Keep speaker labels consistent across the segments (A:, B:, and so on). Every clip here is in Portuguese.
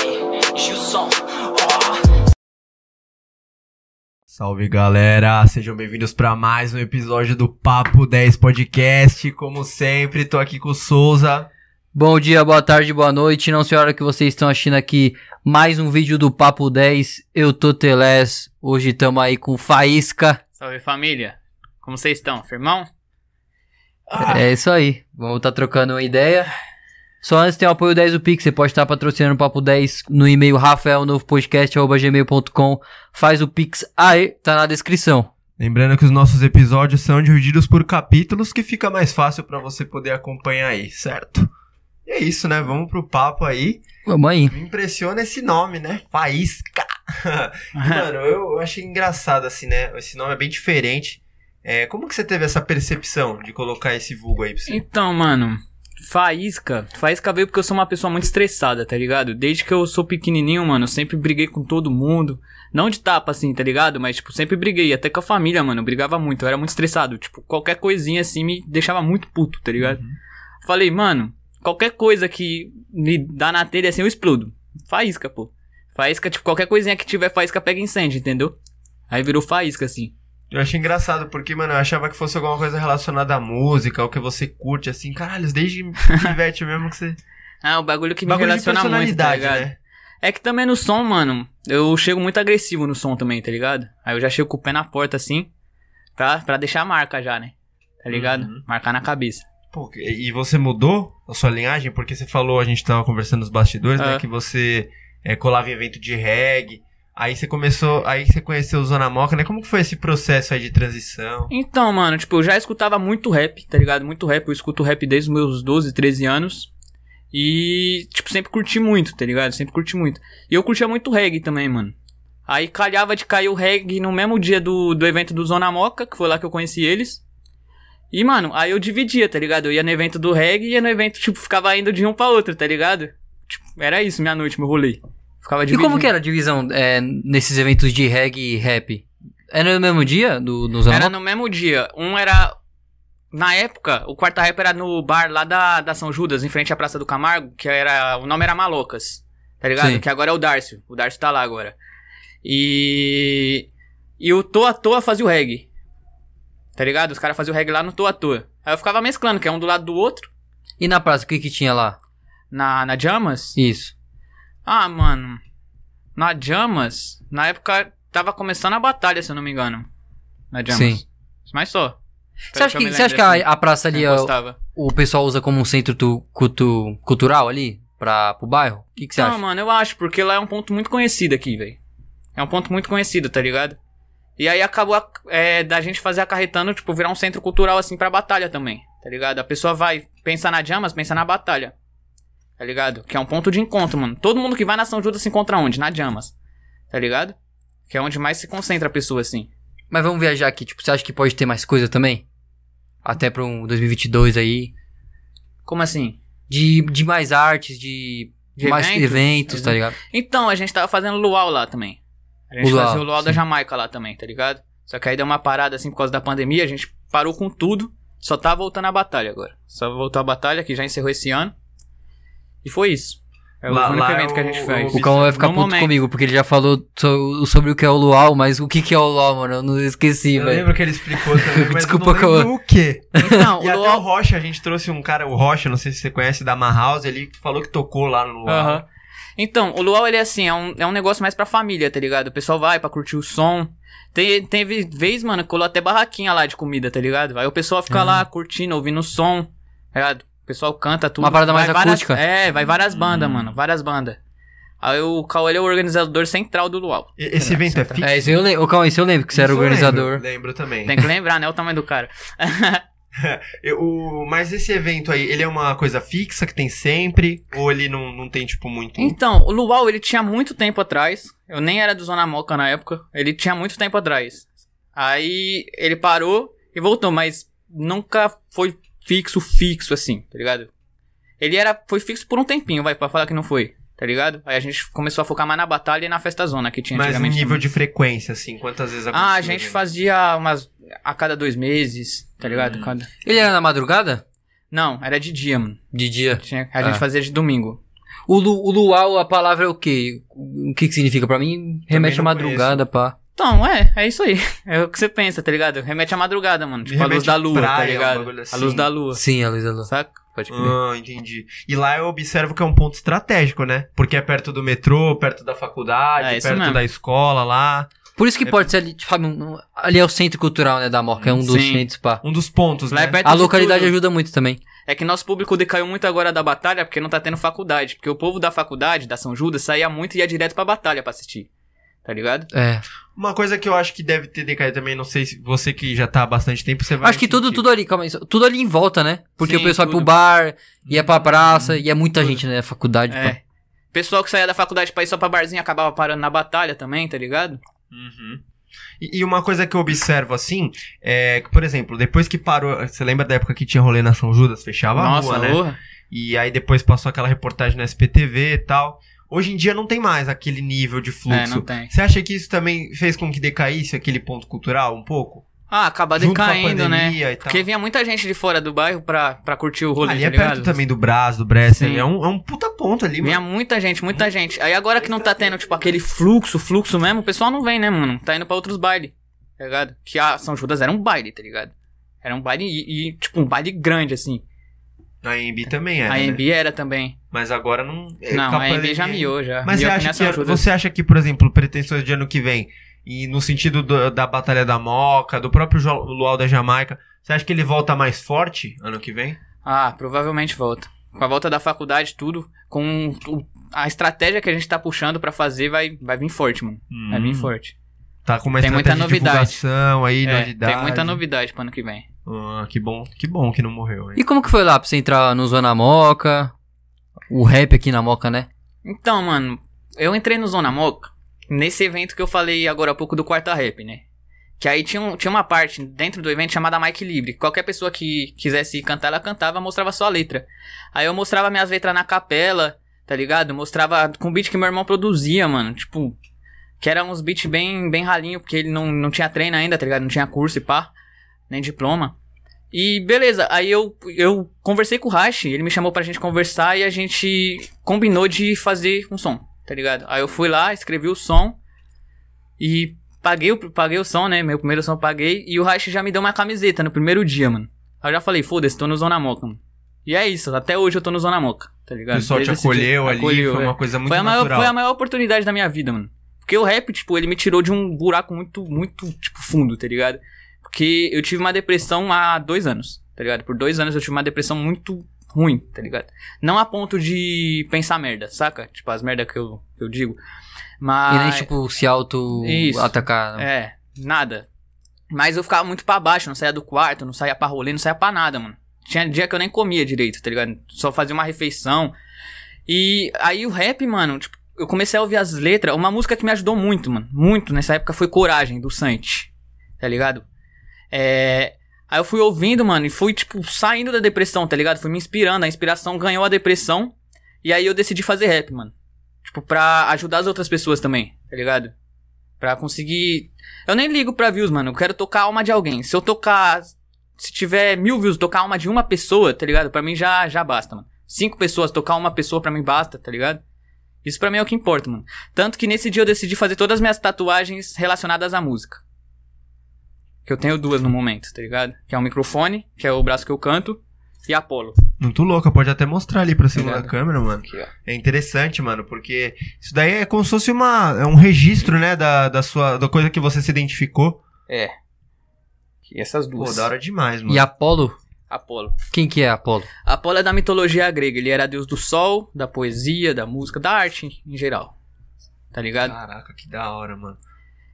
A: Baixe o som. Salve galera, sejam bem-vindos para mais um episódio do Papo 10 Podcast. Como sempre, tô aqui com o Souza.
B: Bom dia, boa tarde, boa noite. Não sei a hora que vocês estão assistindo aqui mais um vídeo do Papo 10. Eu tô Teles. Hoje tamo aí com Faísca.
C: Salve família. Como vocês estão? Firmão?
B: É isso aí. Vamos estar tá trocando uma ideia. Só antes tem o apoio 10 do Pix, você pode estar patrocinando o Papo 10 no e-mail rafaelnovopodcast.gmail.com. Faz o Pix aí, tá na descrição.
A: Lembrando que os nossos episódios são divididos por capítulos que fica mais fácil para você poder acompanhar aí, certo? E é isso, né? Vamos pro papo aí.
B: Vamos aí.
A: Me impressiona esse nome, né? Faísca. Mano, eu achei engraçado assim, né? Esse nome é bem diferente. É, como que você teve essa percepção de colocar esse vulgo aí pra você?
C: Então, mano, Faísca. Faísca veio porque eu sou uma pessoa muito estressada, tá ligado? Desde que eu sou pequenininho, mano, eu sempre briguei com todo mundo. Não de tapa, assim, tá ligado? Mas, tipo, sempre briguei. Até com a família, mano. Eu brigava muito. Eu era muito estressado. Tipo, qualquer coisinha, assim, me deixava muito puto, tá ligado? Uhum. Falei, mano, qualquer coisa que me dá na telha, assim, eu explodo. Faísca, pô. Faísca, tipo, qualquer coisinha que tiver faísca pega incêndio, entendeu? Aí virou faísca, assim.
A: Eu achei engraçado, porque, mano, eu achava que fosse alguma coisa relacionada à música, ou que você curte, assim, caralho, desde pivete mesmo que você...
C: Ah, o bagulho que bagulho me relaciona muito, tá ligado? Né? É que também no som, mano, eu chego muito agressivo no som também, tá ligado? Aí eu já chego com o pé na porta, assim, pra, pra deixar a marca já, né? Tá ligado? Uhum. Marcar na cabeça.
A: Pô, e você mudou a sua linhagem? Porque você falou, a gente tava conversando nos bastidores,
C: Ah.
A: uhum. né, que você é, colava em evento de reggae, Aí você começou, aí você conheceu o Zona Moca, né? Como que foi esse processo aí de transição?
C: Então, mano, tipo, eu já escutava muito rap, tá ligado? Muito rap, eu escuto rap desde os meus 12, 13 anos. E, tipo, sempre curti muito, tá ligado? Sempre curti muito. E eu curtia muito reggae também, mano. Aí calhava de cair o reggae no mesmo dia do, do evento do Zona Moca, que foi lá que eu conheci eles. E, mano, aí eu dividia, tá ligado? Eu ia no evento do reggae e ia no evento, tipo, ficava indo de um pra outro, tá ligado? Tipo, era isso, minha noite, meu rolê.
B: E como que era a divisão é, nesses eventos de reggae e rap? Era no mesmo dia do, do
C: Era no mesmo dia. Um era. Na época, o quarta rap era no bar lá da, da São Judas, em frente à Praça do Camargo, que era. O nome era Malocas. Tá ligado? Sim. Que agora é o Darcio. O Darcio tá lá agora. E. E o Toa Toa fazia o reggae. Tá ligado? Os caras faziam o reggae lá no Toa Toa. Aí eu ficava mesclando, que é um do lado do outro.
B: E na praça, o que que tinha lá?
C: Na, na Jamas?
B: Isso.
C: Ah, mano. Na Jamas, na época tava começando a batalha, se eu não me engano. Na Jamas. Sim. Mas só.
B: Você acha, que, você acha que a, a praça ali ó, o pessoal usa como um centro tu, cultu, cultural ali? Pra, pro bairro? O que, que você
C: não,
B: acha?
C: Não, mano, eu acho, porque lá é um ponto muito conhecido aqui, velho. É um ponto muito conhecido, tá ligado? E aí acabou a, é, da gente fazer a Carretano, tipo, virar um centro cultural assim pra batalha também, tá ligado? A pessoa vai pensar na Jamas, pensa na batalha tá ligado? Que é um ponto de encontro, mano. Todo mundo que vai na São Judas se encontra onde? Na Jamas, tá ligado? Que é onde mais se concentra a pessoa, assim.
B: Mas vamos viajar aqui, tipo, você acha que pode ter mais coisa também? Até pra um 2022 aí.
C: Como assim?
B: De, de mais artes, de, de mais eventos, eventos tá ligado?
C: Então, a gente tava fazendo luau lá também. A gente luau, fazia o luau sim. da Jamaica lá também, tá ligado? Só que aí deu uma parada, assim, por causa da pandemia, a gente parou com tudo. Só tá voltando a batalha agora. Só voltou a batalha, que já encerrou esse ano. E foi isso. É o lá, único evento que a gente fez.
B: O Calma vai ficar puto momento. comigo, porque ele já falou so, sobre o que é o Luau, mas o que, que é o Luau, mano? Eu não esqueci, velho.
A: Eu lembro que ele explicou também, mas
B: Desculpa,
A: eu não
B: lembro
A: o quê. Então, e o Luau... até o Rocha, a gente trouxe um cara, o Rocha, não sei se você conhece, da Mahouse, ele falou que tocou lá no Luau.
C: Uh -huh. Então, o Luau, ele é assim, é um, é um negócio mais pra família, tá ligado? O pessoal vai pra curtir o som. Tem, teve vez, mano, que colou até barraquinha lá de comida, tá ligado? Aí o pessoal fica uhum. lá curtindo, ouvindo o som, tá ligado? O pessoal canta tudo.
B: Uma parada mais
C: vai
B: acústica. Uhum.
C: Várias, é, vai várias bandas, hum. mano. Várias bandas. Aí o Cauê é o organizador central do Luau.
A: E, esse evento central. é
C: tá.
A: fixo?
B: É, esse eu, le... o Cauê, esse eu lembro que você era o organizador.
A: Lembro, lembro, também.
C: Tem que lembrar, né? O tamanho do cara.
A: o, mas esse evento aí, ele é uma coisa fixa que tem sempre? Ou ele não, não tem, tipo, muito...
C: Então, o Luau, ele tinha muito tempo atrás. Eu nem era do Zona Moca na época. Ele tinha muito tempo atrás. Aí ele parou e voltou, mas nunca foi fixo, fixo, assim, tá ligado? Ele era, foi fixo por um tempinho, vai, pra falar que não foi, tá ligado? Aí a gente começou a focar mais na batalha e na festa zona que tinha
A: Mas
C: antigamente.
A: Mas nível também. de frequência, assim, quantas vezes
C: acontecia? Ah, a gente né? fazia umas, a cada dois meses, tá ligado? Hum. Cada...
B: Ele era na madrugada?
C: Não, era de dia, mano.
B: De dia?
C: Tinha, a ah. gente fazia de domingo.
B: O, lu, o luau, a palavra é o quê? O que, que significa pra mim? Remete
A: não
B: à madrugada, pá.
C: Então, é, é isso aí. É o que você pensa, tá ligado? Remete à madrugada, mano. Tipo, a luz
A: remete
C: da lua, tá
A: praia, um
C: ligado?
A: bagulho
C: A luz
A: assim.
C: da lua,
B: Sim, a luz da luz.
C: saca?
B: Pode crer.
A: Ah, entendi. E lá eu observo que é um ponto estratégico, né? Porque é perto do metrô, perto da faculdade,
C: É, isso
A: perto
C: mesmo.
A: da escola lá.
B: Por
C: É
B: isso que pode ser ali, tipo, sabe, um- ali é o centro cultural, né, da Moca. É um dos
C: Sim.
B: centros, pá.
A: Um dos pontos,
C: Lá é
A: né?
C: perto
B: A
C: de
B: localidade
C: tudo.
B: ajuda muito também.
C: É que nosso público decaiu muito agora da batalha porque não tá tendo faculdade. Porque o povo da faculdade, da São Judas, saía muito e ia direto pra batalha pra assistir. Tá ligado?
B: É.
A: Uma coisa que eu acho que deve ter decaído também, não sei se você que já tá há bastante tempo, você vai.
B: Acho que tudo,
A: sentir.
B: tudo ali, calma aí, só- tudo ali em volta, né? Porque
C: Sim,
B: o pessoal ia pro
C: tudo. Uhum.
B: bar, ia pra praça, ia muita gente, né? Faculdade, pá.
C: É. Pessoal que saía da faculdade pra ir só pra barzinho acabava parando na batalha também, tá ligado?
A: Uhum. E, e uma coisa que eu observo assim é que, por exemplo, depois que parou. Você lembra da época que tinha rolê na São Judas? Fechava a rua, né?
C: porra.
A: E aí depois passou aquela reportagem na SPTV e tal. Hoje em dia não tem mais aquele nível de
C: É,
A: fluxo.
C: não tem.
A: Você acha que isso também fez com que decaísse aquele ponto cultural um pouco?
C: Ah, acaba
A: Junto com a
C: decaindo, né?
A: pandemia e tal.
C: Porque vinha muita gente de fora do bairro pra, pra curtir o rolê,
A: ali
C: tá
A: é
C: ligado?
A: perto também do Brás, do Bresser.
C: Sim.
A: É um, é um puta ponto ali,
C: Vinha
A: mano.
C: muita gente, muita gente. Aí agora que não tá tendo, tipo, aquele fluxo, fluxo mesmo, o pessoal não vem, né, mano? Tá indo pra outros bailes, tá ligado? Que a São Judas era um baile, tá ligado? Era um baile e, e, tipo, um baile grande, assim.
A: A AMB também é.
C: a AMB era também.
A: Mas agora não. é,
C: não,
A: com
C: a AMB
A: pandemia-
C: já miou, já.
A: Mas você
C: miou
A: acha,
C: nem a
A: que é,
C: São Judas.
A: você acha que, por exemplo, pretensões de ano que vem, e no sentido do- da Batalha da Moca, do próprio Jo- Luau da Jamaica, você acha que ele volta mais forte ano que vem?
C: Ah, provavelmente volta. Com a volta da faculdade, tudo, com o- a estratégia que a gente tá puxando pra fazer vai, vai vir forte, mano. Vai vir É forte.
A: Hum, Tá com uma
C: Tem muita
A: estratégia de
C: novidade.
A: divulgação aí,
C: É,
A: novidade.
C: tem muita novidade pro ano que vem.
A: Ah, que bom, que bom que não morreu, hein?
B: E como que foi lá pra você entrar no Zona Moca? O rap aqui na Moca, né?
C: Então, mano, eu entrei no Zona Moca nesse evento que eu falei agora há pouco do Quarta Rap, né? Que aí tinha, um- tinha uma parte dentro do evento chamada Mike Livre. Qualquer pessoa que quisesse cantar, ela cantava, mostrava sua letra. Aí eu mostrava minhas letras na capela, tá ligado? Mostrava com beat que meu irmão produzia, mano. Tipo, que eram uns beats bem, bem ralinho, porque ele não, não tinha treino ainda, tá ligado? Não tinha curso e pá, nem diploma. E beleza, aí eu, eu conversei com o Rashi, ele me chamou pra gente conversar e a gente combinou de fazer um som, tá ligado? Aí eu fui lá, escrevi o som e paguei o, paguei o som, né? Meu primeiro som eu paguei e o Rashi já me deu uma camiseta no primeiro dia, mano. Aí eu já falei, foda-se, tô no Zona Moca, mano. E é isso, até hoje eu tô no Zona Moca, tá
A: O
C: ligado?
A: pessoal te
C: Desde esse dia.
A: acolheu ali,
C: Acolheu,
A: foi
C: é.
A: uma coisa muito
C: Foi a, maior,
A: natural.
C: foi a maior oportunidade da minha vida, mano. Porque o rap, tipo, ele me tirou de um buraco muito, muito, tipo, fundo, tá ligado? Porque eu tive uma depressão há dois anos, tá ligado? Por dois anos eu tive uma depressão muito ruim, tá ligado? Não a ponto de pensar merda, saca? Tipo, as merdas que eu, que eu digo. Mas.
B: E nem, tipo, se
C: Ah, é. Isso.
B: auto-atacar. né?
C: É, nada. Mas eu ficava muito pra baixo, não saía do quarto, não saía pra rolê, não saía pra nada, mano. Tinha dia que eu nem comia direito, tá ligado? Só fazia uma refeição. E aí o rap, mano, tipo, eu comecei a ouvir as letras. Uma música que me ajudou muito, mano. Muito nessa época foi Coragem, do Santi. Tá ligado? É. Aí eu fui ouvindo, mano, e fui, tipo, saindo da depressão, tá ligado? Fui me inspirando, a inspiração ganhou a depressão. E aí eu decidi fazer rap, mano. Tipo, pra ajudar as outras pessoas também, tá ligado? Pra conseguir. Eu nem ligo pra views, mano. Eu quero tocar a alma de alguém. Se eu tocar. Se tiver mil views, tocar a alma de uma pessoa, tá ligado? Pra mim já, já basta, mano. Cinco pessoas, tocar uma pessoa pra mim basta, tá ligado? Isso pra mim é o que importa, mano. Tanto que nesse dia eu decidi fazer todas as minhas tatuagens relacionadas à música. Que eu tenho duas no momento, tá ligado? Que é o microfone, que é o braço que eu canto, e Apolo.
A: Muito louco, pode até mostrar ali pra cima da
C: Obrigado.
A: câmera, mano.
C: Aqui, ó.
A: É interessante, mano, porque isso daí é como se fosse uma, é um registro, né, da, da sua, da coisa que você se identificou.
C: E essas
A: Pô,
C: duas.
A: da hora demais,
C: É.
A: mano.
B: E Apolo?
C: Apolo.
B: Quem que é Apolo?
C: Apolo é da mitologia grega, ele era deus do sol, da poesia, da música, da arte em geral. Tá ligado?
A: Caraca, que da hora, mano.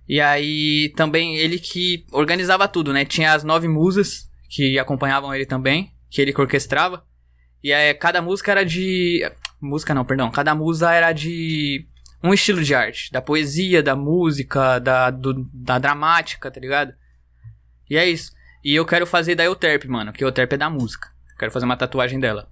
C: E aí também ele que organizava tudo, né? Tinha as nove musas que acompanhavam ele também, que ele que orquestrava. E aí cada música era de. Música não, perdão. Cada musa era de um estilo de arte. Da poesia, da música, da, do- da dramática, tá ligado? E é isso. E eu quero fazer da Euterpe, mano, que Euterpe é da música. Quero fazer uma tatuagem dela.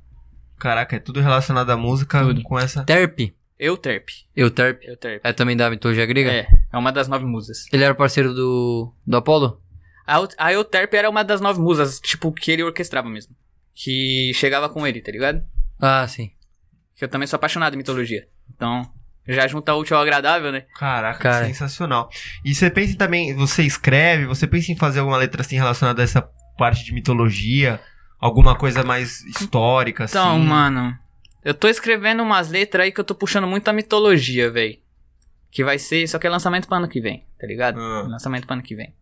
A: Caraca, é tudo relacionado à música
C: Tudo.
A: com essa.
B: Terpe?
C: Euterpe.
B: Euterpe?
C: Euterpe.
B: É também da mitologia grega?
C: É, é uma das nove musas.
B: Ele era parceiro do, do Apolo?
C: A, Eu- a Euterpe era uma das nove musas, tipo, que ele orquestrava mesmo. Que chegava com ele, tá ligado?
B: Ah, sim.
C: Que Que eu também sou apaixonado em mitologia. Então, já junta útil ao agradável, né?
A: Caraca,
B: Cara.
A: sensacional. E você pensa em também, você escreve, você pensa em fazer alguma letra assim relacionada a essa parte de mitologia? Alguma coisa mais histórica, assim?
C: Então, mano, eu tô escrevendo umas letras aí que eu tô puxando muito a mitologia, velho. Que vai ser, só que é lançamento pro ano que vem, tá ligado?
A: Ah.
C: Lançamento pro ano que vem.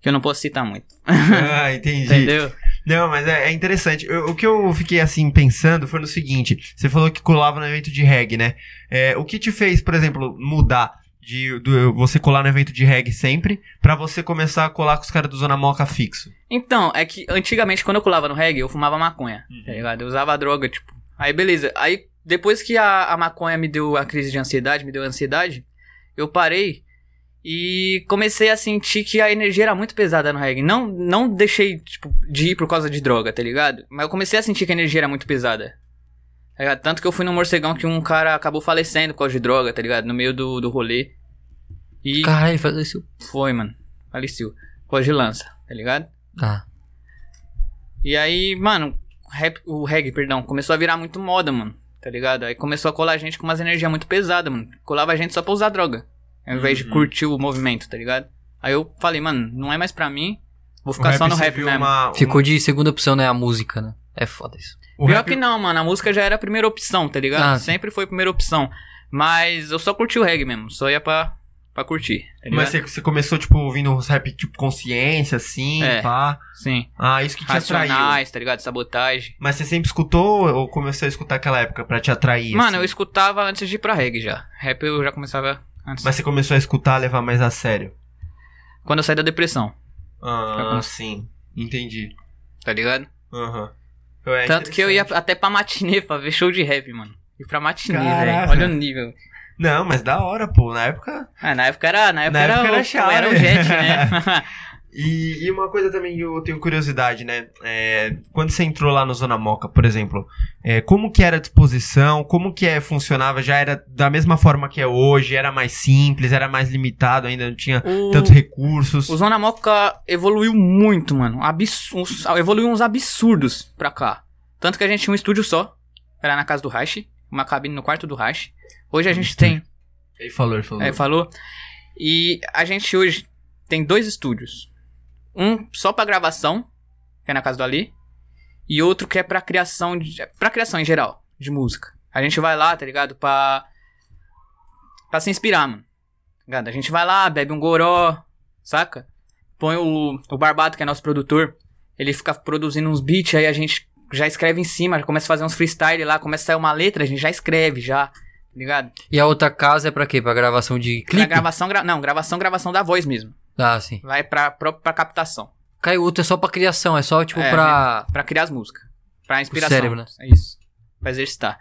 C: Que eu não posso citar muito,
A: Ah, entendi.
C: entendeu?
A: Não, mas é, é interessante. Eu- o que eu fiquei assim pensando foi no seguinte: você falou que colava no evento de reggae, né? É, o que te fez, por exemplo, mudar de do- você colar no evento de reggae sempre pra você começar a colar com os caras do Zona Moca fixo?
C: Então, é que antigamente quando eu colava no reggae, eu fumava maconha, tá ligado? Eu usava droga, tipo. Aí beleza. Aí depois que a, a maconha me deu a crise de ansiedade, me deu ansiedade, eu parei e comecei a sentir que a energia era muito pesada no reggae. Não, não deixei, tipo, de ir por causa de droga, tá ligado? Mas eu comecei a sentir que a energia era muito pesada. Tá ligado? Tanto que eu fui no morcegão que um cara acabou falecendo por causa de droga, tá ligado? No meio do, do rolê. E
B: Caralho, fazer isso.
C: foi, mano. Faleceu. Por causa de lança, tá ligado?
B: Tá.
C: E aí, mano, o rap- o reggae, perdão, começou a virar muito moda, mano. Tá ligado? Aí começou a colar a gente com umas energias muito pesadas, mano. Colava a gente só pra usar droga. Ao invés de
A: Uhum.
C: curtir o movimento, tá ligado? Aí eu falei, mano, não é mais pra mim. Vou ficar só no rap
A: serviu
C: mesmo.
A: uma- um-
B: Ficou de segunda opção, né? A música, né? É foda isso.
A: o
C: Pior
A: rap-
C: que não, mano. A música já era a primeira opção, tá ligado?
B: Ah, sim.
C: Sempre foi a primeira opção. Mas eu só curti o reggae mesmo. Só ia pra, pra curtir, tá ligado?
A: Mas você, você começou, tipo, ouvindo uns rap, tipo, consciência, assim,
C: É.
A: pá.
C: Sim.
A: Ah, isso que te atraiu.
C: Racionais, tá ligado? Sabotagem.
A: Mas você sempre escutou ou começou a escutar aquela época pra te atrair?
C: Mano, eu
A: assim?
C: escutava antes de ir pra reggae já. Rap eu já começava antes.
A: Mas você começou a escutar, a levar mais a sério?
C: Quando eu saí da depressão,
A: Ah, sim. Entendi.
C: tá ligado?
A: Aham. É
C: Tanto que eu ia
A: interessante.
C: até pra matinê pra ver show de rap, mano. E pra matinê, velho.
A: Caraca.
C: Olha o nível.
A: Não, mas da hora, pô. Na época.
C: Ah, na época era. Na época,
A: Na
C: era,
A: época era
C: o,
A: chave.
C: era o jet, né?
A: E, e uma coisa também que eu tenho curiosidade, né? É, quando você entrou lá no Zona Moca, por exemplo, é, como que era a disposição? Como que é, funcionava? Já era da mesma forma que é hoje? Era mais simples? Era mais limitado? Ainda não tinha
C: o,
A: tantos recursos?
C: o Zona Moca evoluiu muito, mano. Abs, uns- evoluiu uns absurdos pra cá. Tanto que a gente tinha um estúdio só. Era na casa do Hashi. Uma cabine no quarto do Hashi. Hoje a gente tem.
A: Ele falou, ele falou.
C: É, falou. E a gente hoje tem dois estúdios. Um só pra gravação, que é na casa do Ali, e outro que é pra criação de, pra criação em geral de música. A gente vai lá, tá ligado? Pra Pra se inspirar, mano. Tá ligado? A gente vai lá, bebe um goró, saca? Põe o, o Barbado, que é nosso produtor, ele fica produzindo uns beats, aí a gente já escreve em cima, já começa a fazer uns freestyle lá, começa a sair uma letra, a gente já escreve, já, tá ligado?
B: E a outra casa é pra quê? Pra gravação de clipe?
C: Pra gravação, gra- não, gravação, gravação da voz mesmo.
B: Ah, sim.
C: Vai pra, próprio pra captação,
B: Caiu outra é só pra criação, é só tipo
C: É,
B: pra.
C: pra criar as músicas, pra inspiração.
B: cérebro, né?
C: É Isso. Pra exercitar, tá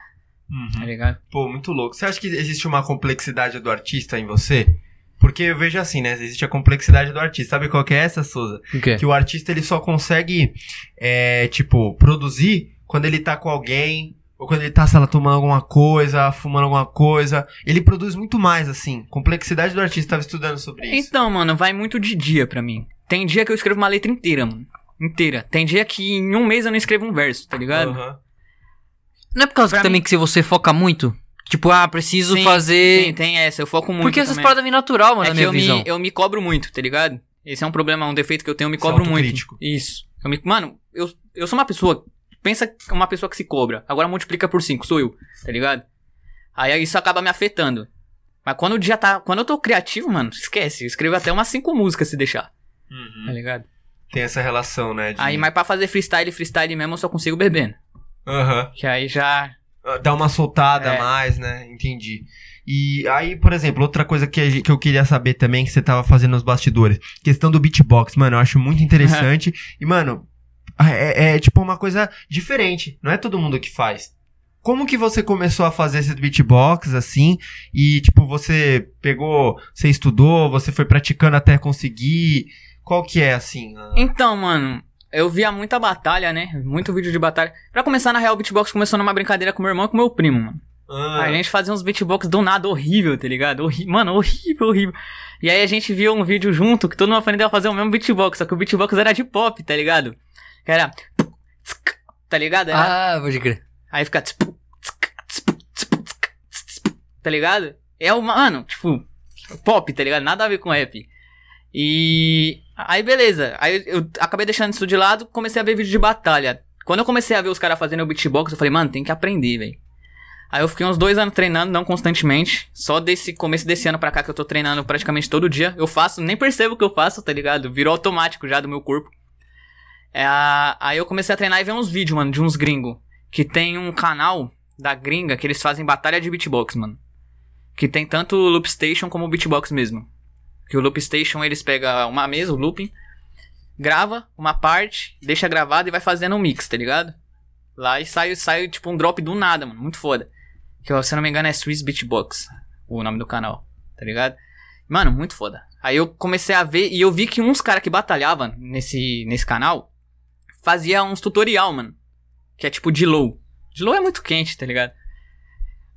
A: Uhum.
C: ligado?
A: Pô, muito louco. Você acha que existe uma complexidade do artista em você? Porque eu vejo assim, né? Existe a complexidade do artista. Sabe qual que é essa, Souza?
B: O quê?
A: que o artista ele só consegue, é, tipo, produzir quando ele tá com alguém, ou quando ele tá, sei lá, tomando alguma coisa, fumando alguma coisa. Ele produz muito mais, assim. Complexidade do artista, tava estudando sobre isso.
C: Então, mano, vai muito de dia pra mim. Tem dia que eu escrevo uma letra inteira, mano. Inteira. Tem dia que em um mês eu não escrevo um verso, tá ligado?
A: Aham.
B: Não é por causa
C: Pra
B: que também que se você foca muito? Tipo, ah, preciso fazer.
C: Sim, tem essa, eu foco muito.
B: Porque essas
C: também.
B: paradas vêm natural, mano,
C: é
B: na
C: que
B: minha
C: eu
B: visão.
C: me, eu me cobro muito, tá ligado? Esse é um problema, um defeito que eu tenho, eu me
A: Você é
C: cobro muito.
A: autocrítico.
C: Isso. Eu me, mano, eu, eu sou uma pessoa. Pensa que é uma pessoa que se cobra. Agora multiplica por 5, sou eu, tá ligado? Aí isso acaba me afetando. Mas quando o dia tá. Quando eu tô criativo, mano, esquece. Eu escrevo até umas 5 músicas se deixar, tá
A: Uhum.
C: ligado?
A: Tem essa relação, né? de-
C: Aí, mas pra fazer freestyle, freestyle mesmo, eu só consigo bebendo.
A: Aham.
C: Que aí já.
A: Dá uma soltada a
C: É.
A: mais, né? Entendi. E aí, por exemplo, outra coisa que, a gente- que eu queria saber também, que você tava fazendo nos bastidores. Questão do beatbox, mano, eu acho muito interessante. e, mano, é, é tipo uma coisa diferente. Não é todo mundo que faz. Como que você começou a fazer esse beatbox, assim? E, tipo, você pegou, você estudou, você foi praticando até conseguir. Qual que é, assim? a-
C: Então, mano, eu via muita batalha, né? Muito vídeo de batalha. Pra começar, na real, o beatbox começou numa brincadeira com meu irmão e com meu primo, mano. A gente fazia uns beatbox do nada horrível, tá ligado? Horri- Mano, horrível, horrível. E aí a gente viu um vídeo junto que todo mundo aprendeu a fazer o mesmo beatbox, só que o beatbox era de pop, tá ligado? Que Era. Tá ligado? Era-
B: Ah, pode crer.
C: Aí fica. tsk, tsk, tsk, tá ligado? É o, mano, tipo, pop, tá ligado? Nada a ver com rap. E aí beleza, aí eu acabei deixando isso de lado, comecei a ver vídeo de batalha. Quando eu comecei a ver os caras fazendo o beatbox, eu falei, mano, tem que aprender, velho. Aí eu fiquei uns dois anos treinando, não constantemente. Só desse começo desse ano pra cá que eu tô treinando praticamente todo dia. Eu faço, nem percebo o que eu faço, tá ligado? Virou automático já do meu corpo. É, aí eu comecei a treinar e ver uns vídeos, mano, de uns gringos. Que tem um canal da gringa que eles fazem batalha de beatbox, mano. Que tem tanto o loop station como o beatbox mesmo. Que o loop station eles pegam uma mesa, o looping, grava uma parte, deixa gravado e vai fazendo um mix, tá ligado? Lá e sai, sai tipo um drop do nada, mano. Muito foda. Que ó, se eu não me engano é Swiss Beatbox, o nome do canal, tá ligado? Mano, muito foda. Aí eu comecei a ver e eu vi que uns caras que batalhavam nesse, nesse canal fazia uns tutorial, mano. Que é tipo de low. De low é muito quente, tá ligado?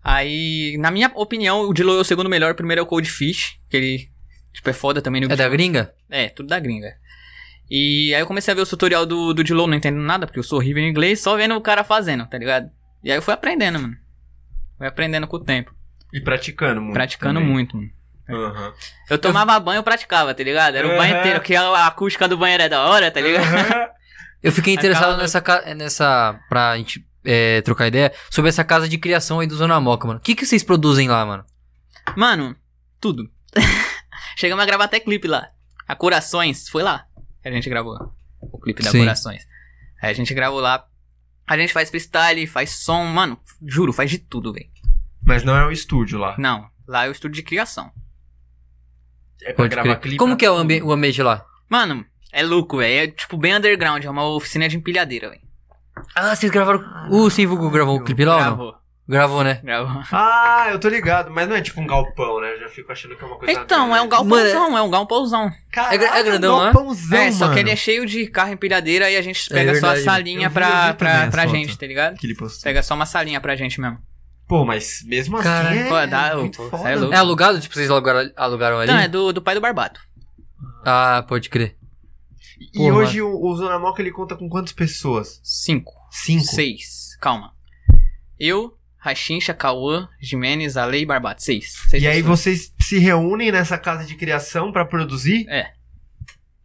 C: Aí, na minha opinião, o de low é o segundo melhor. O primeiro é o Coldfish, que ele, tipo, é foda também no
B: É da gringa?
C: é, tudo da gringa. E aí eu comecei a ver o tutorial do, do Dillow, não entendendo nada, porque eu sou horrível em inglês, só vendo o cara fazendo, tá ligado? E aí eu fui aprendendo, mano. Fui aprendendo com o tempo.
A: E praticando muito.
C: praticando
A: também.
C: muito, mano.
A: Aham.
C: Eu tomava banho, eu praticava, tá ligado? Era o banho
A: Aham.
C: inteiro, que a acústica do banheiro é da hora, tá ligado?
A: Aham.
B: Eu fiquei
C: A
B: interessado
C: casa-
B: nessa, ca- nessa. Pra gente é, trocar ideia. Sobre essa casa de criação aí do Zona Moca, mano. O que, que vocês produzem lá, mano?
C: Mano, tudo. Chegamos a gravar até clipe lá. A Corações, foi lá que a gente gravou. O clipe da
B: Sim.
C: Corações. Aí a gente gravou lá. A gente faz freestyle, faz som, mano, juro, faz de tudo, velho.
A: Mas não é o estúdio lá.
C: Não, lá é o estúdio de criação.
A: É pra
B: Pode
A: gravar
B: crer.
A: clipe.
B: Como
A: pra
B: que é o,
A: tudo.
B: ambi- o ambiente lá?
C: Mano, é louco, velho. É tipo bem underground, é uma oficina de empilhadeira, velho.
B: Ah, vocês gravaram. O Sim Vugo gravou o clipe lá ou não?
C: Gravou,
B: Gravou, né?
C: gravou.
A: Ah, eu tô ligado, mas não é tipo um galpão, né? Eu já fico achando que é uma coisa.
C: Então, é um galpãozão, é um galpãozão.
A: Caraca,
B: É gra- é grandão,
A: um
B: né?
A: galpãozão,
C: é, só
A: mano.
C: que ele é cheio de carro empilhadeira e a gente
B: É
C: pega só a
B: verdade,
A: eu
C: salinha
A: vi- eu
C: pra,
A: vi também
C: pra,
A: as
C: pra
A: fotos.
C: gente, tá ligado?
A: Que ele postou.
C: Pega só uma salinha pra gente mesmo.
A: Pô, mas mesmo assim.
B: Caraca,
A: é
C: pô, dá-
A: muito
C: pô,
A: foda.
C: é louco.
B: É alugado? Tipo, vocês alugaram, alugaram ali?
C: Então, é do, do pai do Barbato.
B: Ah, pode crer.
A: E
B: É, Porra.
A: hoje o, o Zona Moca ele conta com quantas pessoas?
C: Cinco.
A: Cinco.
C: Seis. Calma. Eu, Rachincha, Cauã, Jimenez, Ale e Barbato. Seis. Seis
A: E aí
C: pessoas.
A: vocês se reúnem nessa casa de criação pra produzir?
C: É.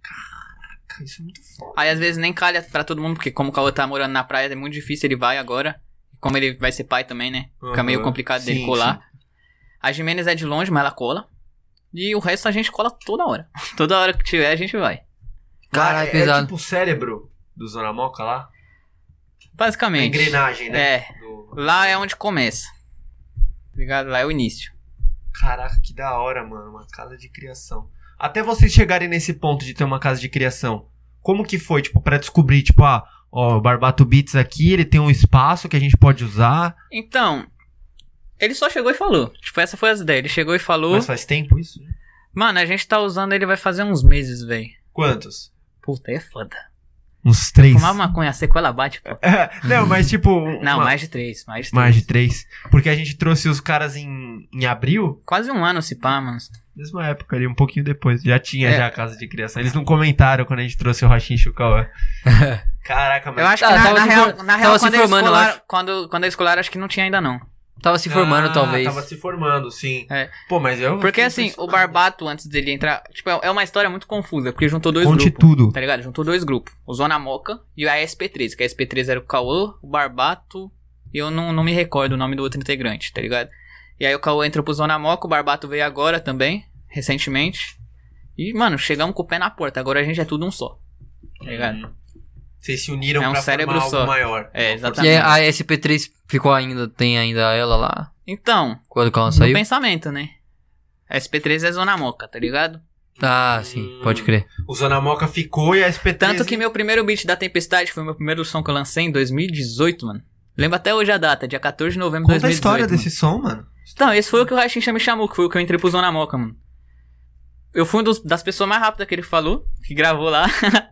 A: Caraca, isso é muito foda.
C: Aí às vezes nem calha pra todo mundo, porque como o Cauã tá morando na praia, é muito difícil, ele vai agora. Como ele vai ser pai também, né? Fica meio
A: Aham.
C: complicado
A: Sim,
C: dele colar. A Jimenez é de longe, mas ela cola. E o resto a gente cola toda hora. toda hora que tiver, a gente vai.
B: Caralho,
A: é, É
B: pesado.
A: tipo o cérebro do Zona Moca lá? A
C: Basicamente.
A: engrenagem, né?
C: É.
A: Do-
C: Lá é onde começa. Ligado? Lá é o início.
A: Caraca, que da hora, mano. Uma casa de criação. Até vocês chegarem nesse ponto de ter uma casa de criação, como que foi, tipo, pra descobrir, tipo, ah, ó, o Barbato Beats aqui, ele tem um espaço que a gente pode usar.
C: Então, ele só chegou e falou. Tipo, essa foi as ideias. Ele chegou e falou.
A: Mas faz tempo isso?
C: Mano, a gente tá usando ele vai fazer uns meses, velho.
A: Quantos?
C: Puta, aí é foda.
A: Uns três.
C: Fumar maconha, a sequela bate, pô.
A: Não, mas tipo.
C: Não,
A: uma-
C: mais de três, mais de três.
A: É, Mais de três. Porque a gente trouxe os caras em, em abril,
C: Quase um ano se pá, mano.
A: mesma época ali, um pouquinho depois. Já tinha
C: É.
A: já a casa de criação. Eles não comentaram quando a gente trouxe o Rochin Chukawa. Caraca, mas.
C: Eu acho
B: Ah,
C: que na,
B: tava
C: na
B: se
C: real,
B: for-
C: na real
B: tava se
C: quando, eles
B: formando, eu
C: colaram-
B: acho.
C: quando, quando eles colaram, acho que não tinha ainda não.
B: Tava se formando,
A: Ah,
B: talvez.
A: Tava se formando, sim.
C: É.
A: Pô, mas eu.
C: Porque assim, o Barbato, antes dele entrar. Tipo, é é uma história muito confusa, porque juntou dois
A: Conte
C: grupos.
A: tudo.
C: Tá ligado? Juntou dois grupos. O Zona Moca e a SP3. Que a SP3 era o Cauã, o Barbato. E eu não, não me recordo o nome do outro integrante, tá ligado? E aí o Cauã entrou pro Zona Moca, o Barbato veio agora também, recentemente. E, mano, chegamos com o pé na porta. Agora a gente é tudo um só. Tá ligado?
A: Hum. Vocês se uniram
C: É um
A: pra
C: cérebro
A: formar
C: só.
A: algo maior.
C: É,
B: E
C: exatamente.
B: a SP3 ficou ainda, tem ainda ela lá?
C: Então,
B: Quando que ela
C: no
B: saiu?
C: pensamento, né? SP3 é Zona Moca, tá ligado?
B: Ah, sim, pode crer.
A: O Zona Moca ficou e a SP13...
C: Tanto que meu primeiro beat da Tempestade foi o meu primeiro som que eu lancei em 2018, mano. Lembro até hoje a data, dia 14 de novembro de
A: Conta a
C: 2018.
A: história
C: mano.
A: desse som, mano.
C: Então, esse foi o que o Rachincha me chamou, que foi o que eu entrei pro Zona Moca, mano. Eu fui um dos- das pessoas mais rápidas que ele falou, que gravou lá.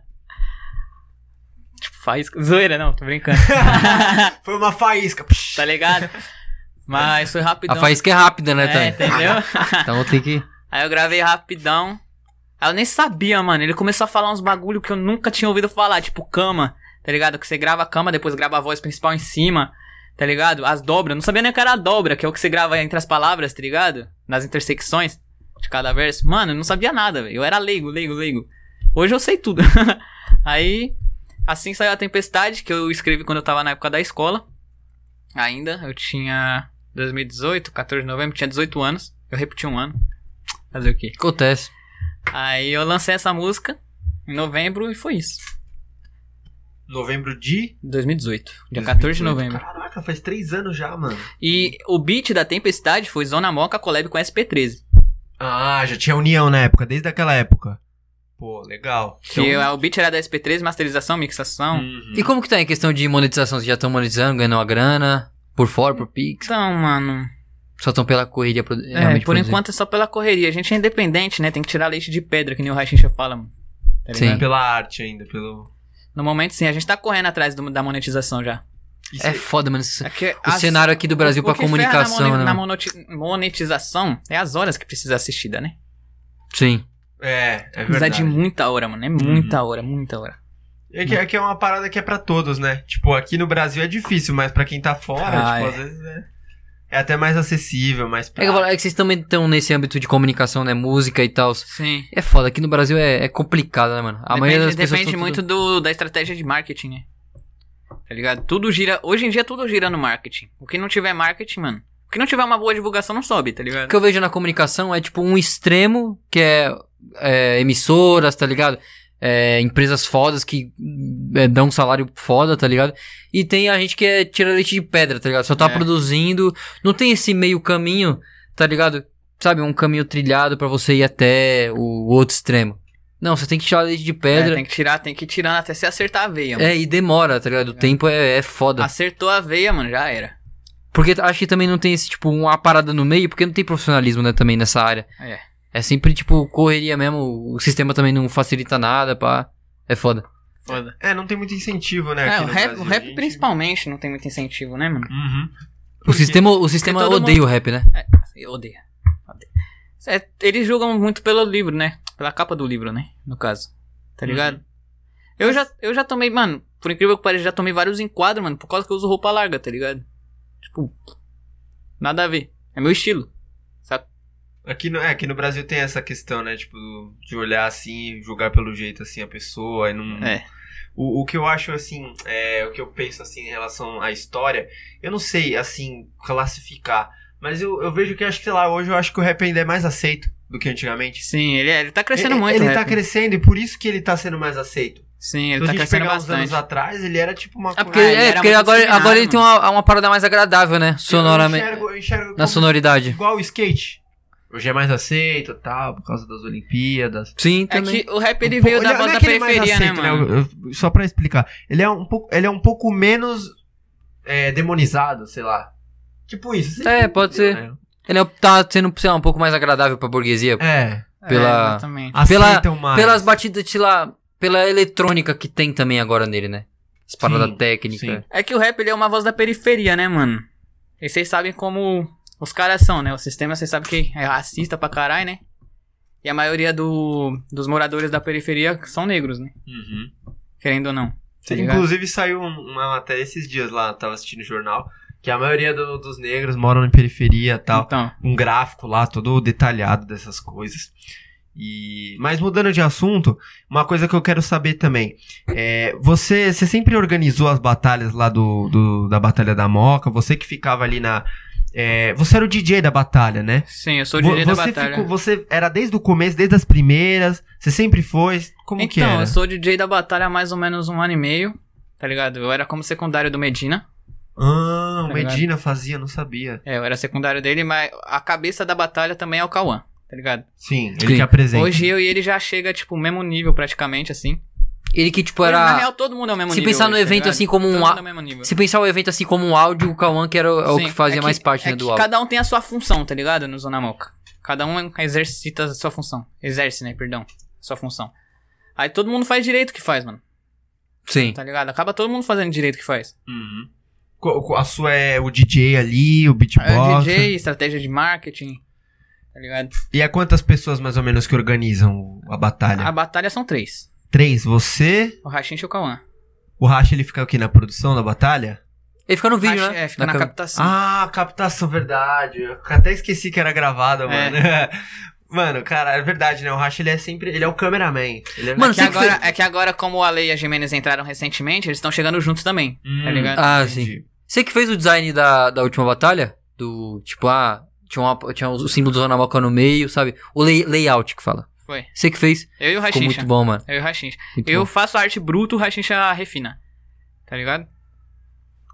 C: tipo, faz. Zoeira, não, tô brincando.
A: Foi uma faísca. Psh.
C: tá ligado? Mas foi rapidão.
B: A faísca é rápida, né,
C: Hum,
B: também?
C: é, entendeu?
B: Então tem que.
C: Aí eu gravei rapidão. Aí eu nem sabia, mano. Ele começou a falar uns bagulho que eu nunca tinha ouvido falar, tipo cama, tá ligado? Que você grava a cama, depois grava a voz principal em cima. tá ligado? As dobras, não sabia nem o que era a dobra, que é o que você grava entre as palavras, tá ligado? Nas intersecções de cada verso. Mano, eu não sabia nada, velho. Eu era leigo, leigo, leigo. Hoje eu sei tudo. Aí, assim saiu a Tempestade, que eu escrevi quando eu tava na época da escola. Ainda, eu tinha 2018, 14 de novembro, tinha 18 anos. Eu repeti um ano. Fazer o quê?
B: Acontece.
C: Aí eu lancei essa música em novembro e foi isso.
A: Novembro de.
C: 2018, dia 14
A: 2018.
C: de novembro.
A: Caraca, faz três anos já, mano.
C: E o beat da Tempestade foi Zona Moca collab com SP13.
A: Ah, já tinha união na época, desde aquela época. Pô, legal. Então,
C: Que é- o beat era da SP13, masterização, mixação.
A: Uhum.
B: E como que tá em questão de monetização? Vocês já estão monetizando, ganhando uma grana? Por fora, por Pix?
C: Então, mano.
B: Só estão pela correria produ-
C: é,
B: realmente
C: por
B: produzindo?
C: enquanto é só pela correria. A gente é independente, né? Tem que tirar leite de pedra, que nem o Raichincha fala, mano. Tá
B: Sim.
C: ligado?
A: Pela arte ainda, pelo.
C: No momento, sim, a gente tá correndo atrás do- da monetização já.
A: Isso
B: É
A: aí.
B: foda, mano. esse-
C: É que
B: O
C: as-
B: cenário aqui do Brasil
C: o-
B: pra
C: o que ferra
B: comunicação, né?
C: na,
B: mano?
C: mone- na monoti- monetização é as horas que precisa assistida, né?
B: Sim.
A: É, é
C: Precisa
A: verdade.
C: de muita hora, mano. É muita hora, muita hora.
A: É que, é que é uma parada que é pra todos, né? Tipo, aqui no Brasil é difícil, mas pra quem tá fora,
C: Ah,
A: tipo,
C: é.
A: às vezes é, é até mais acessível, mais
B: É que, eu falo, é que vocês também estão nesse âmbito de comunicação, né? Música e tal.
C: Sim.
B: É foda, aqui no Brasil é, é complicado, né, mano? A maioria das
C: depende
B: pessoas.
C: depende
B: tão
C: muito
B: tudo-
C: do, da estratégia de marketing, né? Tá ligado? Tudo gira. Hoje em dia tudo gira no marketing. O que não tiver marketing, mano. O que não tiver uma boa divulgação não sobe, tá
B: O
C: ligado?
B: que eu vejo na comunicação é tipo um extremo que é, é, emissoras, tá ligado? É, empresas fodas que é, dão um salário foda, tá ligado? E tem a gente que é tira leite de pedra, tá ligado? Só tá
C: É.
B: produzindo, não tem esse meio caminho, tá ligado? Sabe, um caminho trilhado pra você ir até o outro extremo. Não, você tem que tirar leite de
C: É,
B: pedra.
C: tem que tirar, tem que ir tirando até você acertar a veia, mano.
B: É, e demora, tá ligado? O tempo é, é foda.
C: Acertou a veia, mano, já era.
B: Porque acho que também não tem esse, tipo, uma parada no meio, porque não tem profissionalismo, né, também nessa área.
C: É.
B: É sempre, tipo, correria mesmo, o sistema também não facilita nada, pá. É foda.
C: Foda.
A: É, não tem muito incentivo, né?
C: É,
A: aqui
C: o
A: no
C: rap,
A: Brasil,
C: o rap
A: gente.
C: principalmente não tem muito incentivo, né, mano?
A: Uhum.
B: O sistema, o sistema
C: todo
B: odeia o rap, né?
C: Eu odeio. Odeio. É, eles julgam muito pelo livro, né? Pela capa do livro, né? No caso. Tá
A: Uhum.
C: ligado? Eu, já, eu já tomei, mano, por incrível que pareça, já tomei vários enquadros, mano, por causa que eu uso roupa larga, tá ligado? Tipo, nada a ver. É meu estilo.
A: Aqui no, é, aqui no Brasil tem essa questão, né? Tipo, do- de olhar assim, julgar pelo jeito assim a pessoa e não.
C: É.
A: O, o que eu acho, assim, é, o que eu penso, assim, em relação à história, eu não sei, assim, classificar, mas eu, eu vejo que, acho que, sei lá, hoje eu acho que o rap ainda é mais aceito do que antigamente.
C: Sim, ele, é- ele tá crescendo
A: ele,
C: muito,
A: Ele
C: o
A: tá
C: rap.
A: crescendo e por isso que ele tá sendo mais aceito.
C: Sim, ele
A: Se a
C: tá
A: gente
C: crescendo
A: pegar uns
C: bastante.
A: anos atrás, ele era tipo uma
B: Ah, porque,
C: Ah,
A: coisa...
C: ele
B: é,
C: era
B: porque
C: muito
B: agora,
C: disciplinado,
B: agora ele tem uma, uma parada mais agradável, né?
A: Eu enxergo,
B: Sonoramente.
A: eu enxergo
B: Na
A: como-
B: sonoridade.
A: igual o skate. Hoje é mais aceito e tal, por causa das Olimpíadas.
B: Sim,
C: É
B: também.
C: que o rap ele veio
A: Ele-
C: da
A: não
C: voz
A: é
C: da
A: que ele é mais
C: periferia, né,
A: aceito,
C: mano?
A: Eu- eu- só pra explicar. Ele é um pouco, ele é um pouco menos é, demonizado, sei lá. Tipo isso. você
B: É,
A: entendeu,
B: pode ser.
A: né?
B: Ele é- tá sendo, sei lá, um pouco mais agradável pra burguesia.
A: É.
B: Pela-
C: É, exatamente.
B: Pela-
A: aceitam mais.
B: Pelas batidas, sei lá, pela eletrônica que tem também agora nele, né? As paradas
A: Sim,
B: técnicas.
A: sim.
C: É que o rap ele é uma voz da periferia, né, mano? E vocês sabem como os caras são, né? O sistema, vocês sabem que é racista pra caralho, né? E a maioria do, dos moradores da periferia são negros, né?
A: Uhum.
C: Querendo ou não. Tá ligado?
A: Inclusive saiu um- uma matéria esses dias lá, eu tava assistindo o jornal, que a maioria do- dos negros moram em periferia e tal.
C: Então,
A: Um gráfico lá, todo detalhado dessas coisas. E... Mas mudando de assunto, uma coisa que eu quero saber também. É, você, você sempre organizou as batalhas lá do, do- da Batalha da Moca? Você que ficava ali na. é, você era o DJ da batalha, né?
C: sim, eu sou o DJ da
A: você
C: batalha.
A: ficou- você era desde o começo, desde as primeiras? Você sempre foi? Como que
C: então,
A: era?
C: eu sou DJ da batalha há mais ou menos um ano e meio, tá ligado? Eu era como secundário do Medina.
A: Ah, o
C: Tá ligado?
A: Medina fazia, não sabia.
C: É, eu era secundário dele, mas a cabeça da batalha também é o Cauã, tá ligado?
A: Sim, ele
B: Sim.
A: que apresenta.
C: Hoje eu e ele já chega, tipo, mesmo nível praticamente, assim.
B: Ele que, tipo,
C: Hoje, Na
B: era.
C: real, todo mundo é o mesmo
B: Se
C: nível
B: pensar no
C: hoje, tá
B: evento
C: ligado?
B: assim como
C: Todo
B: um.
C: mundo
B: a-
C: é o mesmo nível.
B: Se pensar o evento assim como um áudio, o Kawan que era o- é o
C: Sim,
B: que fazia
C: é
B: mais parte
C: é
B: né, do
C: que
B: áudio.
C: Cada um tem a sua função, tá ligado? No Zona Moca. Cada um exercita a sua função. Exerce, né? Perdão. Sua função. Aí todo mundo faz direito o que faz, mano.
B: Sim.
C: Tá ligado? Acaba todo mundo fazendo direito o que faz.
A: Uhum. Co- co- A sua é o DJ ali, o beatbox.
C: É DJ, estratégia de marketing. Tá ligado?
A: E há quantas pessoas mais ou menos que organizam a batalha?
C: A batalha são três.
A: Três, você.
C: O Rachin e o Cauã.
A: O Racha ele fica aqui na produção da batalha?
B: Ele fica no vídeo,
C: Acho-
B: né?
C: É, fica na,
B: câmera.
C: captação.
A: Ah, captação, verdade. Eu até esqueci que era gravada, mano.
C: É.
A: Mano, cara, é verdade, né? O Racha, ele é sempre... Ele é o cameraman. Ele é-
B: Mano,
C: É que,
B: sei que
C: agora, é que agora, como a Lei e a Jimenez entraram recentemente, eles estão chegando juntos também.
A: Hum,
C: Tá ligado?
B: Ah, sim.
A: entendi.
B: Você que fez o design da, da última batalha? Do tipo, ah, tinha, uma, tinha o símbolo do Zona Moca no meio, sabe? O lay- layout que fala.
C: Foi.
B: Você que fez.
C: Eu e
B: Ficou
C: o Rachincha.
B: muito bom, mano.
C: Eu e o Rachincha.
B: Muito
C: Eu
B: bom.
C: faço a arte bruta, o Rachincha refina. Tá ligado?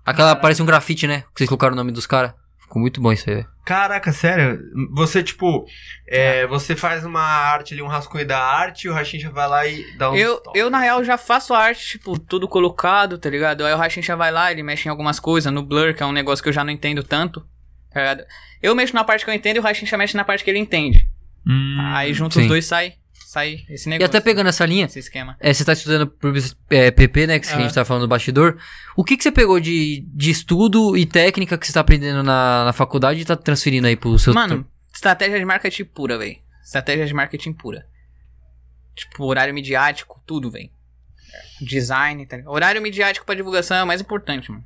B: Aquela parece um grafite, né? Que vocês colocaram o nome dos caras. Ficou muito bom isso aí. velho.
A: Caraca, sério? Você, tipo, é, você faz uma arte ali, um rascunho da arte, e o Rachincha vai lá e dá um.
C: Eu, eu, na real, já faço a arte, tipo, tudo colocado, tá ligado? Aí o Rachincha vai lá, ele mexe em algumas coisas, no blur, que é um negócio que eu já não entendo tanto. Tá ligado? Eu mexo na parte que eu entendo e o Rachincha mexe na parte que ele entende. Aí junto
B: Sim.
C: os dois sai, sai esse
B: E
C: negócio.
B: até pegando essa linha,
C: esse esquema.
B: é, você tá estudando publici- é, PP, né? Que a gente
C: Aham.
B: tá falando do bastidor. O que, que você pegou de, de estudo e técnica que você tá aprendendo na, na faculdade e tá transferindo aí pro seu.
C: Mano, estratégia de marketing pura, velho. Estratégia de marketing pura. Tipo, horário midiático, tudo, velho. Design, tá ligado? Horário midiático pra divulgação é o mais importante, mano.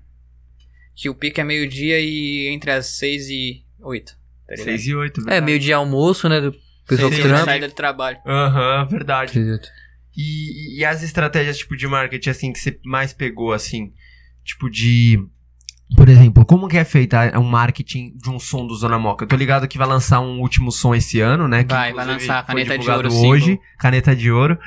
C: Que o pico é meio-dia e entre as seis e oito. Tá ligado?
A: 6 e 8,
B: É, meio de almoço, né? Do pessoal
A: Sim,
B: que
A: sim,
B: trampa.
C: Sai do trabalho.
A: Aham, verdade.
B: Entendeu?
A: E, e as estratégias, tipo, de marketing, assim, que você mais pegou, assim, tipo, de. Por exemplo, como que é feito ah, um marketing de um som do Zona Moca? Eu tô ligado que vai lançar um último som esse ano, né? Que
C: Vai, vai
A: inclusive
C: lançar a
A: foi
C: Caneta de
A: divulgado
C: Ouro
A: hoje,
C: single.
A: Caneta de Ouro.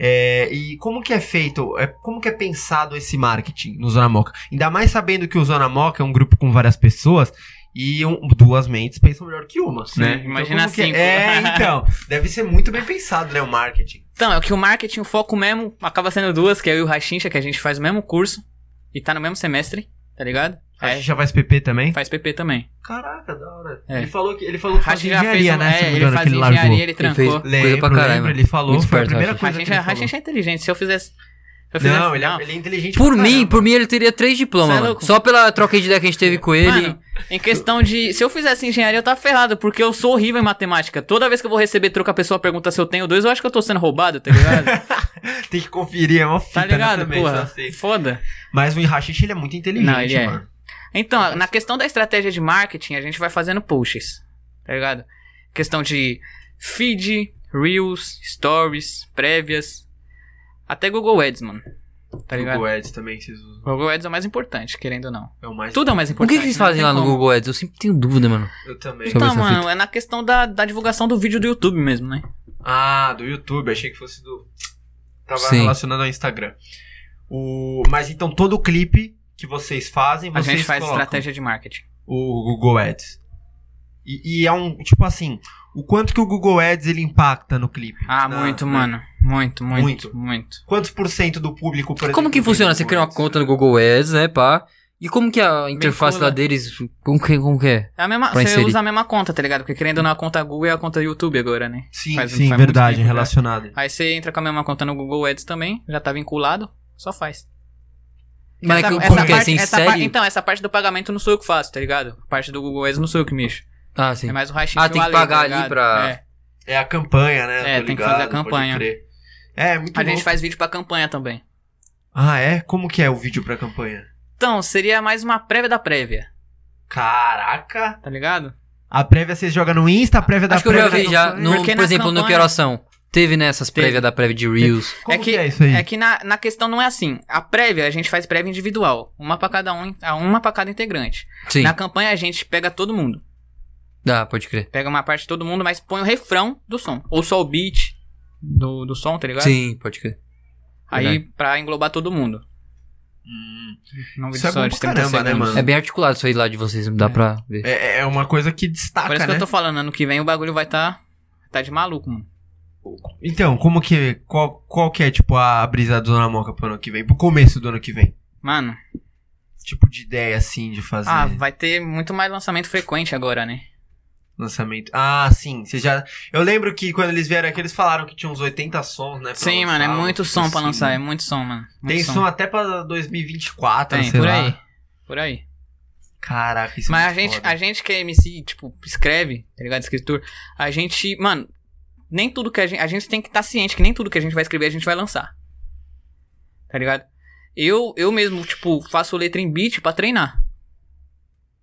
A: É, e como que é feito, é, como que é pensado esse marketing no Zona Moca? Ainda mais sabendo que o Zona Moca é um grupo com várias pessoas e um- duas mentes pensam melhor que uma,
C: Sim,
A: né?
C: imagina
A: como que é-
C: cinco.
A: É, então, deve ser muito bem pensado, né, o marketing.
C: Então, é que o marketing, o foco mesmo, acaba sendo duas, que é eu e o Rachincha, que a gente faz o mesmo curso e tá no mesmo semestre, tá ligado?
A: A
C: É,
A: gente já faz PP também?
C: faz PP também.
A: Caraca, da hora.
C: É.
A: Ele falou que ele falou que fazia
C: Rachincha já fez
A: engenharia,
C: um,
A: né? se
C: é,
A: não me
C: ele
A: engano, que
C: fazia
A: largou.
C: engenharia, ele
B: Ele fez- Coisa
C: trancou.
B: pra
A: Lembro,
B: caralho,
A: lembro,
B: mano.
A: ele falou,
B: Muito
A: foi a
B: esperto,
A: primeira coisa que
C: Rachincha,
A: ele
C: Rachincha é inteligente, se eu fizesse... se eu assim,
A: falou.
C: fizesse-
A: Não, ele é, ele é inteligente
B: Por
A: pra
B: mim,
A: caramba.
B: por mim ele teria três diplomas,
C: Tipo, Cê é
B: mano.
C: louco?
B: Só pela troca de ideia que a gente teve com ele.
C: Mano, em questão de. Se eu fizesse engenharia, eu tava ferrado, porque eu sou horrível em matemática. Toda vez que eu vou receber troca, a pessoa pergunta se eu tenho dois, eu acho que eu tô sendo roubado, tá ligado?
A: Tem que conferir, é uma fita
C: tá
A: né,
C: ligado,
A: também,
C: porra?
A: só sei.
C: Foda.
A: Mas o Rachixe, ele é muito inteligente,
C: Não, ele é.
A: mano.
B: Uhum.
C: Então, na questão da estratégia de marketing, a gente vai fazendo posts, tá ligado? Questão de feed, reels, stories, prévias. Até Google Ads, mano. Tá ligado?
A: Google Ads também, vocês usam.
C: Google Ads é o mais importante, querendo ou não.
A: É o mais...
C: Tudo é o mais
B: o
C: importante.
B: que, que vocês
C: não
B: fazem
C: tem
B: lá no
C: como.
B: Google Ads? Eu sempre tenho dúvida, mano.
A: Eu também.
B: Sobre
C: Então,
B: essa
C: mano, é na questão da, da divulgação do vídeo do YouTube mesmo, né?
A: Ah, do YouTube, achei que fosse do. Tava
B: Sim.
A: relacionado ao Instagram. O... Mas então todo clipe que vocês fazem,
C: A
A: vocês
C: gente faz
A: colocam
C: estratégia de marketing.
A: o Google Ads. E, e é um, tipo assim, o quanto que o Google Ads ele impacta no clipe?
C: Ah,
A: Na-
C: muito,
A: na-
C: mano. Muito, muito,
A: Muito.
C: muito.
A: Quantos por cento do público, por
B: Como
A: exemplo,
B: que
A: vê
B: funciona?
A: Google
B: Você cria uma
A: Ads?
B: conta no Google Ads, né, pá? E como que é a interface
C: cola.
B: lá deles, como que, como que é?
C: É a mesma,
B: Pra
C: você
B: inserir.
C: usa a mesma conta, tá ligado? Porque querendo ou não, a conta Google é a conta YouTube agora, né?
A: Sim,
C: Faz-
A: sim,
C: faz muito
A: verdade,
C: tempo né? já.
A: relacionado.
C: Aí você entra com a mesma conta no Google Ads também, já tá vinculado, só faz.
B: Mas
C: Essa-
B: como
C: essa
B: que é? Você
C: parte- essa parte-
B: insere?
C: Então, essa parte do pagamento não sou eu que faço, tá ligado? A parte do Google Ads não sou eu que mexo.
B: Ah, sim.
C: É mais o Raichinho
B: Ah, tem que pagar ali pra-
C: É.
A: É a campanha, né?
C: É,
A: Tô
C: tem que fazer a
A: ligado, pode
C: campanha.
A: crer. É, é muito
C: A gente
A: louco.
C: faz vídeo pra campanha também.
A: Ah, é? Como que é o vídeo pra campanha?
C: Então, seria mais uma prévia da prévia,
A: Caraca!
C: tá ligado?
A: A prévia vocês jogam no Insta, a prévia da
B: Acho que eu já
A: prévia
B: vi
A: da
B: já,
A: campanha.
B: no,
C: Porque
B: por
C: na
B: exemplo, no
C: campanha-
B: Quero Ação. Teve nessas
C: Teve.
B: prévia da prévia de Reels.
A: Como
C: É
A: que,
C: que-
A: é isso aí?
C: É que na, na questão não é assim. A prévia, a gente faz prévia individual. Uma pra cada um, a uma pra cada integrante.
B: Sim,
C: Na campanha a gente pega todo mundo.
B: dá, pode crer.
C: Pega uma parte de todo mundo, mas põe o refrão do som. Ou só o beat do, do som, tá ligado?
B: Sim, pode crer.
C: Aí
B: verdade.
C: pra englobar todo mundo.
A: Hum.
C: Não
A: Isso é bom pra caramba, né, mano?
B: É bem articulado isso aí lá de vocês, não dá pra ver.
A: É, é uma coisa que
C: Por isso
A: destaca,
C: que
A: né?
C: eu tô falando, ano que vem o bagulho vai tá, tá de maluco, mano.
A: Então, como que. Qual, qual que é, tipo, a brisa do Zona Moca pro ano que vem? Pro começo do ano que vem?
C: Mano,
A: Tipo de ideia, assim, de fazer
C: ah, vai ter muito mais lançamento frequente agora, né?
A: lançamento. Ah, sim. Você já. Eu lembro que quando eles vieram aqui, eles falaram que tinha uns 80 sons, né? pra
C: Sim,
A: lançar,
C: mano, é
A: uma
C: muito
A: coisa
C: som pra
A: assim,
C: lançar,
A: né?
C: é muito som, mano. Muito
A: Tem som até pra 2024,
C: Tem,
A: sei
C: por
A: lá.
C: aí. Por aí.
A: Caraca, isso é
C: Mas a
A: muito
C: gente,
A: foda.
C: a gente que é MC, tipo, escreve, tá ligado? Escritor, a gente, mano, nem tudo que a gente. A gente tem que estar ciente que nem tudo que a gente vai escrever a gente vai lançar. Tá ligado? Eu, eu mesmo, tipo, faço letra em beat pra treinar,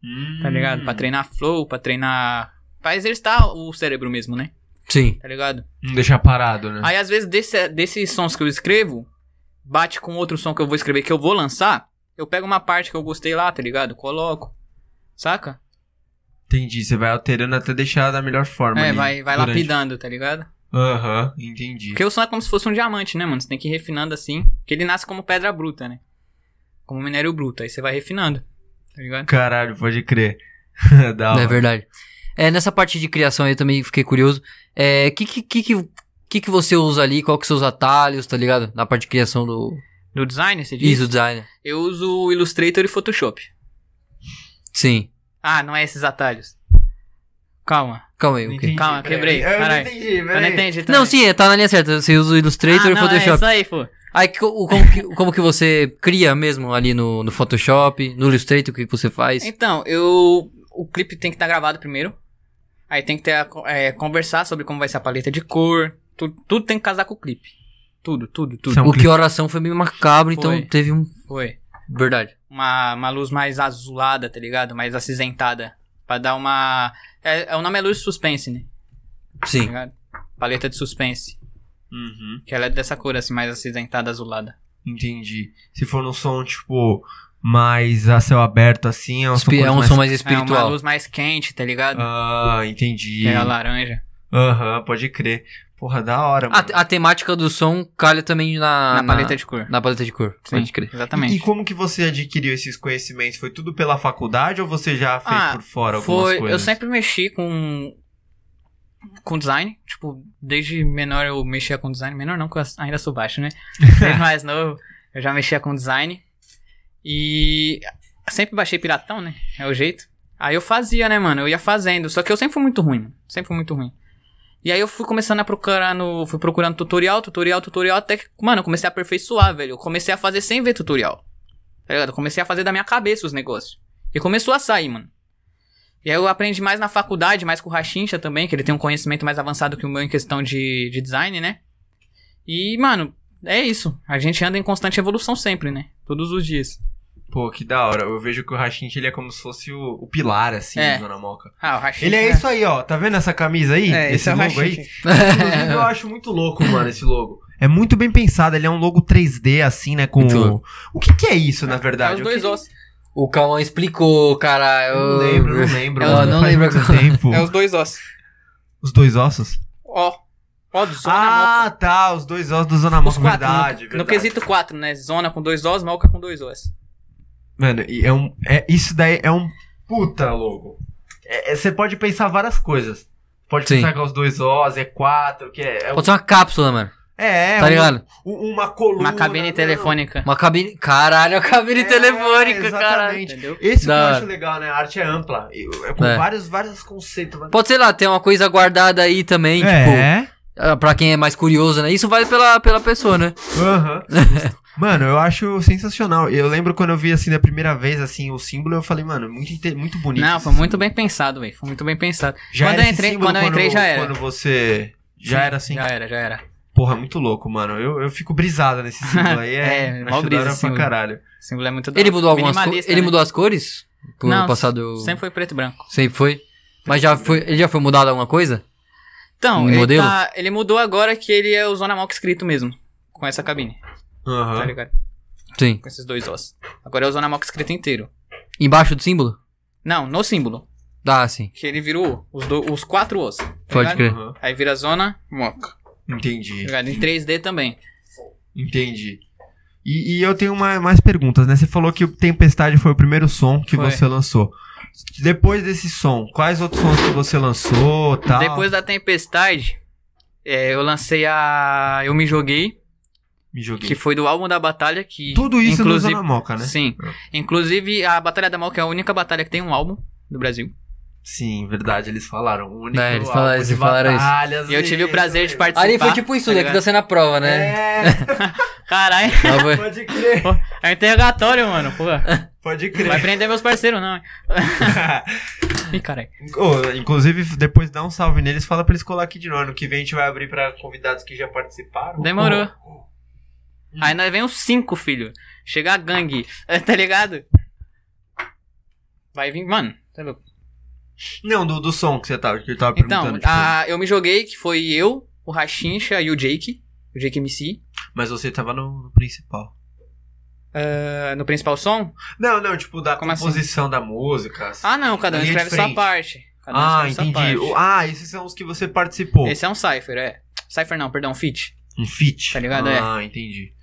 A: Hum.
C: tá ligado? Pra treinar flow, pra treinar. Pra exercitar o cérebro mesmo, né?
B: Sim.
C: Tá ligado?
A: Não deixar parado, né?
C: Aí às vezes desse, desses sons que eu escrevo, bate com outro som que eu vou escrever que eu vou lançar, eu pego uma parte que eu gostei lá, tá ligado? Coloco. Saca?
A: Entendi. Você vai alterando até deixar da melhor forma.
C: é,
A: ali,
C: vai, vai
A: durante.
C: lapidando, tá ligado?
A: Aham, entendi.
C: Porque o som é como se fosse um diamante, né, mano? Você tem que ir refinando assim. Porque ele nasce como pedra bruta, né? Como minério bruto. Aí você vai refinando, tá ligado?
A: Caralho, pode crer.
C: Ah,
A: da hora.
B: É verdade. É, nessa parte de criação aí eu também fiquei curioso. É, que que, que, que, que que você usa ali? Qual que são os atalhos, tá ligado? Na parte de criação do...
C: Do design, você diz?
B: Isso, do design.
C: Eu uso o Illustrator e Photoshop.
B: Sim.
C: Ah, não é esses atalhos. Calma.
B: Calma aí,
A: Não
B: ok.
A: entendi,
C: Calma,
A: peraí.
C: quebrei,
A: Eu não
C: caralho.
A: entendi,
C: Eu não
A: peraí.
C: entendi também.
B: Não, sim, é, tá na linha certa. Você usa o Illustrator
C: ah,
B: e
C: não, É
B: Photoshop.
C: isso aí, pô.
B: Aí, co- como que, como que você cria mesmo ali no, no Photoshop, no Illustrator, o que que você faz?
C: Então, eu. O clipe tem que estar gravado primeiro. Aí tem que ter a co- é, conversar sobre como vai ser a paleta de cor. Tu- tudo tem que casar com o clipe. Tudo, tudo, tudo.
A: São-
B: o que oração foi meio macabro, então
C: Foi.
B: teve um...
C: Foi.
B: Verdade.
C: Uma, uma luz mais azulada, tá ligado? Mais acinzentada. Pra dar uma. É, é- o nome é luz suspense, né? Tá
B: Sim.
C: ligado? Paleta de suspense.
A: Uhum,
C: Que ela é dessa cor, assim, mais acinzentada, azulada.
A: entendi. Se for num som, tipo, mais a céu aberto, assim, é um som,
B: Espi- é um
A: mais...
B: som mais
C: É uma
B: espiritual.
C: luz mais quente, tá ligado?
A: Ah, entendi.
C: Que é a laranja.
A: Aham, pode crer. Porra, da
C: Ah,
A: hora, mano.
B: a, a temática do som calha também Ah, na...
C: na paleta de cor.
B: Na paleta de cor.
C: Sim.
B: Pode crer.
C: Exatamente.
A: E como que você adquiriu esses conhecimentos? Foi tudo pela faculdade ou você já fez
C: Ah,
A: por fora algumas
C: Foi, eu
A: coisas?
C: sempre mexi com com design, tipo, desde menor eu mexia com design, menor não, que eu as- ainda sou baixo, né? Desde mais novo eu já mexia com design e sempre baixei piratão, né? É o jeito. Aí eu fazia, né, mano? Eu ia fazendo, só que eu sempre fui muito ruim, mano. sempre fui muito ruim. E aí eu fui começando a procurar no, fui procurando tutorial, tutorial, tutorial, até que, mano, eu comecei a aperfeiçoar, velho. Eu comecei a fazer sem ver tutorial. Tá ligado? Eu comecei a fazer da minha cabeça os negócios. E começou a sair, mano. E aí eu aprendi mais na faculdade, mais com o Rachincha também, que ele tem um conhecimento mais avançado que o meu em questão de, de design, né? E, mano, é isso. A gente anda em constante evolução sempre, né? Todos os dias.
A: Pô, que da hora. Eu vejo que o Rachinte, ele é como se fosse o, o pilar, assim,
C: É.
A: do Zona Moca.
C: Ah, o Rachincha.
A: Ele é isso aí, ó. Tá vendo essa camisa aí?
C: É,
A: esse
C: é o
A: logo aí?
C: Rachincha.
A: Inclusive, eu acho muito louco, mano, esse logo. É muito bem pensado, ele é um logo 3D, assim, né? Com.
B: Muito louco.
A: O que, que é isso, na
C: É
A: verdade?
C: os dois
A: Eu
C: ossos.
B: O Calmão explicou, cara.
A: que-
B: Eu...
A: Não lembro, não lembro.
B: Eu
A: mano,
B: não
A: faz
B: lembro
A: muito tempo.
C: É os dois ossos.
A: Os dois ossos?
C: Ó. Ó, do Zona Moca.
A: Ah, tá. Os dois ossos do Zona
C: Os
A: Moca,
C: quatro. no-
A: verdade,
C: no,
A: verdade.
C: quesito 4, né? Zona com dois ossos, Moca com dois ossos.
A: Mano, e é um, é, isso daí é um puta logo. É, Você pode pensar várias coisas. Pode
B: Sim.
A: pensar que é os dois Os, é quatro, que é. É, um-
B: Pode ser uma cápsula, mano.
A: é, é
B: tá
A: um-
B: ligado?
A: um- uma coluna. né?
C: Uma cabine
A: não.
C: telefônica.
B: Uma cabine. Caralho, uma cabine
A: É,
B: telefônica, caralho.
A: exatamente.
C: Entendeu?
A: Esse que
B: Da
A: eu
B: hora.
A: acho legal, né? A arte é ampla. E- É com
B: É.
A: vários, vários conceitos. mano.
B: Pode, sei lá, ter uma coisa guardada aí também, tipo,
A: É.
B: ah, pra quem é mais curioso, né? Isso vale pela, pela pessoa, né?
A: Aham. mano, eu acho sensacional. Eu lembro quando eu vi assim da primeira vez assim o símbolo, eu falei, mano, muito, inte- muito bonito.
C: Não,
A: esse
C: foi muito bem pensado, velho. Foi muito bem pensado.
A: Já
C: quando
A: era
C: eu
A: esse
C: entrei,
A: símbolo
C: quando eu entrei já era.
A: Quando você já
C: Sim,
A: era assim.
C: Já era, já era.
A: Porra, muito louco, mano. Eu, eu fico brisada nesse símbolo aí. É,
C: É,
A: é
C: mó brisa esse
A: pra
C: símbolo.
A: caralho.
C: O símbolo é muito da
B: Ele
C: hora.
B: mudou algumas cores.
C: Minimalista,
B: Ele
C: né?
B: mudou as cores? Por
C: Não,
B: passado.
C: Sempre foi preto e branco.
B: Sempre foi. Mas já foi, ele já foi mudado alguma coisa?
C: Então,
B: Um
C: ele,
B: modelo?
C: tá- ele mudou agora que ele é o Zona Moca escrito mesmo. Com essa cabine,
A: Aham.
C: tá ligado?
B: Sim.
C: Com esses dois ossos. Agora é o Zona Moca escrito inteiro.
B: Embaixo do símbolo?
C: Não, no símbolo.
B: Ah, sim.
C: Que ele virou os, do- os quatro ossos. tá
B: Pode
C: ligado?
B: crer.
A: Aham.
C: Aí vira Zona Moca. tá
A: Entendi.
C: ligado? Em 3D também.
A: Entendi. E, e eu tenho uma- mais perguntas, né? Você falou que o Tempestade foi o primeiro som que
C: Foi.
A: você lançou. Depois desse som, quais outros sons que você lançou tal?
C: Depois da Tempestade, é, eu lancei a. Eu me joguei.
A: Me joguei.
C: Que foi do álbum da batalha. Que
A: Tudo isso
C: inclusive,
A: no Zona Moca, né?
C: Sim. Inclusive, a Batalha da Moca é a única batalha que tem um álbum do Brasil.
A: Sim, verdade, eles falaram. O único
B: É, eles falaram-
A: álbum de
B: eles falaram isso.
A: batalhas,
C: E eu tive o
A: né?
C: prazer de participar.
B: Ali foi tipo isso, né? Que tá
C: ligado?
B: sendo a prova, né?
A: É,
C: Caralho.
B: Ah, foi.
A: pode crer.
C: Pô, É um interrogatório, mano. Pô, vai
A: Pode crer.
C: prender meus parceiros, não. hein? Ih, caralho.
A: Ô, inclusive, depois dá um salve neles, fala pra eles colar aqui de novo. Ano que vem a gente vai abrir pra convidados que já participaram.
C: Demorou.
A: Ô,
C: Aí nós vem os cinco, filho. Chega a gangue, é, tá ligado? Vai vir, mano. tá louco?
A: Não, do, do som que você tava, que eu tava perguntando.
C: Então,
A: tipo,
C: a- eu me joguei, que foi eu, o Rachincha e o Jake, o Jake MC,
A: Mas você tava no, no principal.
C: ah, no principal som.
A: Não, não, tipo, da
C: Como assim?
A: composição da música. assim.
C: Ah, não, cada um
A: Linha de
C: escreve sua
A: frente.
C: parte. Cada um
A: Ah,
C: escreve
A: entendi.
C: sua
A: O-
C: parte.
A: Ah, esses são os que você participou.
C: Esse é um cipher, é. Cipher não, perdão, feat.
A: Um feat.
C: Tá ligado? É.
A: Ah, entendi.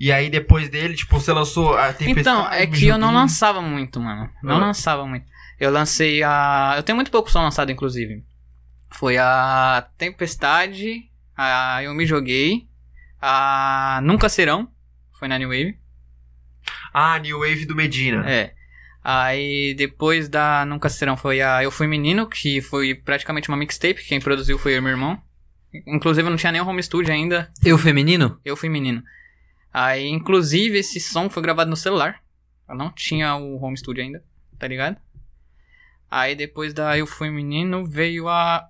A: E aí depois dele, tipo, você lançou a Tempestade.
C: Então, é que eu não lançava muito, mano. Não
A: Ah.
C: lançava muito. Eu lancei a. Eu tenho muito pouco som lançado, inclusive. Foi a Tempestade, a Eu Me Joguei, a Nunca Serão, foi na New Wave.
A: Ah, New Wave do Medina.
C: É. Aí depois da Nunca Serão foi a Eu Fui Menino, que foi praticamente uma mixtape. Quem produziu foi eu e meu irmão. Inclusive eu não tinha nem um home studio ainda.
B: Eu feminino?
C: Eu fui menino. Aí, inclusive, esse som foi gravado no celular. Eu não tinha o home studio ainda, tá ligado? Aí depois da Eu Fui Menino veio a.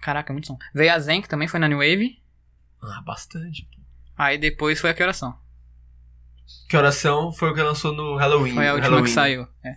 C: Caraca, é muito som. Veio a Zen, que também foi na New Wave.
A: Ah, bastante.
C: Aí depois foi a Que Oração.
A: Que oração foi o que lançou no Halloween.
C: Foi a última
A: Halloween.
C: que saiu. É.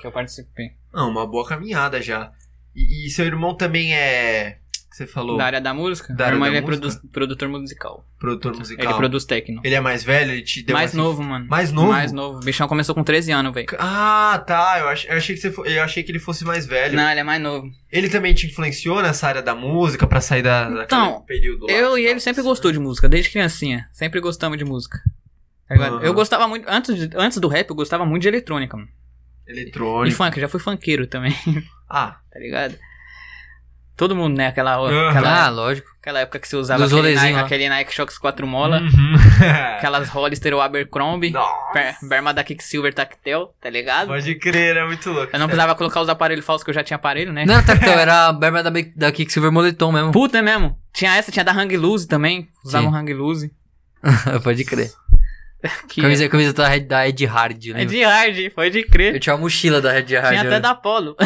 C: Que eu participei.
A: Não, uma boa caminhada já. E, e seu irmão também é. que Você falou,
C: Da área da música?
A: Da área
C: Meu
A: da
C: irmão, ele é
A: música?
C: produ- produtor musical.
A: produtor musical.
C: Ele produz techno.
A: Ele é mais velho? Ele te deu
C: mais
A: essa-
C: novo, mano.
A: Mais novo?
C: Mais novo. O bichão começou com 13 anos, velho.
A: Ah, tá. Eu ach- eu achei, que você fo- eu achei que ele fosse mais velho.
C: Não, ele é mais novo.
A: Ele também te influenciou nessa área da música pra sair da, daquele
C: Então,
A: período lá
C: Eu
A: que
C: e
A: tava
C: ele sempre
A: passando?
C: gostou de música, desde criancinha. Sempre gostamos de música. Tá ligado?
A: Aham.
C: Eu gostava muito. Antes, de- antes do rap, eu gostava muito de eletrônica, mano. E
A: Eletrônico.
C: funk, eu já fui funkeiro também,
A: Ah,
C: tá ligado? Todo mundo, né? Aquela,
A: Aham.
B: Ah,
C: aquela,
B: lógico.
C: aquela época que você usava
B: Dos
C: aquele
B: rolezinhos
C: Nike,
B: lá.
C: aquele Nike Shox 4 mola,
A: Uhum.
C: aquelas Hollister ou Abercrombie,
A: Hum. Nossa,
C: Ber- Berma da Kicksilver Tactel, tá ligado?
A: pode crer, é muito louco.
C: Eu não precisava colocar os aparelhos falsos que eu já tinha aparelho, né?
B: Não era tactel, era a berma da, da Kicksilver Moletom mesmo.
C: Puta, é mesmo. Tinha essa, tinha da Hang Loose também. Usava
B: Sim.
C: um Hang Loose.
B: Pode crer.
C: Que
B: Camisa, camisa da, Red- da Ed Hard,
C: é
B: né?
C: de hard, pode crer.
B: Eu tinha uma mochila da Red Hard. né?
C: Tinha
B: eu
C: até
B: lembro.
C: da Polo.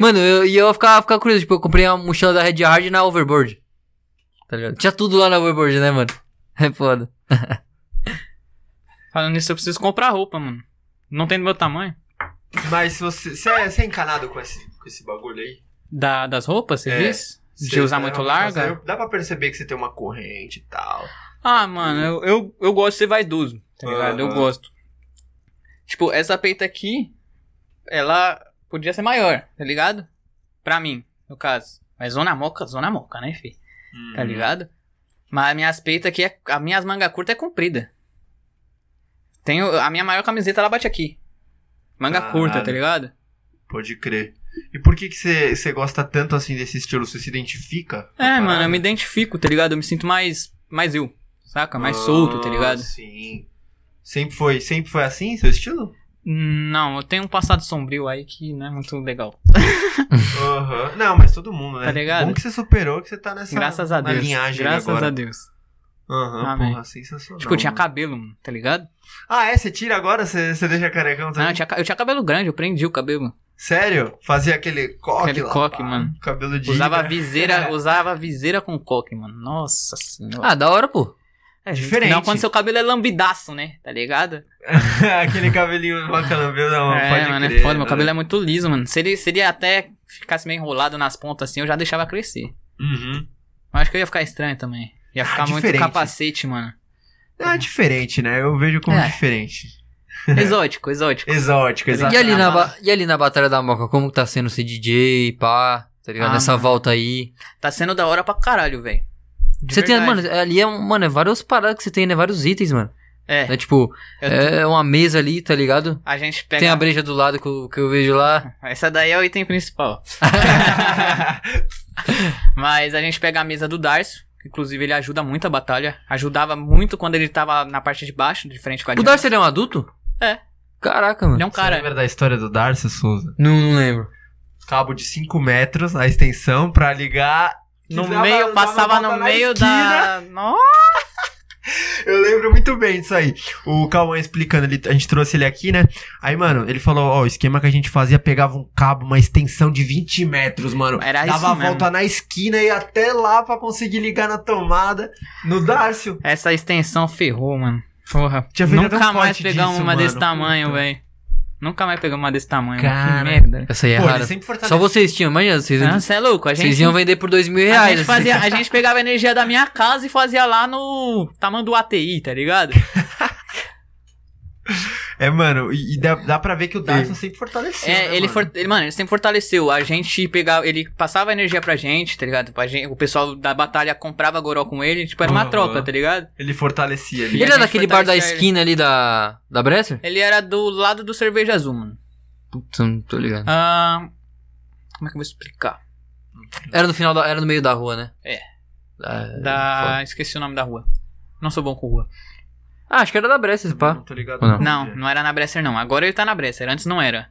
B: Mano, eu- e eu, ficava, ficava curioso. Tipo, eu comprei uma mochila da Red Hard na Overboard. Tá ligado? Tinha tudo lá na Overboard, né, mano? É foda.
C: Falando nisso, eu preciso comprar roupa, mano. Não tem do meu tamanho.
A: Mas você, você, é, você é encanado com esse, com esse bagulho aí?
C: Da, das roupas, você
A: É.
C: diz?
A: Você-
C: De usar
A: dá
C: muito
A: pra-
C: larga?
A: Dá pra perceber que você tem uma corrente e tal.
C: Ah, mano, eu, eu, eu gosto de ser vaidoso, tá ligado? Eu
A: Aham.
C: gosto. Tipo, essa peita aqui, ela podia ser maior, tá ligado? Pra mim, no caso. Mas zona moca, zona moca, né, fi?
A: Hum,
C: tá ligado? Mas minhas peitas aqui, é, a minhas manga curta é comprida. Tenho, a minha maior camiseta, ela bate aqui. Manga
A: Caralho.
C: curta, tá ligado?
A: Pode crer. E por que, que você, você gosta tanto assim desse estilo? Você se identifica? com a
C: É, mano,
A: parada?
C: eu me identifico, tá ligado? Eu me sinto mais, mais eu, saca? Mais
A: Ah,
C: solto, tá ligado?
A: Sim. Sempre foi, sempre foi assim, seu estilo?
C: Não, eu tenho um passado sombrio aí que não é muito legal.
A: Aham. Não, mas todo mundo, né?
C: Tá ligado?
A: Bom que você superou, que você tá nessa
C: Graças a
A: na
C: Deus.
A: linhagem
C: Graças
A: agora.
C: a Deus.
A: Aham,
C: Amém.
A: porra, sensacional.
C: Tipo, eu tinha
A: mano.
C: cabelo, mano, tá ligado?
A: Ah, é? Você tira agora? Você, você deixa carecão
C: Não,
A: também?
C: eu tinha, ca- eu tinha cabelo grande, eu prendi o cabelo.
A: Sério? Fazia aquele coque
C: Aquele
A: lá,
C: coque,
A: pá,
C: mano.
A: Cabelo de
C: Usava
A: hidra.
C: viseira, usava viseira com coque, mano. Nossa senhora.
B: Ah, da hora, pô.
C: É
A: diferente.
C: Não, quando seu cabelo é lambidaço, né? Tá ligado?
A: aquele cabelinho bacana, viu? Não,
C: é,
A: pode
C: mano,
A: crer,
C: é foda. Meu
A: né?
C: cabelo é muito liso, mano. Se ele, se ele até ficasse meio enrolado nas pontas assim, eu já deixava crescer.
A: Uhum.
C: Eu acho que eu ia ficar estranho também. Ia ficar muito
A: Ah, diferente.
C: capacete, mano.
A: É diferente, né? Eu vejo como
B: É.
A: diferente.
C: Exótico, exótico.
A: Exótico, exato.
B: E ali, na,
C: Ah,
B: ba- e ali na Batalha da Moca, como que tá sendo esse DJ, pá, tá ligado?
C: Ah,
B: Nessa
C: mano.
B: volta aí.
C: Tá sendo da hora pra caralho, velho. De
B: Você tem,
C: verdade.
B: mano, ali é, um- mano, é várias paradas que você tem, né? Vários itens, mano.
C: É,
B: É tipo,
C: Eu
B: é uma mesa ali, tá ligado?
C: a gente
B: Tem
C: pega.
B: a breja do lado que eu, que eu vejo lá.
C: Essa daí é o item principal. Mas a gente pega a mesa do Darcio. que Inclusive, ele ajuda muito a batalha. Ajudava muito quando ele tava na parte de baixo, de frente com a
B: O
C: gente.
B: Darcy ele é um adulto?
C: É.
B: Caraca, mano.
C: Ele é um
A: Cara,
C: cara.
A: lembra da história do Darcy Souza?
B: Não, não lembro.
A: Cabo de 5 metros na extensão pra ligar.
C: No
A: Dava-
C: meio,
A: dava
C: passava
A: volta
C: no
A: na
C: meio
A: esquina.
C: da. Nossa!
A: Eu lembro muito bem disso aí. O Cauã explicando, ele- a gente trouxe ele aqui, né? Aí, mano, ele falou, ó, o esquema que a gente fazia pegava um cabo, uma extensão de 20 metros, mano.
C: Era isso
A: Dava a
C: mesmo.
A: volta na esquina e até lá pra conseguir ligar na tomada no Dárcio.
C: Essa extensão ferrou, mano. Porra.
A: Tinha feito até
C: Nunca
A: um
C: mais
A: corte
C: pegamos
A: disso,
C: uma
A: mano.
C: desse tamanho,
A: Puta.
C: velho. Nunca mais pegamos uma desse tamanho.
A: Cara.
C: Que merda.
B: Essa aí é
A: Pô, ele
B: rara.
A: sempre
B: Só
A: fortaleceu.
B: vocês tinham, imagina, vocês,
C: tá Ah, Você é louco, a gente.
B: vocês iam vender por dois mil
C: a,
B: reais. assim.
C: gente fazia, a gente pegava a energia da minha casa e fazia lá no tamanho do ATI, tá ligado?
A: É, mano, e, e dá, dá pra ver que o Dárcio sempre fortaleceu.
C: É,
A: né,
C: ele,
A: mano?
C: for- ele- mano, ele sempre fortaleceu. A gente pegava, ele passava energia pra gente, tá ligado? Pra gente, o pessoal da batalha comprava goró com ele, tipo, era uma
A: Aham.
C: troca, tá ligado?
A: Ele é fortalecia ali.
B: Ele
C: a
B: era
C: gente
B: daquele bar da
C: fortaleceu ele.
B: esquina ali da, da Bresser?
C: Ele era do lado do Cerveja Azul, mano.
B: Putz, não tô ligado.
C: Ah, como é que eu vou explicar?
B: Era no final, da, era no meio da rua, né? Ah,
C: É.
B: Da,
C: Da.
B: foda.
C: Esqueci o nome da rua. Não sou bom com rua.
B: Ah, acho que era da Bresser, esse pá.
A: Não tô ligado.
B: Ou não?
C: Não, não era na Bresser, não. Agora ele tá na Bresser, antes não era.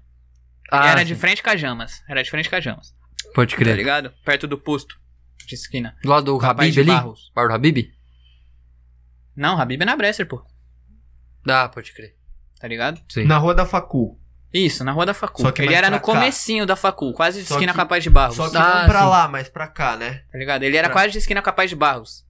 B: Ah,
C: Ele era
B: sim,
C: de frente com a Jamas. Era de frente com a Jamas,
B: pode
C: tá
B: crer.
C: ligado? Perto do posto de esquina.
B: Do lado do
C: Rapaz
B: Habib
C: de
B: ali?
C: Barros.
B: Bar do Habib?
C: Não, Habib é na Bresser, pô.
B: Dá, Ah, pode crer.
C: Tá ligado?
B: Sim.
A: Na rua da Facu.
C: Isso, na rua da Facu.
A: Só que
C: ele
A: mais
C: era
A: pra
C: no
A: cá.
C: comecinho da Facu, quase de
A: Só
C: esquina
A: que-
C: capaz de barros.
A: Só que
B: Ah,
A: não pra
B: sim.
A: lá, mas pra cá, né?
C: Tá ligado? Ele era
A: Pra-
C: quase de esquina capaz de barros.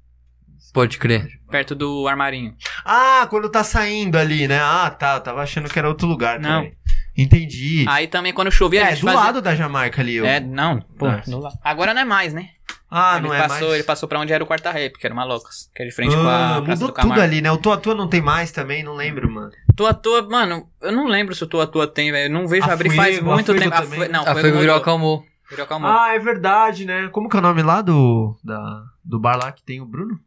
B: Pode crer.
C: Perto do armarinho.
A: Ah, quando tá saindo ali, né? Ah, tá. Eu tava achando que era outro lugar.
C: Não. Ah,
A: Não. Entendi.
C: Aí também quando chovia, a
A: é,
C: gente
A: do
C: fazia-
A: lado da Jamaica ali. eu-
C: É, não, pô,
A: Nossa.
C: do lado. Agora não é mais, né?
A: ah,
C: ele
A: não é
C: passou,
A: mais.
C: Ele passou pra onde era o quarta rap, que era o Malocas, que era de frente com
A: Ah,
C: a Praça
A: mudou
C: do
A: tudo
C: Camargo.
A: ali, né? O Tua Tua não tem mais também, não lembro, mano.
C: Tua Tua, mano, eu não lembro se o Tua Tua tem, velho. Eu não vejo
A: A
C: abrir
A: Fuego,
C: faz
A: a
C: muito
A: Fuego
C: tempo. A
A: também.
C: Fue- não,
B: Ah, foi o
C: mudou.
B: Viral acalmou.
C: Virou Calmon.
A: Ah, é verdade, né? Como que é o nome lá do, da, do bar lá que tem o Bruno?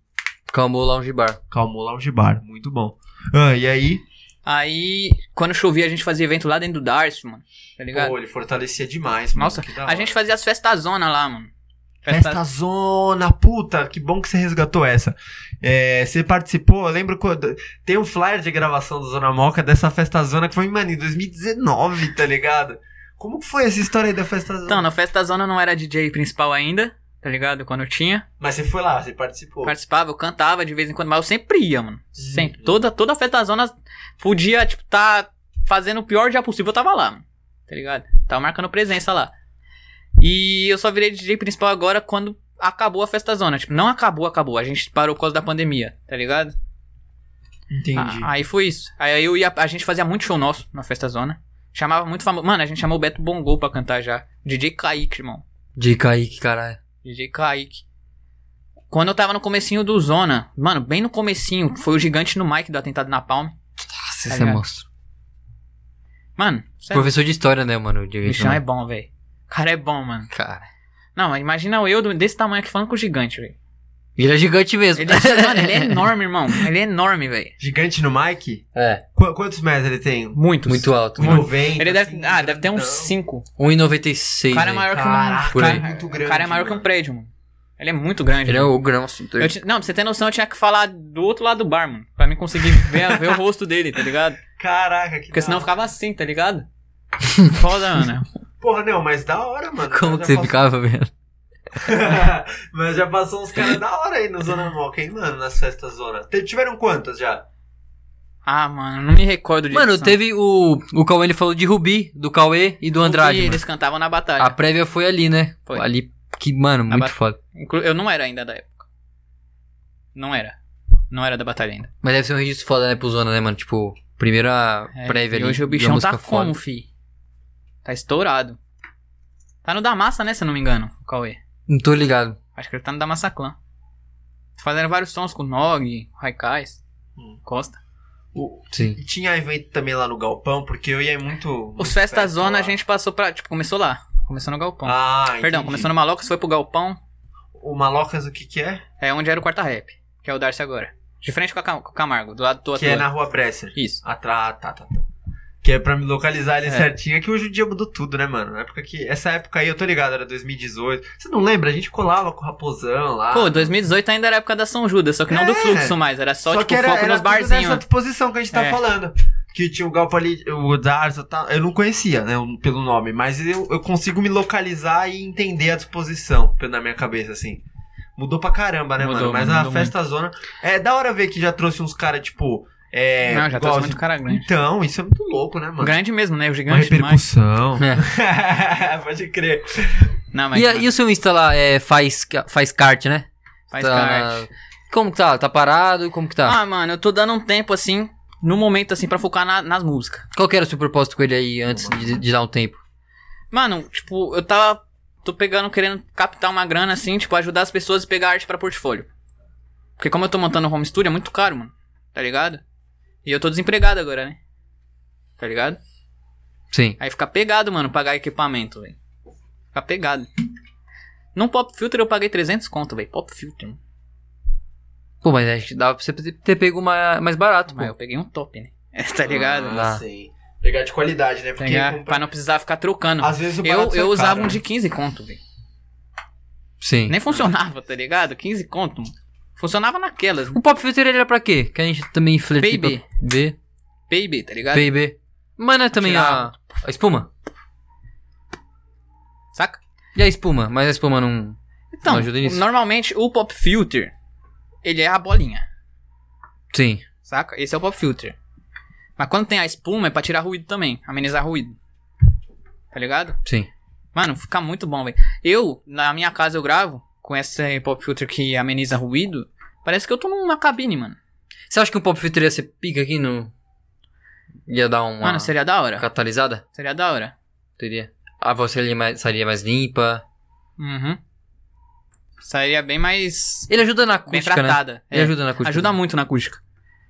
B: Calmou Lounge Bar.
A: Calmou Lounge Bar, muito bom. Ah, e aí?
C: Aí, quando chovia, a gente fazia evento lá dentro do Darcy, mano. Tá ligado?
A: Pô, ele fortalecia demais, mano.
C: Nossa,
A: Hum, que da
C: a
A: hora.
C: gente fazia as festas zona lá, mano.
A: Festa Zona, puta, que bom que você resgatou essa. É, você participou, eu lembro quando. Tem um flyer de gravação do Zona Moca dessa Festa Zona que foi, mano, em 2019, tá ligado? Como que foi essa história aí da Festa Zona?
C: Então, na Festa Zona eu não era DJ principal ainda, tá ligado? Quando eu tinha.
A: Mas você foi lá, você participou.
C: Participava, eu cantava de vez em quando, mas eu sempre ia, mano. Sempre.
A: Uhum.
C: Toda, toda Festa Zona podia, tipo, tá fazendo o pior dia possível, eu tava lá, mano. Tá ligado? Tava marcando presença lá. E eu só virei DJ principal agora quando acabou a Festa Zona. Tipo, não acabou, acabou. A gente parou por causa da pandemia, tá ligado?
A: Entendi.
C: Ah, aí foi isso. Aí eu ia, a gente fazia muito show nosso na Festa Zona. Chamava muito famoso. Mano, a gente chamou o Beto Bongol pra cantar já. DJ Kaique, irmão.
B: De Kaique, caralho.
C: DJ Kaique. Quando eu tava no comecinho do Zona, mano, bem no comecinho, foi o gigante no Mike do atentado na Palme.
B: Nossa,
C: Tá
B: esse é
C: ligado?
B: monstro.
C: Mano, sério,
B: Professor de história, né, mano? O
C: o
B: Diego
C: bichão é bom, velho. O cara é bom, mano.
B: Cara.
C: Não, mas imagina eu do- desse tamanho aqui falando com o gigante, velho.
B: E Ele é gigante mesmo.
C: Ele, é- mano, ele é enorme, irmão. Ele é enorme, velho.
A: Gigante no Mike?
B: É,
A: Qu- quantos metros ele tem?
C: Muitos.
B: muito alto.
A: 90.
C: Ele deve,
A: assim,
C: ah, deve ter uns
A: grandão.
C: 5.
B: 1,96.
C: O cara é
B: aí.
C: maior que um...
A: Caraca,
B: Por aí.
C: cara,
A: muito
C: o
A: grande,
C: cara é maior que um
A: mano.
C: prédio, mano. Ele é muito grande.
B: Ele é o grão, assim.
C: Eu ti- não, pra você ter noção, eu tinha que falar do outro lado do bar, mano. Pra mim conseguir ver, ver o rosto dele, tá ligado?
A: Caraca, que
C: Porque
A: da
C: senão eu
A: hora.
C: ficava assim, tá ligado? Foda, mano.
A: Porra, não, mas da hora, mano.
B: Como
A: Já
B: que você
A: passou-
B: ficava, velho?
A: Mas já passou uns caras da hora aí no Zona Moca, hein, mano, nas festas Zona. Te- Tiveram quantas já?
C: Ah, mano, não me recordo disso.
B: Mano, teve o. O Cauê ele falou de Rubi, do Cauê e do Andrade.
C: E
B: mano.
C: eles cantavam na batalha.
B: A prévia foi ali, né?
C: Foi. Tá
B: Ali. Que, mano, muito
C: bat-
B: foda.
C: Inclu- Eu não era ainda da época. Não era. Não era da batalha ainda.
B: Mas deve ser um registro foda, né, pro Zona, né, mano? Tipo, primeira
C: É,
B: prévia
C: e
B: ali.
C: hoje o
B: da
C: bichão
B: música
C: tá
B: foda.
C: como, fi? Tá estourado. Tá no da massa, né, se eu não me engano, o Cauê.
B: Não tô ligado.
C: Acho que ele tá no da massa clã. Fazendo vários sons com o Nog, Raikais,
A: Hum.
C: Costa.
A: O-
B: Sim.
A: E tinha evento também lá no Galpão, porque eu ia muito. muito
C: Os Festa
A: festa
C: Zona
A: lá.
C: a gente passou pra. Tipo, começou lá. Começou no Galpão.
A: Ah,
C: Perdão,
A: entendi.
C: começou no Malocas, foi pro Galpão.
A: O Malocas, o que que é?
C: É onde era o quarta rap, que é o Darcy agora. De frente com, a Cam- com o Camargo, do lado do
A: que é na Rua Bresser.
C: Isso.
A: Ah, tá, tá, tá. tá. Que é pra me localizar ele
C: É.
A: certinho. É que hoje em dia mudou tudo, né, mano? Na época que. Essa época aí, eu tô ligado, era 2018. Você não lembra? A gente colava com o Raposão lá.
C: Pô, 2018 ainda era a época da São Judas, só que não do
A: É.
C: fluxo mais, era só, tipo,
A: que era,
C: foco
A: era
C: nos
A: tudo
C: barzinhos.
A: nessa posição que a gente tá
C: É.
A: falando. Que tinha o Galpo ali, o Darso e tal. Eu não conhecia, né, o- pelo nome, mas eu, eu consigo me localizar e entender a disposição pela- na minha cabeça, assim. Mudou pra caramba, né,
C: Mudou,
A: mano? Mas
C: mano,
A: a
C: mudou
A: festa zona. É da hora ver que já trouxe uns caras, tipo. É,
C: não, já
A: igual
C: trouxe
A: assim-
C: muito cara grande.
A: Então, isso é muito louco, né, mano?
C: Grande mesmo, né? O
A: Uma
C: gigante demais.
A: repercussão.
B: É.
A: Pode crer.
C: Não, mas
B: E, a- e o seu Insta lá é, faz, ca- faz kart, né?
C: faz
B: tá
C: cara.
B: Como que tá? Tá parado? Como que tá?
C: Ah, mano, eu tô dando um tempo assim, no momento assim, pra focar na- nas músicas.
B: Qual que era o seu propósito com ele aí antes de, de dar um tempo?
C: Mano, tipo, eu tava. Tô pegando, querendo captar uma grana assim, tipo, ajudar as pessoas a pegar arte pra portfólio. Porque como eu tô montando home studio, é muito caro, mano. Tá ligado? E eu tô desempregado agora, né? Tá ligado?
B: Sim.
C: Aí fica pegado, mano, pagar equipamento, velho. Fica pegado. Num pop filter eu paguei 300 conto, velho. Pop filter, mano.
B: Pô, mas acho que dava pra você ter ter pego uma, mais barato, pô.
C: Mas eu peguei um top, né? tá ligado?
A: Ah, sim. Pegar de qualidade, né?
C: Tá
A: Porque
C: ligado?
A: comprar-
C: Pra não precisar ficar trocando.
A: às vezes Ah, o
C: Eu,
A: barato sai
C: eu usava
A: caro,
C: um
A: né?
C: de 15 conto, velho.
B: Sim.
C: Nem funcionava, tá ligado? 15 conto, mano. Funcionava naquelas.
B: O Pop Filter ele era pra quê? Que a gente também flertou.
C: PIB.
B: B.
C: PIB, tá ligado?
B: PIB. Mas não é também a, a espuma?
C: Saca?
B: E a espuma? Mas a espuma não.
C: Então,
B: Não ajuda nisso?
C: normalmente o pop filter, ele é a bolinha,
B: Sim.
C: saca? Esse é o pop filter. Mas quando tem a espuma é pra tirar ruído também, amenizar ruído. Tá ligado?
B: Sim.
C: Mano, fica muito bom, velho. Eu, na minha casa, eu gravo com esse pop filter que ameniza ruído. Parece que eu tô numa cabine, mano.
B: Você acha que um Pop Filter ia ser pica aqui no. Ia dar uma
C: Mano, seria da hora.
B: catalisada?
C: Seria da hora.
B: Teria. A voz seria mais, seria mais limpa.
C: Uhum. Seria bem mais.
B: Ele ajuda na
C: bem
B: acústica, né?
C: tratada.
B: Ele
C: É.
B: ajuda na acústica.
C: Ajuda muito na acústica.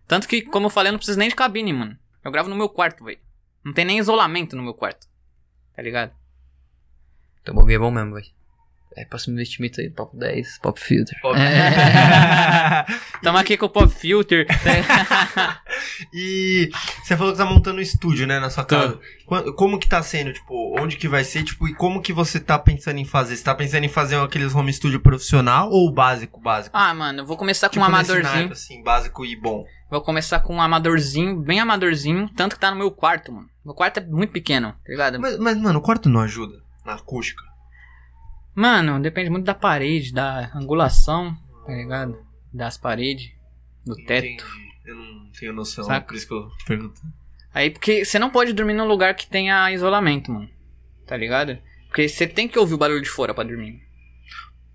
C: Tanto que, como eu falei, eu não preciso nem de cabine, mano. Eu gravo no meu quarto, velho. Não tem nem isolamento no meu quarto. Tá ligado?
B: Então, o bagulho é bom mesmo, velho. É, próximo investimento aí, Pop 10, Pop Filter.
A: Pô,
C: É. Tamo aqui com o pop filter.
A: E você falou que tá montando um estúdio, né, na sua
B: Tá.
C: Tô.
A: casa. Qua- Como que tá sendo, tipo, onde que vai ser, tipo, e como que você tá pensando em fazer? Você tá pensando em fazer aqueles home studio profissional ou o básico, básico?
C: ah, mano, eu vou começar com
A: tipo,
C: um
A: nesse
C: amadorzinho.
A: naipe, assim, básico e bom.
C: Vou começar com um amadorzinho, bem amadorzinho, tanto que tá no meu quarto, mano. Meu quarto é muito pequeno, tá ligado?
A: Mas, mas, mano, o quarto não ajuda na acústica.
C: Mano, depende muito da parede, da angulação, tá ligado?
B: É
C: Das paredes, do teto.
A: Entendi. Eu não tenho noção,
C: Saca?
A: por isso que eu pergunto.
C: Aí, porque você não pode dormir num lugar que tenha isolamento, mano. Tá ligado? Porque você tem que ouvir o barulho de fora pra dormir.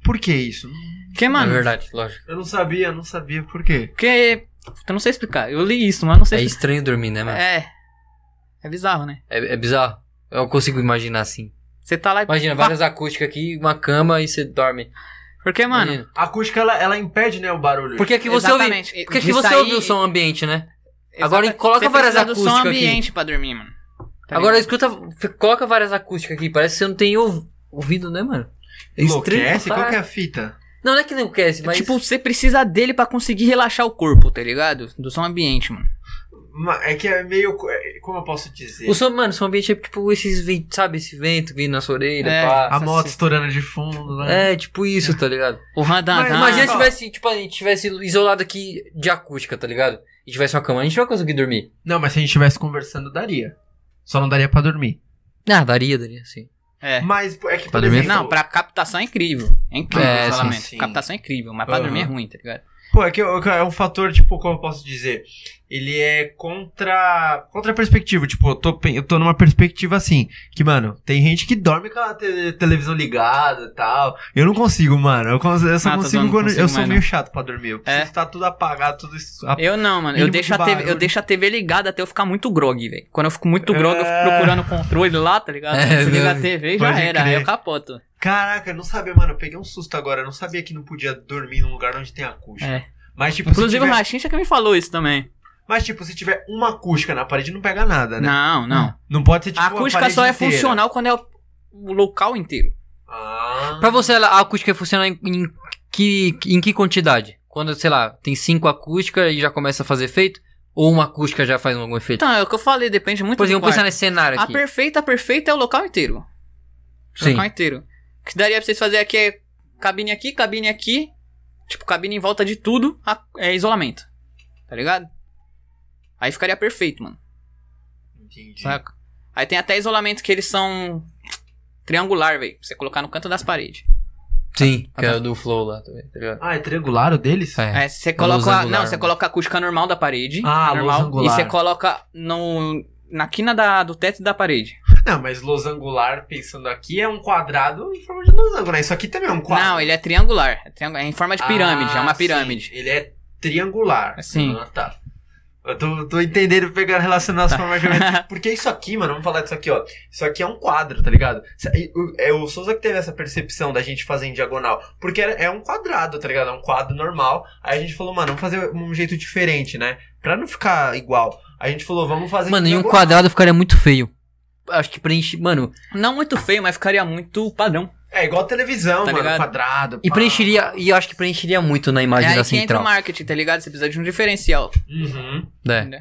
A: Por que isso?
C: Porque,
B: É
C: mano,
B: verdade, lógico.
A: Eu não sabia, não sabia por quê.
C: porque. Puta, Eu não sei explicar. Eu li isso, mas eu não
B: É
C: sei explicar.
B: estranho dormir, né, mano?
C: É. É bizarro, né?
B: É, é bizarro. Eu não consigo imaginar assim.
C: Você tá lá e.
B: Imagina, várias acústicas aqui, uma cama e você dorme.
C: Porque, mano.
B: Imagina.
A: A acústica, ela, ela impede, né, o barulho.
B: Por que que você ouve?
C: exatamente.
B: Por que é que
C: De
B: você
C: sair-
B: ouve o som ambiente, né? Agora
C: Exata-
B: coloca
C: você
B: várias
C: precisa do som
B: acústicas aqui.
C: ambiente pra dormir, mano. Tá
B: Agora
C: ligado?
B: escuta, f- coloca várias acústicas aqui, parece que você não tem ouv- ouvido, né, mano? É
A: Enlouquece?
B: pra
A: Qual que é
B: caralho.
A: a fita?
B: Não, não é que enlouquece, mas...
C: Tipo, você precisa dele pra conseguir relaxar o corpo, tá ligado? Do som ambiente, mano.
A: Ma- É que é meio... é- Como eu posso dizer?
B: o som, mano, o som ambiente é tipo esses ventos, sabe? Esse vento vindo na sua orelha,
C: É,
B: pá.
A: A
B: essas-
A: moto estourando de fundo, né?
B: É, tipo isso, tá ligado?
C: O Randan.
A: Mas Ah,
B: Imagina
A: tá.
B: se tivesse, tipo, a gente tivesse isolado aqui de acústica, tá ligado? E tivesse uma cama, a gente não ia conseguir dormir.
A: Não, mas se a gente estivesse conversando, daria. Só não daria pra dormir.
B: Ah, daria, daria, sim.
C: É.
A: Mas é que,
B: Pra
A: por
B: dormir?
A: exemplo...
C: Não, pra captação é incrível. É incrível
B: É,
C: o isolamento.
A: sim, sim.
C: Captação é incrível, mas pra
A: Aham.
C: dormir é ruim, tá ligado?
A: Pô, é que eu- é um fator, tipo, como eu posso dizer? Ele é contra... Contra perspectiva. Tipo, eu tô, pen- eu tô numa perspectiva assim, que, mano, tem gente que dorme com a te- televisão ligada e tal. Eu não consigo, mano. Eu, cons- eu só
C: Ah, tô
A: consigo
C: dando-
A: quando...
C: consigo
A: eu sou
C: mais,
A: meio chato pra dormir. Eu preciso
C: É.
A: estar tudo apagado, tudo... isso-
C: Eu não, mano. Eu
A: Mínimo
C: deixo,
A: de
C: a TV, eu
A: barulho.
C: deixo a TV ligada até eu ficar muito grog, velho. Quando eu fico
A: É.
C: muito grog, eu fico procurando o controle lá, tá ligado?
B: É,
C: Você liga a
B: não.
C: TV e já
A: Pode
C: era. Aí
A: crer.
C: eu capoto.
A: Caraca, eu não sabia, mano. Eu peguei um susto agora. Eu não sabia que não podia dormir num lugar onde tem acústica.
C: É.
A: Mas, tipo, se
C: Inclusive
A: tiver...
C: o Rachincha que me falou isso também.
A: Mas, tipo, se tiver uma acústica na parede, não pega nada, né?
C: Não, não.
A: Não, pode ser, tipo,
C: A acústica
A: parede
C: só é
A: inteira.
C: funcional quando é o o local inteiro.
A: Ah.
B: Pra você, ela- a acústica funciona em, em que, em que quantidade? Quando, sei lá, tem cinco acústicas e já começa a fazer efeito? Ou uma acústica já faz algum efeito?
C: Então, é o que eu falei, depende muito
B: Por
C: do
B: exemplo,
C: quarto.
B: pensar nesse cenário
C: A
B: aqui.
C: perfeita, a perfeita é o local inteiro. O
B: Sim.
C: local inteiro. O que daria pra vocês fazer aqui é cabine aqui, cabine aqui. Tipo, cabine em volta de tudo, a- é isolamento. Tá ligado? Aí ficaria perfeito, mano.
A: Entendi.
C: Saca? Aí tem até isolamento que eles são triangular, velho. Pra você colocar no canto das paredes.
B: Sim, que
C: tá.
B: é o do Flow lá também, tá ligado?
A: Ah, é triangular o deles?
B: É.
C: É, você coloca. a-
B: angular,
C: não, você
B: mano.
C: coloca a acústica normal da parede.
A: Ah, luz
C: normal. E
A: angular.
C: você coloca no, na quina da, do teto da parede.
A: Não, mas losangular, pensando aqui, é um quadrado em forma de losango, né? Isso aqui também é um quadrado.
C: Não, ele é triangular. É, triangu- é em forma de pirâmide, é uma
A: Ah,
C: pirâmide.
A: sim, Ele é triangular.
C: Sim.
A: Ah, tá. Eu tô, tô entendendo, pegando, relacionando as formas geométricas. Porque isso aqui, mano, vamos falar disso aqui, ó. Isso aqui é um quadro, tá ligado? Isso aí, o- É o Souza que teve essa percepção da gente fazer em diagonal. Porque era- é um quadrado, tá ligado? É um quadro normal. Aí a gente falou, mano, vamos fazer um jeito diferente, né? Pra não ficar igual. A gente falou, vamos fazer
B: Mano,
A: em
B: em um
A: diagonal.
B: quadrado ficaria muito feio. Acho que preenche. Mano,
C: Não muito feio, mas ficaria muito padrão.
A: É igual televisão,
C: Tá
A: mano,
C: ligado?
A: quadrado.
B: e
A: pá.
B: preencheria. E eu acho que preencheria muito na
C: é
B: imagem
A: assim,
C: aí
B: da
C: que entra o
B: central.
C: marketing, tá ligado? Você precisa de um diferencial.
A: Uhum.
B: né?
C: entendeu?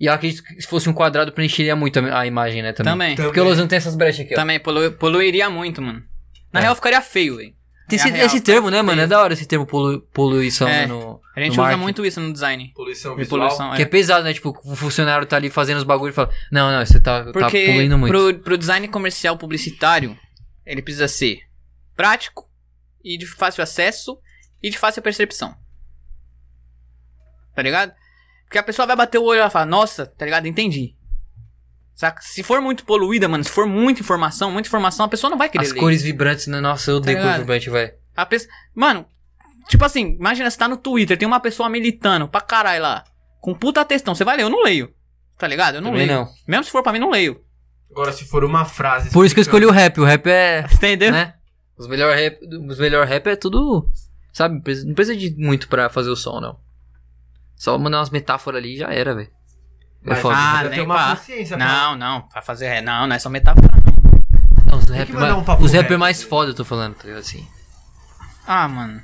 B: E eu acredito que se fosse um quadrado, preencheria muito a a imagem, né? Também.
C: Também.
B: Porque o Losango tem essas brechas aqui, ó.
C: Também polu- poluiria muito, mano. Na
B: É.
C: real, ficaria feio, velho.
B: Tem
C: É
B: esse,
C: a real.
B: esse termo, né, mano? É da hora esse termo polu- poluição
C: É.
B: né, no.
C: A gente
B: no
C: usa
B: marketing.
C: muito isso no design.
A: Poluição
C: De
A: visual.
C: poluição,
B: Que é
C: é.
B: pesado, né? Tipo, o funcionário tá ali fazendo os bagulhos e fala: Não, não, você tá, tá
C: Porque
B: poluindo muito.
C: pro, pro design comercial publicitário, ele precisa ser prático e de fácil acesso e de fácil percepção. Tá ligado? Porque a pessoa vai bater o olho e ela fala, nossa, tá ligado? Entendi. Saca? Se for muito poluída, mano, se for muita informação, muita informação, a pessoa não vai querer
B: As
C: ler.
B: cores vibrantes, né? Nossa, eu odeio
C: Tá
B: cor
C: ligado?
B: vibrante, velho.
C: A pessoa... Mano, tipo assim, imagina você tá no Twitter, tem uma pessoa militando pra caralho lá, com puta textão. Você vai ler, eu não leio. Tá ligado? Eu não
B: Também
C: leio.
B: não.
C: Mesmo se for pra mim, não leio.
A: Agora, se for uma frase.
B: Por isso que eu
A: explicando-
B: escolhi o rap. O rap é.
C: Entendeu?
B: né? Os melhor rap, os melhor rap é tudo, sabe? Não precisa- Não precisa de muito pra fazer o som, não. Só mandar umas metáforas ali e já era, velho. É Eu
A: Mas
B: falo,
C: ah,
A: precisa ter
C: nem
A: uma
C: pá.
A: consciência, pá.
C: Não, não, pra fazer é, não, não é só metáfora.
B: não, os
A: que
B: rap,
A: mandar
B: ma-
A: um papo
B: os rap é
A: rap,
B: mais
A: né?
B: foda, eu tô falando, tá ligado? Assim.
C: Ah, mano.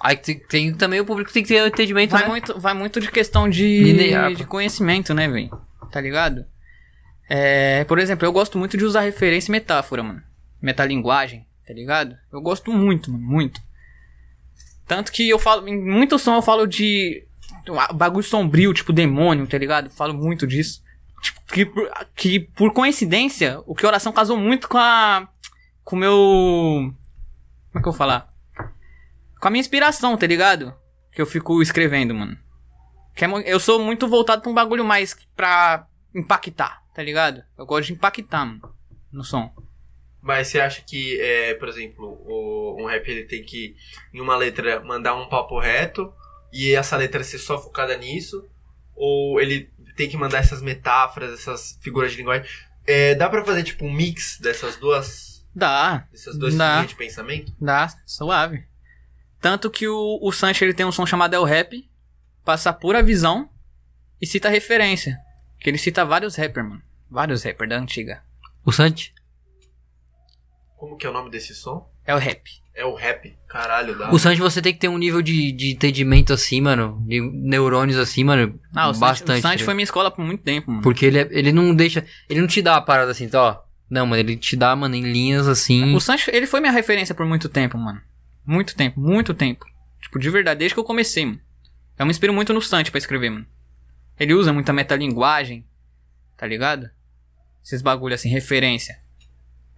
B: Aí tem, tem também o público tem que ter o entendimento,
C: Vai
B: né?
C: muito, vai muito de questão de,
B: Linear,
C: de
B: pô.
C: conhecimento, né, velho? Tá ligado? É, por exemplo, eu gosto muito de usar referência e metáfora, mano. Metalinguagem, tá ligado? Eu gosto muito, mano, muito. Tanto que eu falo, em muito som eu falo de bagulho sombrio, tipo demônio, tá ligado? Falo muito disso. Tipo, que, por- que por coincidência, o que oração casou muito com a. Com o meu. Como é que eu vou falar? Com a minha inspiração, tá ligado? Que eu fico escrevendo, mano. Que é mu- eu sou muito voltado pra um bagulho mais pra impactar, tá ligado? Eu gosto de impactar, mano, no som.
A: Mas você acha que, é, por exemplo, o- um rap ele tem que, em uma letra, mandar um papo reto e essa letra ser só focada nisso? Ou ele tem que mandar essas metáforas, essas figuras de linguagem? É, dá pra fazer, tipo, um mix dessas duas.
C: Dá,
A: Dessas duas
C: Dá.
A: linhas de pensamento?
C: dá, suave. Tanto que o, o Sancho ele tem um som chamado El Rap, passa pura visão e cita referência. Que ele cita vários rappers, mano. Vários rappers da antiga.
B: O Santi?
A: Como que é o nome desse som?
C: É o rap.
A: É o rap. Caralho, dá.
B: O Santi você tem que ter um nível de, de entendimento assim, mano. De neurônios assim, mano.
C: Ah, o
B: bastante.
C: Sancho, o Sancho
B: tá
C: foi minha escola por muito tempo, mano.
B: Porque ele, é- ele não deixa. Ele não te dá a parada assim, tá? Ó. Não, mano, ele te dá, mano, em linhas assim.
C: O Sancho, ele foi minha referência por muito tempo, mano. Muito tempo, muito tempo. Tipo, de verdade, desde que eu comecei, mano. Eu me inspiro muito no Sancho pra escrever, mano. Ele usa muita metalinguagem, tá ligado? Esses bagulho assim, referência.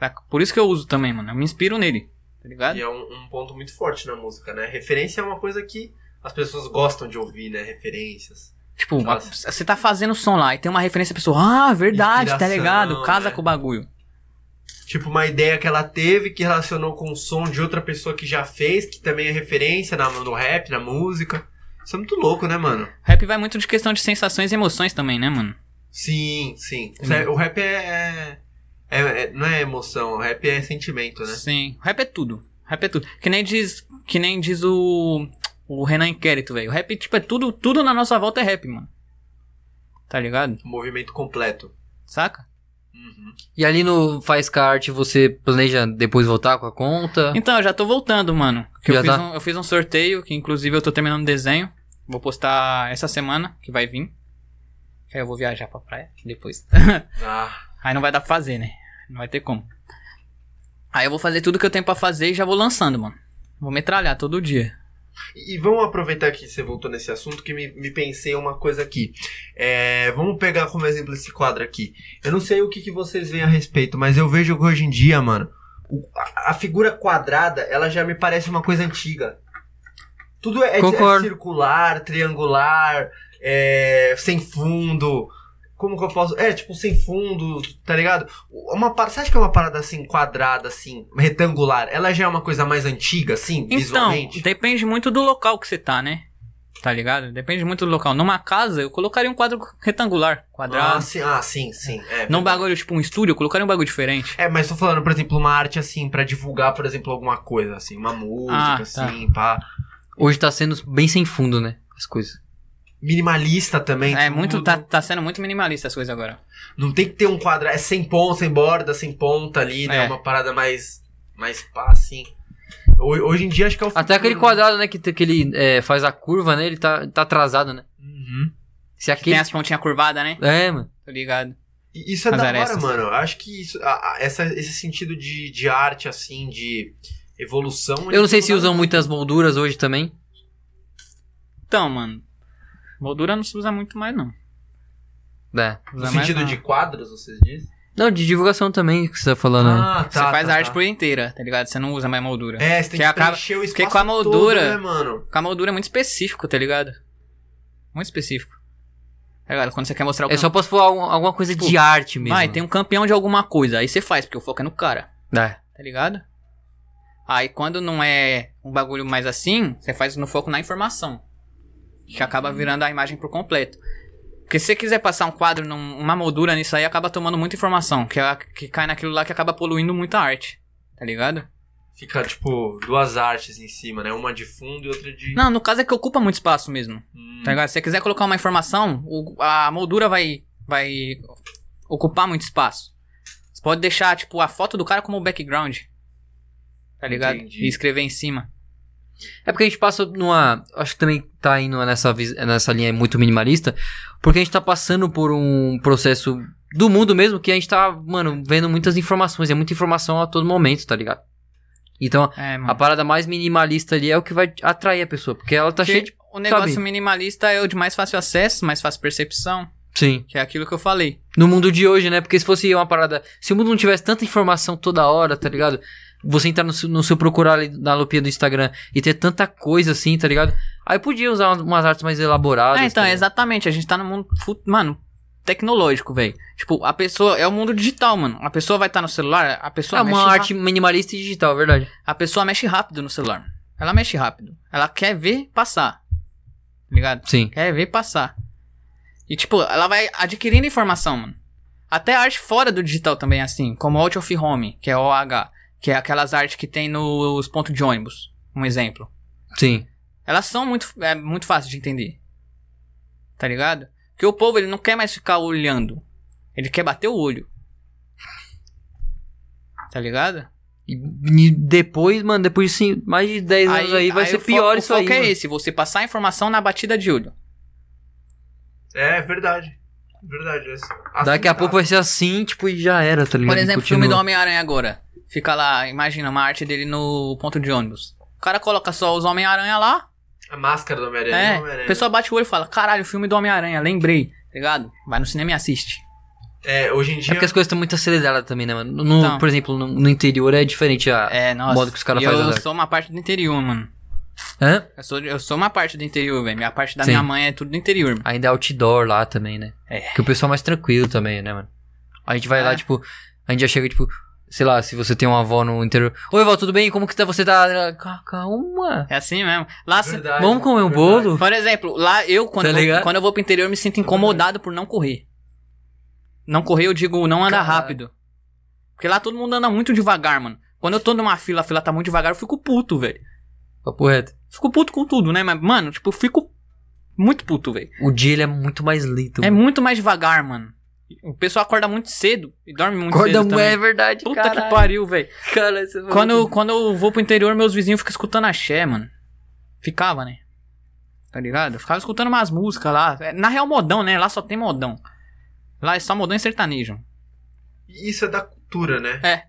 C: Tá? Por isso que eu uso também, mano. Eu me inspiro nele, tá ligado?
A: E é um, um ponto muito forte na música, né? Referência é uma coisa que as pessoas gostam de ouvir, né? Referências.
C: Tipo,
A: Nossa.
C: você tá fazendo som lá e tem uma referência a pessoa, ah, verdade, tá
A: Inspiração,
C: ligado? Casa
A: né?
C: com o bagulho.
A: Tipo, uma ideia que ela teve que relacionou com o som de outra pessoa que já fez, que também é referência na, no rap, na música. Isso é muito louco, né, mano?
C: Rap vai muito de questão de sensações e emoções também, né, mano?
A: Sim, sim. Isso é- O rap é, é- é- Não é emoção, o rap é sentimento, né?
C: Sim. Rap é tudo. Rap é tudo. Que nem diz, que nem diz o, o Renan Inquérito, velho. Rap, tipo, é tudo, tudo na nossa volta é rap, mano. Tá ligado?
A: O movimento completo.
C: Saca?
A: Uhum.
B: E ali no Faz Cart você planeja depois voltar com a conta?
C: Então, eu já tô voltando, mano. Que eu,
B: Tá. Já
C: fiz
B: tá?
C: um, eu fiz um sorteio, que inclusive eu tô terminando o desenho. Vou postar essa semana, que vai vir. Que aí eu vou viajar pra praia depois.
A: Ah,
C: aí não vai dar pra fazer, né? Não vai ter como. Aí eu vou fazer tudo que eu tenho pra fazer e já vou lançando, mano. Vou metralhar todo dia.
A: E e vamos aproveitar que você voltou nesse assunto que me, me pensei uma coisa aqui. É, vamos pegar como exemplo esse quadro aqui. Eu não sei o que, que vocês veem a respeito, mas eu vejo que hoje em dia, mano, o- a, a figura quadrada, ela já me parece uma coisa antiga. Tudo é, é
B: Concordo.
A: circular, triangular, é, sem fundo. Como que eu posso. É, tipo, sem fundo, tá ligado? Uma, par- você acha que é uma parada assim, quadrada, assim, retangular? Ela já é uma coisa mais antiga, assim,
C: Então,
A: visualmente?
C: depende muito do local que você tá, né? Tá ligado? Depende muito do local. Numa casa, eu colocaria um quadro retangular,
A: Ah,
C: quadrado.
A: sim, ah, sim, sim. É,
C: Num bagulho, tipo um estúdio, eu colocaria um bagulho diferente.
A: É, mas tô falando, por exemplo, uma arte assim, pra divulgar, por exemplo, alguma coisa, assim, uma música,
C: Ah, tá.
A: assim, pá.
B: Hoje tá sendo bem sem fundo, né? As coisas.
A: Minimalista também.
C: É,
A: tudo.
C: muito, tá, tá sendo muito minimalista as coisas agora.
A: Não tem que ter um quadrado. É sem ponta, sem borda, sem ponta ali, né?
C: É.
A: Uma parada mais. mais pá, assim. Ho- Hoje em dia acho que é o.
B: Até
A: futuro,
B: aquele
A: né?
B: quadrado, né? Que, tem- que ele é, faz a curva, né? Ele tá, tá atrasado, né?
A: Uhum.
B: Se
C: Que
B: aquele.
C: tem as pontinhas curvadas, né?
B: É, mano.
C: Tô ligado.
A: E Isso é
C: As
A: da hora,
C: arestas.
A: mano. Eu acho que isso, a- a- essa- esse sentido de, de arte, assim, de evolução. ele
B: Eu não sei se
A: dá-
B: usam muitas molduras hoje também.
C: Então, mano. Moldura não se usa muito mais, não.
B: É.
C: Usa
A: No
C: mais
A: sentido
C: não.
A: de quadros, vocês dizem?
B: Não, de divulgação também que você tá falando. né?
A: Ah,
C: Você faz a arte por inteira, tá ligado? Você não usa mais moldura.
A: É, você tem
C: que
A: que,
C: acaba-
A: preencher o
C: porque
B: é
A: espaço
C: com a moldura-
A: todo, né, mano?
C: Porque a moldura é muito específico, tá ligado? Muito específico. Tá ligado? Quando você quer mostrar o
B: É só pra se for algum- alguma coisa
C: Tipo,
B: de arte mesmo.
C: Vai, tem um campeão de alguma coisa. Aí você faz, porque o foco é no cara,
B: É.
C: tá ligado? Aí quando não é um bagulho mais assim, você faz no foco na informação. Que acaba virando a imagem por completo. Porque se você quiser passar um quadro, num- uma moldura nisso aí, acaba tomando muita informação. Que, é- que cai naquilo lá que acaba poluindo muita arte. Tá ligado?
A: Fica, tipo, duas artes em cima, né? Uma de fundo e outra de.
C: Não, no caso é que ocupa muito espaço mesmo.
A: Hum,
C: Tá ligado? Se você quiser colocar uma informação, o- a moldura vai, vai ocupar muito espaço. Você pode deixar, tipo, a foto do cara como background. Tá ligado?
A: Entendi.
C: E escrever em cima.
B: É porque a gente passa numa. Acho que também tá indo nessa, vis- nessa linha muito minimalista. Porque a gente tá passando por um processo do mundo mesmo que a gente tá, mano, vendo muitas informações. É muita informação a todo momento, tá ligado? Então,
C: É,
B: a
C: mano.
B: parada mais minimalista ali é o que vai atrair a pessoa. Porque ela tá
C: Porque
B: cheia de.
C: O negócio
B: sabe?
C: minimalista é o de mais fácil acesso, mais fácil percepção.
B: Sim.
C: Que é aquilo que eu falei.
B: No mundo de hoje, né? Porque se fosse uma parada. Se o mundo não tivesse tanta informação toda hora, tá ligado? Você entrar no, seu- no seu procurar ali na lupinha do Instagram e ter tanta coisa assim, tá ligado? Aí podia usar umas, umas artes mais elaboradas.
C: é, então,
B: tá ligado?
C: exatamente. A gente tá no mundo, fu- mano, tecnológico, velho. Tipo, a pessoa... É o mundo digital, mano. A pessoa vai estar no celular, a pessoa
B: É
C: mexe
B: uma
C: ra-
B: arte minimalista e digital, é verdade.
C: A pessoa mexe rápido no celular. Ela mexe rápido. Ela quer ver passar. Tá Ligado?
B: Sim.
C: Quer ver passar. E, tipo, ela vai adquirindo informação, mano. Até arte fora do digital também, é assim. Como Out of Home, que é OH. Que é aquelas artes que tem nos pontos de ônibus. Um exemplo.
B: Sim.
C: Elas são muito, é, muito fáceis de entender. Tá ligado? Porque o povo, ele não quer mais ficar olhando. Ele quer bater o olho. Tá ligado?
B: E, e depois, mano, depois de cin- mais de 10 anos aí, vai ser
C: o fo-
B: pior
C: o
B: isso aí.
C: foco é
B: mano.
C: esse, você passar a informação na batida de olho.
A: É, verdade. Verdade. é assim.
B: Daqui a
A: Assim,
B: pouco vai ser assim, tipo, e já era, tá ligado?
C: tá. Por exemplo, o filme do
B: Continua.
C: Homem-Aranha agora. Fica lá, imagina, uma arte dele no ponto de ônibus. O cara coloca só os Homem-Aranha lá,
A: A máscara do Homem-Aranha.
C: é,
A: do Homem-Aranha.
C: o pessoal bate o olho e fala, caralho, o filme do Homem-Aranha, lembrei, tá ligado? Vai no cinema e assiste.
A: É, hoje em
B: É
A: dia.
B: porque as coisas estão muito aceleradas também, né, mano? No,
C: Então.
B: Por exemplo, no, no interior é diferente a.
C: É, nossa.
B: O modo que os né? caras
C: E
B: fazem
C: Eu
B: as artes.
C: sou uma parte do interior, mano.
B: Hã?
C: Eu sou, eu sou uma parte do interior, velho. Minha parte da
B: Sim.
C: minha mãe é tudo do interior, mano.
B: Ainda é outdoor lá também, né?
C: É.
B: Que o pessoal é mais tranquilo também, né, mano? A gente vai
C: É.
B: lá, tipo, a gente já chega, tipo, sei lá, se você tem uma avó no interior. Oi, avó, tudo bem? Como que tá, você tá? "Ca- Calma.
C: É assim mesmo. Lá, se-
A: Verdade, é
B: Vamos comer um
A: verdade.
B: bolo?
C: Por exemplo, lá eu, quando,
B: Tá
C: eu, vou-
B: ligado?
C: quando eu vou pro interior, eu me sinto incomodado por não correr. Não correr, eu digo não andar
B: Caralho.
C: rápido. Porque lá todo mundo anda muito devagar, mano. Quando eu tô numa fila, a fila tá muito devagar, eu fico puto, velho.
B: Papo reto.
C: Fico puto com tudo, né? Mas, mano, tipo, eu fico muito puto, velho.
B: O dia ele é muito mais lento.
C: É
B: mano.
C: muito mais devagar, mano. O pessoal acorda muito cedo e dorme muito
B: Acorda,
C: cedo também.
B: é verdade,
C: Puta que
B: caralho.
C: pariu, velho.
B: Cara, você
C: Quando, eu- quando eu vou pro interior, meus vizinhos ficam escutando axé, mano. Ficava, né? Tá ligado? Eu ficava escutando umas músicas lá. É, Na real, modão, né? Lá só tem modão. Lá é só modão e sertanejo.
A: Isso é da cultura, né?
C: É.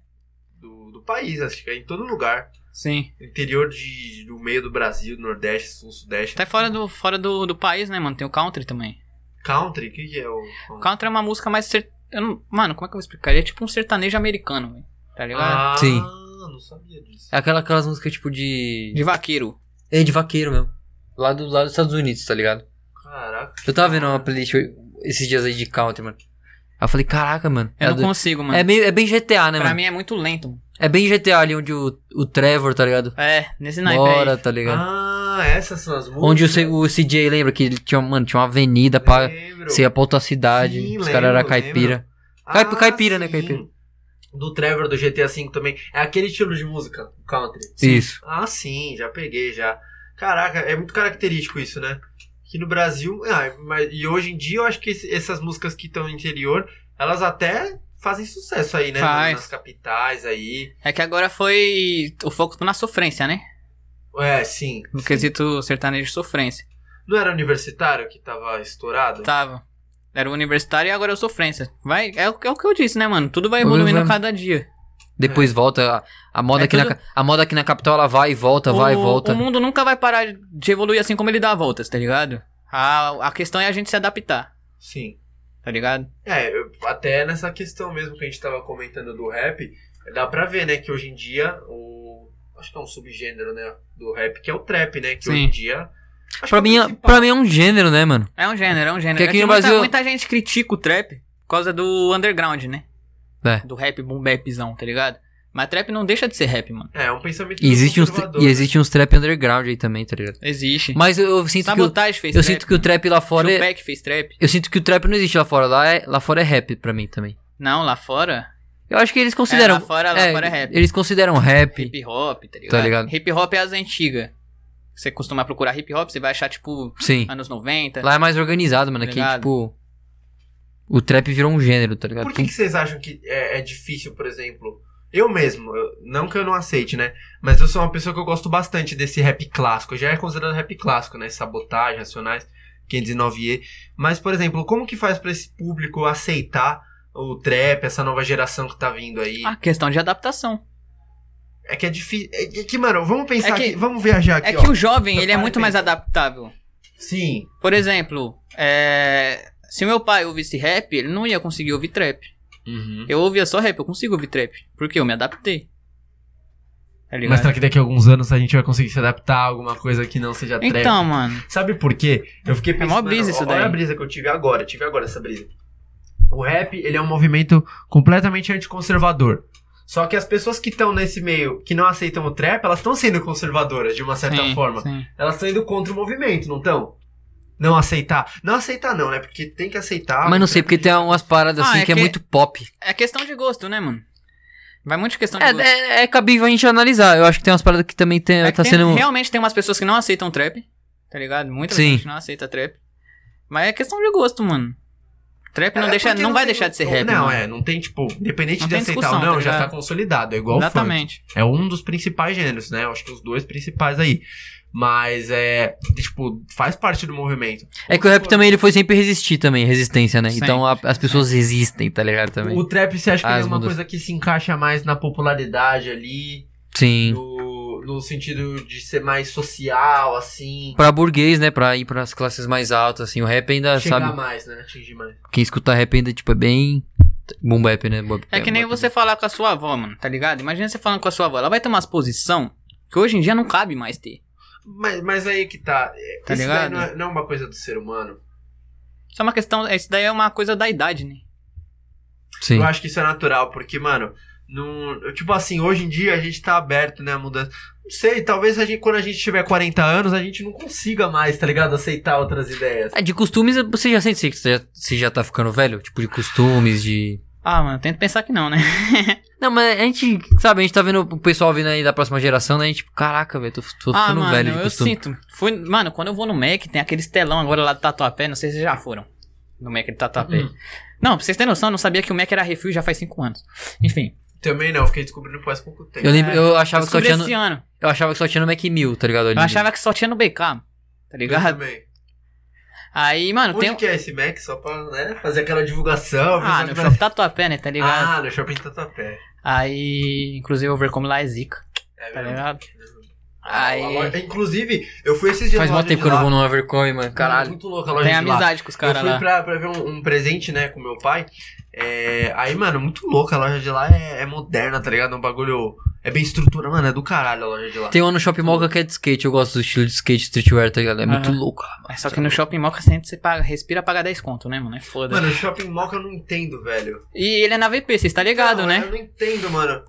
A: Do, do país, acho que é em todo lugar.
C: Sim.
A: Interior de, do meio do Brasil, Nordeste, Sul, Sudeste.
B: Tá
C: Até fora do, fora do, do país, né, mano? Tem o country também.
A: Country, o que, que é o.
C: O country é uma música mais. Ser... eu não- Mano, como é que eu vou explicar? Ele é tipo um sertanejo americano, velho. Tá ligado?
A: Ah,
B: né? Sim.
A: não sabia disso.
B: É aquela, aquelas músicas tipo de.
C: De vaqueiro.
B: É, de vaqueiro mesmo. Lá, do, lá dos Estados Unidos, tá ligado?
A: Caraca.
B: Eu tava vendo uma playlist esses dias aí de country, mano. Aí eu falei, caraca, mano.
C: Eu
B: é,
C: não
B: do-
C: consigo, mano.
B: é meio, é bem GTA, né,
C: pra
B: mano?
C: mim é muito lento. mano.
B: É bem GTA ali onde o, o Trevor, tá ligado?
C: É, nesse naipe
B: Bora,
C: aí.
B: tá ligado?
A: Ah, essas são as músicas.
B: onde o, C- o CJ lembra que ele tinha, mano, tinha uma avenida pra
A: Lembro.
B: ser a outra cidade.
A: Sim,
B: os caras eram
A: lembro,
B: caipira. Caip- caipira, né, caipira.
A: Ah, Do Trevor, do GTA V também. É aquele estilo de música, o country.
B: Isso.
A: Ah, sim, já peguei, já. Caraca, é muito característico isso, né? Que no Brasil... Ah, mas- e hoje em dia eu acho que esse- essas músicas que estão no interior, elas até fazem sucesso aí, né?
C: Faz.
A: Nas capitais aí.
C: É que agora foi o foco na sofrência, né?
A: É, sim.
C: No quesito sertanejo de sofrência.
A: Não era universitário que tava estourado?
B: Tá.
C: Tava. Era o universitário e agora é o sofrência. Vai, é, o- é o que eu disse, né, mano? Tudo vai
B: Tudo
C: evoluindo
B: vai-
C: cada dia.
B: Depois volta. A, a moda
C: É
B: aqui na,
C: tudo-
B: ca- a moda aqui na capital, ela vai e volta, Tá, vai e
C: o,
B: volta.
C: o mundo nunca vai parar de evoluir assim como ele dá voltas, tá ligado? A, a questão é a gente se adaptar,
A: Sim.
C: tá ligado?
A: É, eu- até nessa questão mesmo que a gente tava comentando do rap, dá pra ver, né, que hoje em dia o. Acho que é um subgênero, né, do rap, que é o trap, né? Que
C: Sim.
A: hoje em dia. acho que é
B: Pra
A: o
B: mim, é-
A: principal.
B: pra mim é um gênero, né, mano?
C: É um gênero, é um gênero.
B: Porque aqui
C: É
B: no
C: muita,
B: Brasil-
C: muita gente critica o trap por causa do underground, né?
B: É.
C: Do rap boom bapzão, tá ligado? Mas trap não deixa de ser rap, mano.
A: É, é um pensamento
B: E existe, uns,
A: conservador,
B: e
A: né?
B: existe uns trap underground aí também, tá ligado?
C: Existe.
B: Mas eu, eu sinto que.
C: Sabotagem
B: O,
C: fez
B: eu
C: trap. né?
B: sinto que o trap lá fora. É,
C: Tupac fez trap.
B: eu sinto que o trap não existe lá fora. Lá, é, lá fora é rap pra mim também.
C: Não, lá fora.
B: Eu acho que eles consideram.
C: É, lá fora- lá fora é rap.
B: Eles consideram rap.
C: Hip hop, tá ligado?
B: Tá ligado.
C: Hip hop é as antigas. Você costuma procurar hip hop, você vai achar, tipo,
B: Sim.
C: anos 90.
B: Lá é mais organizado, mano. Aqui,
C: Tá Ligado.
B: tipo. O trap virou um gênero, tá ligado?
A: Por que, que vocês acham que é, é difícil, por exemplo? Eu mesmo, eu- não que eu não aceite, né? Mas eu sou uma pessoa que eu gosto bastante desse rap clássico. Já é considerado rap clássico, né? Sabotagem, Racionais, 509E. Mas, por exemplo, como que faz pra esse público aceitar o trap, essa nova geração que tá vindo aí?
C: Ah, questão de adaptação.
A: É que é difícil. É que, é que, mano, vamos pensar
C: É que-
A: aqui, vamos viajar aqui,
C: é que
A: ó.
C: o jovem,
A: Então,
C: ele é
A: para e
C: muito mais
A: pensa.
C: adaptável.
A: Sim,
C: Por exemplo, é, se meu pai ouvisse rap, ele não ia conseguir ouvir trap. Eu ouvia só rap, eu consigo ouvir trap. Porque eu me adaptei. Tá ligado?
A: mas será que daqui a alguns anos a gente vai conseguir se adaptar a alguma coisa que não seja trap?
C: Então, mano.
A: Sabe por quê? Eu fiquei
C: É mó
A: pensando.
C: brisa isso
A: olha
C: daí.
A: a brisa que eu tive agora, eu tive agora essa brisa. O rap, ele é um movimento completamente anticonservador. Só que as pessoas que estão nesse meio, que não aceitam o trap, elas estão sendo conservadoras, de uma certa
C: sim,
A: forma.
C: sim.
A: Elas estão indo contra o movimento, não estão? Não aceitar. Não aceitar, não, né? Porque tem que aceitar.
B: Mas não sei, porque tem umas paradas
C: Ah,
B: assim
C: é
B: que é
C: que-
B: muito pop.
C: É questão de gosto, né, mano? Vai muito de questão de
B: É,
C: gosto.
B: é, é cabível a gente analisar. Eu acho que tem umas paradas que também tem,
C: É que
B: tá
C: tem-
B: sendo.
C: Realmente tem umas pessoas que não aceitam trap, tá ligado? Muita
B: Sim.
C: gente não aceita trap. Mas é questão de gosto, mano. Trap não,
A: É,
C: deixa,
A: porque
C: não, vai
A: tem-
C: deixar de ser rap,
A: Não,
C: mano.
A: é, não tem, tipo, independente
C: Não
A: de
C: tem
A: aceitar ou
C: discussão,
A: não,
C: tá
A: já
C: ligado?
A: tá consolidado. É igual o funk.
C: Exatamente.
A: É um dos principais gêneros, né? Eu acho que os dois principais aí. Mas é. Tipo, faz parte do movimento.
B: É que o rap também ele foi sempre resistir também, resistência, né? Então a- as pessoas resistem, tá ligado? Também. Ah,
A: O trap, você acha que
B: As
A: ele é uma
B: mudas.
A: coisa que se encaixa mais na popularidade ali?
B: Sim.
A: No, no sentido de ser mais social, assim.
B: Pra burguês, né? Pra ir pras classes mais altas, assim. O rap ainda,
A: chegar
B: sabe?
A: mais, né? Atingir mais.
B: Quem escuta rap ainda, tipo, é bem. Boom bap, né? Boom-
C: É que nem
B: boom bap.
C: você falar com a sua avó, mano, tá ligado? Imagina você falando com a sua avó. Ela vai ter umas posição que hoje em dia não cabe mais ter.
A: Mas, mas aí que tá. é,
C: Tá
A: isso daí
C: ligado?
A: Não é, não é uma coisa do ser humano.
C: Isso é uma questão. Isso daí é uma coisa da idade, né?
B: Sim.
A: Eu acho que isso é natural, porque, mano. Não, tipo assim, hoje em dia a gente tá aberto, né, a mudança. Não sei, talvez a gente, quando a gente tiver 40 anos, a gente não consiga mais, tá ligado? Aceitar outras ideias.
B: É, de costumes, você já sente que você já, você já tá ficando velho? Tipo, de costumes, de.
C: Ah, mano, tento pensar que não, né?
B: Não, mas a gente, sabe, a gente tá vendo o pessoal vindo aí da próxima geração, né? A gente, tipo, caraca, velho, tô, tô
C: ah,
B: ficando
C: mano,
B: velho de
C: eu
B: costume.
C: sinto. Fui, mano, quando eu vou no Mac, tem aqueles telão agora lá do Tatuapé, não sei se vocês já foram. No Mac de Tatuapé.
A: Hum.
C: Não, pra vocês terem noção, eu não sabia que o Mac era refil já faz 5 anos. Enfim,
A: Também não, fiquei descobrindo faz pouco tempo.
B: Eu, lembro, eu, achava que só
C: é. descobri
B: tinha no,
C: esse ano.
B: eu achava que só tinha no Mac Mill, tá ligado?
C: Eu achava que só tinha no BK, tá ligado?
A: também.
C: Aí, mano,
A: Uhum. Onde
C: tem... um
A: que é esse Mac? Só pra né, fazer aquela divulgação.
C: Ah,
A: pensar
C: no
A: que
C: shopping Tatuapé, né, tá ligado?
A: Ah, no shopping Tatuapé.
C: Aí, inclusive, o Overcome lá é zica,
A: É
C: tá
A: mesmo.
C: ligado?
B: Aí.
A: A loja- Inclusive, eu fui esses dias
B: Faz
A: na
B: mó
A: loja de
B: tempo que eu não
A: lá.
B: vou no Overcore, mano. Caralho.
A: Muito louca a loja
C: Tem
A: de lá.
C: amizade com os caras
A: eu fui
C: lá.
A: pra, pra ver um, um presente, né, com meu pai. É, aí, mano, muito louca. A loja de lá é, é moderna, tá ligado? É um bagulho. É bem estrutura, mano. É do caralho a loja de lá.
B: Tem uma no Shopping Mall que é de skate. Eu gosto do estilo de skate streetwear, tá ligado? É muito
C: Aham.
B: louco.
C: Mas Só que no shopping mall que você entra, você paga, respira, paga 10 conto, né, mano? É foda.
A: Mano, shopping mall que eu não entendo, velho.
C: E ele é na VP, vocês tá ligado,
A: Não, é-
C: né?
A: Eu não entendo, mano.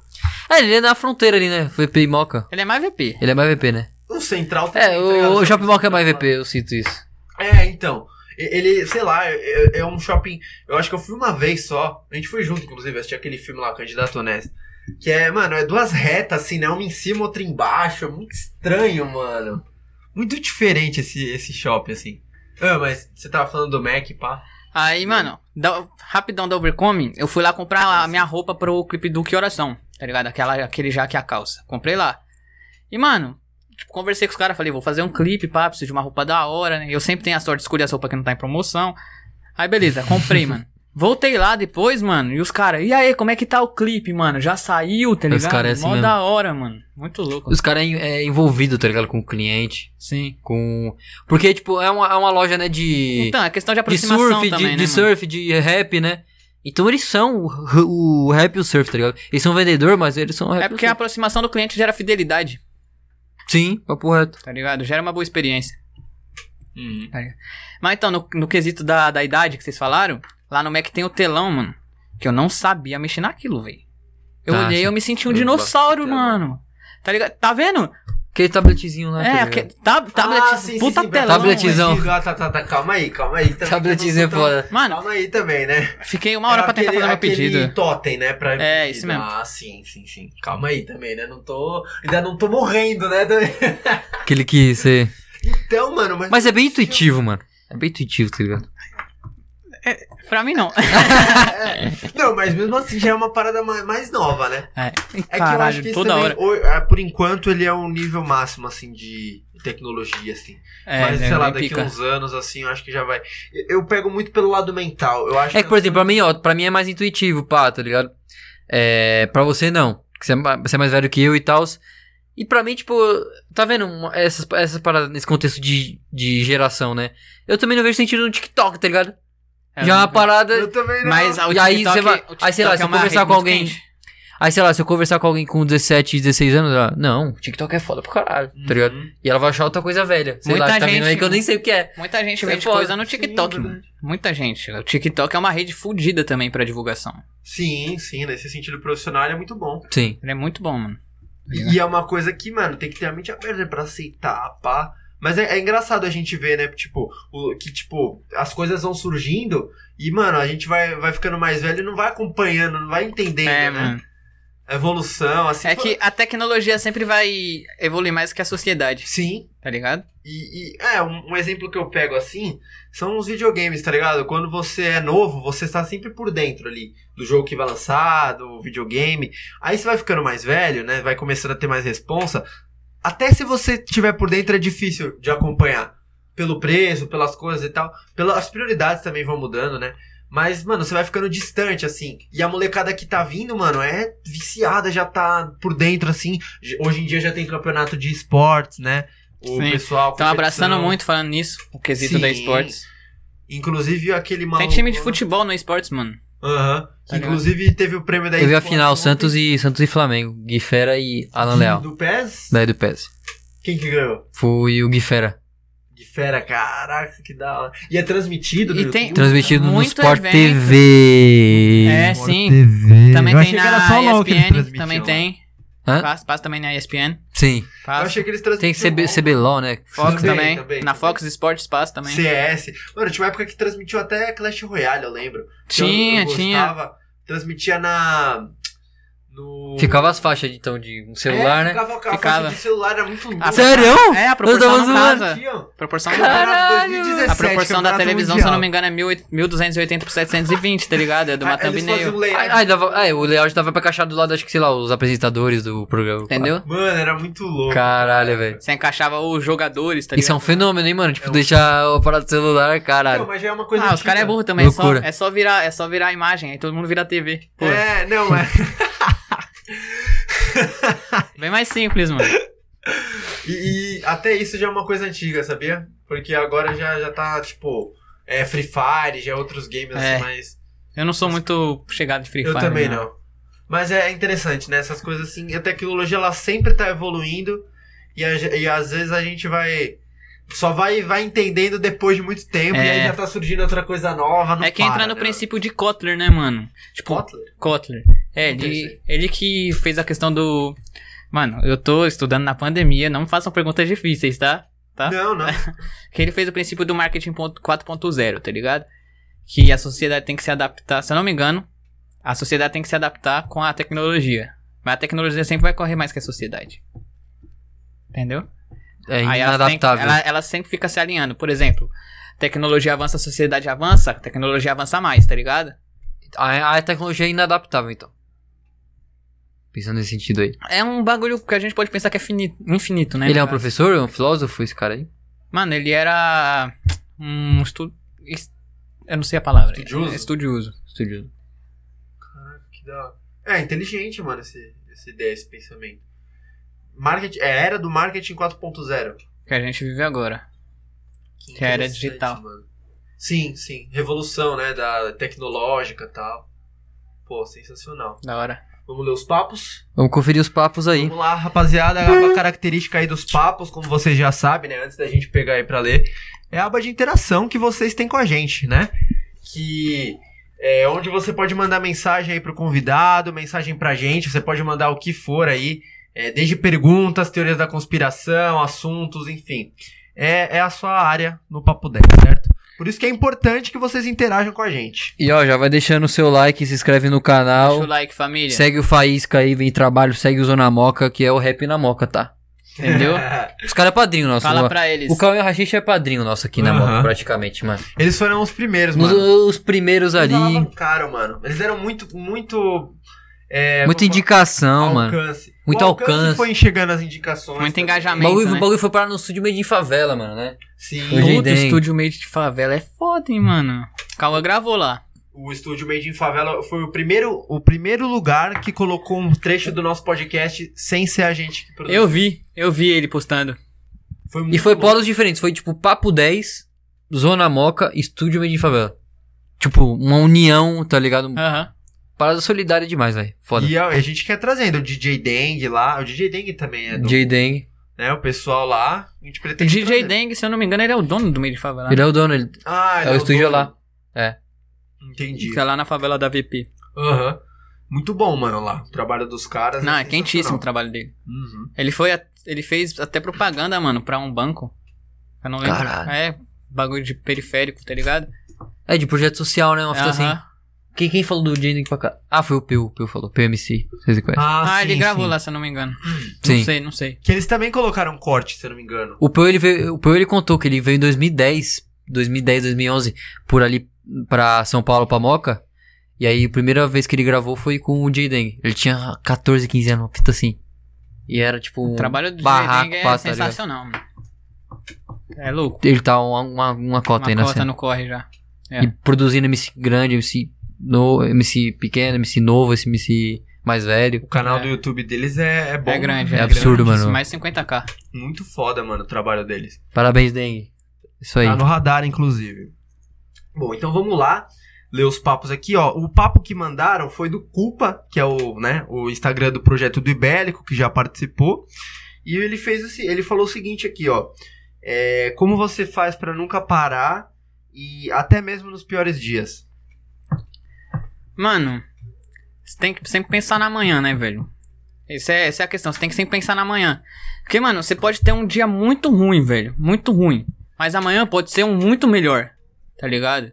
B: Ah, ele é na fronteira ali, né? VP e Moca.
C: Ele é mais VP.
B: Ele é mais VP, né?
A: O central tá
B: É,
A: ligado?
B: o, o Shopping Moca é mais VP, eu sinto isso.
A: É, então. E- Ele, sei lá, é, é um shopping. Eu acho que eu fui uma vez só. A gente foi junto, inclusive, assistir aquele filme lá, Candidato Honesto. Que é, mano, é duas retas assim, né? Uma em cima, outra embaixo. É muito estranho, mano. Muito diferente esse, esse shopping, assim. Ah, mas você tava falando do Mac, pá.
C: Aí, mano, da- rapidão da Overcoming, eu fui lá comprar a minha roupa pro clipe do Que Oração, tá ligado? Aquela, aquele jaque e a calça. Comprei lá. E, mano, tipo, conversei com os caras, falei, vou fazer um clipe, pá, preciso de uma roupa da hora, né? Eu sempre tenho a sorte de escolher as roupas que não tá em promoção. Aí, beleza, comprei, mano. Voltei lá depois, mano, e os caras, e aí, como é que tá o clipe, mano? Já saiu, tá
B: Os
C: ligado?
B: cara é assim
C: Mó
B: mesmo.
C: da hora, mano. Muito louco.
B: Os caras é, é envolvido, tá ligado? Com o cliente,
C: Sim.
B: com... Porque, tipo, é uma, é uma loja, né, de...
C: Então, é questão de
B: de
C: aproximação
B: surf, de,
C: também, né,
B: de
C: mano?
B: surf, de rap, né? Então eles são o, o rap e o surf, tá ligado? Eles são vendedor, mas eles são rap e
C: É
B: o
C: porque a
B: surf.
C: aproximação do cliente gera fidelidade,
B: Sim, papo reto.
C: tá ligado? Gera uma boa experiência.
B: Uhum.
C: Mas então, no, no quesito da, da idade que vocês falaram, lá no Mac tem o telão, mano. Que eu não sabia mexer naquilo, velho. Eu
B: Ah,
C: olhei e
B: sim.
C: eu me senti um
B: Eu
C: dinossauro,
B: gosto de
C: mano. Tá ligado? Tá vendo?
B: Aquele tabletezinho lá,
C: é,
B: tá
C: aque-
B: ligado?
C: tá, tablet,
A: Ah, sim, sim,
C: puta
A: sim,
C: telão.
B: Tabletizão.
A: tabletizão. Ah, tá, tá, tá, calma aí, calma aí. Também
B: Tabletezinho é
A: não tô tão-
B: foda.
C: velho. Mano,
A: Calma aí também, né?
C: fiquei uma hora pra tentar
A: Aquele- é
C: fazer meu
A: aquele
C: pedido.
A: totem, né? Pra
C: É, isso mesmo.
A: Ah, sim, sim, sim. Calma aí também, né? Não tô. Ainda não tô morrendo, né? Também.
B: Aquele que você...
A: Então, mano, mas.
B: Mas é bem intuitivo, mano. É bem intuitivo, tá ligado?
C: Pra mim não.
A: É Não, mas mesmo assim já é uma parada ma- mais nova, né?
C: É,
A: É que eu acho
C: caralho,
A: que isso
C: toda
A: também,
C: hora.
A: o- ah, por enquanto, ele é um nível máximo, assim, de tecnologia, assim.
C: É,
A: mas,
C: né,
A: sei lá,
C: bem
A: daqui
C: pica.
A: uns anos, assim, eu acho que já vai. Eu, eu pego muito pelo lado mental. Eu acho assim,
B: É que, por exemplo, pra mim, ó, pra mim é mais intuitivo, pá, tá ligado? É, pra você não. Que você é, ma- você é mais velho que eu e tal. E pra mim, tipo, tá vendo uma- essas, essas paradas nesse contexto de, de geração, né? Eu também não vejo sentido no TikTok, tá ligado?
C: É,
B: Já é uma
C: não-
B: parada.
A: Eu também não.
C: Mas ah, o
B: E aí
C: TikTok-
B: você vai-
C: o
B: aí, sei lá,
C: TikTok
B: se
C: é
B: eu
C: uma
B: conversar com
C: rede muito
B: alguém-
C: quente.
B: Aí, sei lá, se eu conversar com alguém com 17, 16 anos, ela, não, TikTok é foda pra caralho, tá ligado?
A: Uhum.
B: E ela vai achar outra coisa velha. Sei
C: Muita
B: lá, que tá vindo
C: gente- né?
B: aí que eu nem sei o que é.
C: Muita gente
B: Isso é
C: vende
B: foda.
C: coisa no
A: Sim,
C: TikTok,
A: verdade.
C: mano. Muita gente. O TikTok é uma rede fudida também pra divulgação.
A: Sim, sim, nesse sentido profissional ele é muito bom.
B: Sim.
C: Ele é muito bom, mano.
A: E
C: né?
A: é uma coisa que, mano, tem que ter a mente aberta pra aceitar, pá. Mas é, é engraçado a gente ver, né? Tipo, o, que, tipo, as coisas vão surgindo e, mano, a gente vai, vai ficando mais velho e não vai acompanhando, não vai entendendo, né?
C: É, mano.
A: A evolução, assim.
C: É
A: pô,
C: que a tecnologia sempre vai evoluir mais que a sociedade,
A: Sim.
C: tá ligado?
A: E, e- é, um, um exemplo que eu pego assim são os videogames, tá ligado? Quando você é novo, você está sempre por dentro ali do jogo que vai lançar, do videogame. Aí você vai ficando mais velho, né? Vai começando a ter mais responsa. Até se você tiver por dentro é difícil de acompanhar. Pelo preço, pelas coisas e tal. Pelas prioridades também vão mudando, né? Mas, mano, você vai ficando distante, assim. E a molecada que tá vindo, mano, é viciada, já tá por dentro, assim. J- Hoje em dia já tem campeonato de esportes, né? O
C: Sim.
A: pessoal.
C: Estão abraçando
A: competição.
C: muito falando nisso, o quesito
A: Sim.
C: da esportes.
A: Inclusive aquele maluco.
C: Tem time de
A: lá-
C: futebol no esportes, mano.
A: Aham. que
C: Tá ligado?
A: inclusive teve o prêmio da
B: Eu vi a
A: esporte
B: final,
A: ontem,
B: Santos e, Santos e Flamengo. Guifera e Alan
C: Uhum.
B: Leal.
A: Do PES?
B: Daí do PES.
A: Quem que ganhou?
B: Foi o Guifera.
A: De fera, caraca, que da hora. E é transmitido no
C: E tem-
A: YouTube?
B: Transmitido no
C: Muito
B: Sport
C: evento.
B: TV.
C: É,
A: Sport
C: sim.
A: TV.
C: Também
A: Hum, Eu
C: tem
A: achei que era
C: na
A: só LOL que eles
C: ESPN,
A: transmitiam
C: também
A: lá.
C: tem.
B: Hã?
C: Passa, passa também na ESPN.
B: Sim.
A: Eu
C: Passa.
A: achei que eles
B: Tem
A: transmitiam.
B: que ser B- CBLOL, né?
C: Fox
A: Também,
C: também.
A: também,
C: Na
A: também.
C: Fox Esportes passa também.
A: CS. Mano, tinha uma época que transmitiu até Clash Royale, eu lembro. Que eu-
C: Tinha,
A: eu
C: tinha.
A: gostava, Transmitia na. No.
B: Ficava as faixas, então, de um celular,
A: é,
B: né?
A: ficava, com a
C: Ficava.
A: faixa de celular, era muito louco.
C: A-
B: Sério?
C: É, a
B: Eu
C: proporção
B: tava
C: não
B: zoando.
C: casa.
A: Tinha.
C: Proporção não casa.
A: Campeonato
B: Caralho.
A: 2017,
C: A proporção da
A: campeonato
C: televisão, se eu
A: mundial.
C: não me engano, é 1800 1280 por 720, tá ligado? É do uma
A: Ah, eles faziam
C: thumbnail.
A: um layout.
B: Ai, dava, ai, o layout dava pra encaixar do lado, acho que, sei lá, os apresentadores do programa.
C: Entendeu?
A: Mano, era muito louco.
B: Caralho, velho.
C: Você encaixava os jogadores, tá ligado?
B: Isso é um fenômeno, hein, mano? Tipo,
A: É um-
B: deixar o aparato do celular,
A: Não,
B: caralho.
A: mas já é uma coisa
C: ah, os
A: antiga.
C: caras é burro também, é só,
B: Loucura.
C: é só virar, é só virar a imagem, aí todo mundo vira TV. Pô,
A: É, não, mas.
C: bem mais simples, mano.
A: E, e até isso já é uma coisa antiga, sabia? Porque agora já, já tá, tipo, é Free Fire, já outros games
C: É.
A: assim, mas.
C: Eu não sou muito chegado em Free
A: Eu
C: Fire. né?
A: também não. Mas é interessante, né? Essas coisas assim, a tecnologia ela sempre tá evoluindo e, a ge- e às vezes a gente vai só vai vai entendendo depois de muito tempo e
C: É.
A: aí já tá surgindo outra coisa nova, não
C: É que
A: para,
C: entra no
A: né?
C: princípio de Kotler, né, mano? Tipo,
A: Kotler?
C: Kotler. É, ele,
A: Interessante.
C: ele que fez a questão do. Mano, eu tô estudando na pandemia, não me façam perguntas difíceis, tá? tá?
A: Não, não.
C: Que ele fez o princípio do marketing ponto- 4.0, tá ligado? Que a sociedade tem que se adaptar, se eu não me engano, a sociedade tem que se adaptar com a tecnologia. Mas a tecnologia sempre vai correr mais que a sociedade. Entendeu?
B: É
C: Aí ela tem-
B: inadaptável.
C: Ela, ela sempre fica se alinhando. Por exemplo, tecnologia avança, a sociedade avança, a tecnologia avança mais, tá ligado?
B: A, a tecnologia é inadaptável, então. Pensando nesse sentido aí.
C: É um bagulho que a gente pode pensar que é finito, infinito, né?
B: ele é um
C: cara?
B: professor, é um filósofo, esse cara aí?
C: Mano, ele era um estu... es- Eu não sei a palavra.
A: Estudioso?
C: É, Estudioso.
B: Estudioso.
A: Que da hora. É inteligente, mano, esse esse ideia, esse pensamento. Marketing, é a era do marketing 4.0.
C: Que a gente vive agora. Que era
A: interessante,
C: digital.
A: Mano. Sim, sim, revolução, né, da tecnológica, e tal. Pô, sensacional.
C: Da hora.
A: Vamos ler os papos?
B: Vamos conferir os papos aí.
A: Vamos lá, rapaziada. A aba característica aí dos papos, como vocês já sabem, né? Antes da gente pegar aí pra ler, é a aba de interação que vocês têm com a gente, né? Que é onde você pode mandar mensagem aí pro convidado, mensagem pra gente, você pode mandar o que for aí, é, desde perguntas, teorias da conspiração, assuntos, enfim. É, é a sua área no Papo 10, certo? Por isso que é importante que vocês interajam com a gente.
B: E ó, já vai deixando o seu like, se inscreve no
C: Deixa o
B: canal.
C: like, família.
B: Segue o Faísca aí, vem trabalho, segue o Zona Moca, que é o rap na Moca, tá?
C: Entendeu?
B: Os caras é padrinho nosso.
C: Fala
B: mano.
C: pra eles.
B: O Cauê Rachixe é padrinho nosso aqui na
A: Aham.
B: Moca, praticamente, mano.
A: Eles foram os primeiros,
B: Os,
A: mano.
B: os primeiros
A: Eles
B: ali.
A: alavancaram, mano. Eles deram muito, muito. É,
B: Muita
A: como
B: indicação,
A: fala?
B: mano.
A: Alcance.
B: Muito
A: O alcance.
B: alcance.
A: Foi enxergando as indicações. tá
C: Muito
A: também.
B: O
C: engajamento.
B: bagulho,
C: né?
B: o bagulho foi parar no estúdio meio de favela, mano, né? Hoje em
A: Sim.
C: Puta,
B: dia.
C: estúdio made de favela é foda, hein, mano. Calma, gravou lá.
A: O estúdio Made in Favela foi o primeiro, o primeiro lugar que colocou um trecho do nosso podcast sem ser a gente que produziu.
C: Eu vi, eu vi ele postando.
A: Foi
B: E
A: muito
B: foi
A: bom.
B: polos diferentes. Foi tipo Papo 10, Zona Moca, Estúdio Meio de Favela. Tipo, uma união, tá ligado?
C: Aham.
B: Parada solidária demais, velho. Foda.
A: E a, a gente quer trazendo o DJ Deng lá. O DJ Deng também é do.
B: J Deng.
A: né, o pessoal lá. A gente
C: O
A: pretende.
C: DJ
A: trazer.
C: Deng, se eu não me engano, ele é o dono do meio de favela.
B: Ele é o dono, ele
A: Ah, ele
B: é o estúdio
A: dono.
B: lá. É. Então-
A: Entendi.
C: Fica tá lá na favela da VP.
A: Aham. Muito bom, mano, lá. O trabalho dos caras.
C: Não, é
A: sensacional.
C: quentíssimo o trabalho dele.
A: Uhum.
C: Ele foi, a- ele fez até propaganda, mano, pra um banco. Eu não lembro.
B: Caralho.
C: É, bagulho de periférico, tá ligado?
B: É de projeto social, né? Uma fita assim.
C: Aham.
B: Quem, quem falou do J Deng pra cá? Ah, foi o Peu. O Peu falou. PMC. Vocês conhecem.
C: Ah, Hum.
A: sim,
C: ele gravou
A: sim.
C: lá, se eu não me engano.
B: Sim.
C: Não sei, não sei.
A: Que eles também colocaram um corte, se eu não me engano.
B: O Peu, ele veio, o Peu, ele contou que ele veio em 2010, 2010, 2011, por ali pra São Paulo, pra Moca. E aí, a primeira vez que ele gravou foi com o J Deng. Ele tinha 14, 15 anos, uma fita assim. E era tipo um
C: O trabalho do
B: barraco,
C: Jay Deng é
B: pá, tá ligado?
C: sensacional, mano. É louco.
B: Ele tá uma, uma, uma cota aí
C: Uma
B: na
C: cota
B: cena.
C: no corre já. é.
B: E produzindo MC grande, MC, no, MC pequeno, MC novo, esse MC mais velho.
A: O canal
C: É.
A: do YouTube deles é, é bom.
C: É grande,
A: né?
B: É absurdo,
C: grande.
B: mano.
C: Mais 50k.
A: Muito foda, mano, o trabalho deles.
B: Parabéns, Deng. Isso aí.
A: Tá no radar, inclusive. Bom, então vamos lá. Ler os papos aqui, ó. O papo que mandaram foi do Culpa, que é o, né, o Instagram do projeto do Ibélico, que já participou. E ele fez assim, ele falou o seguinte aqui, ó. É, como você faz pra nunca parar e até mesmo nos piores dias?
C: Mano, você tem que sempre pensar na manhã, né, velho? Essa é, essa é a questão, você tem que sempre pensar na manhã. Porque, mano, você pode ter um dia muito ruim, velho. Muito ruim. Mas amanhã pode ser um muito melhor, tá ligado?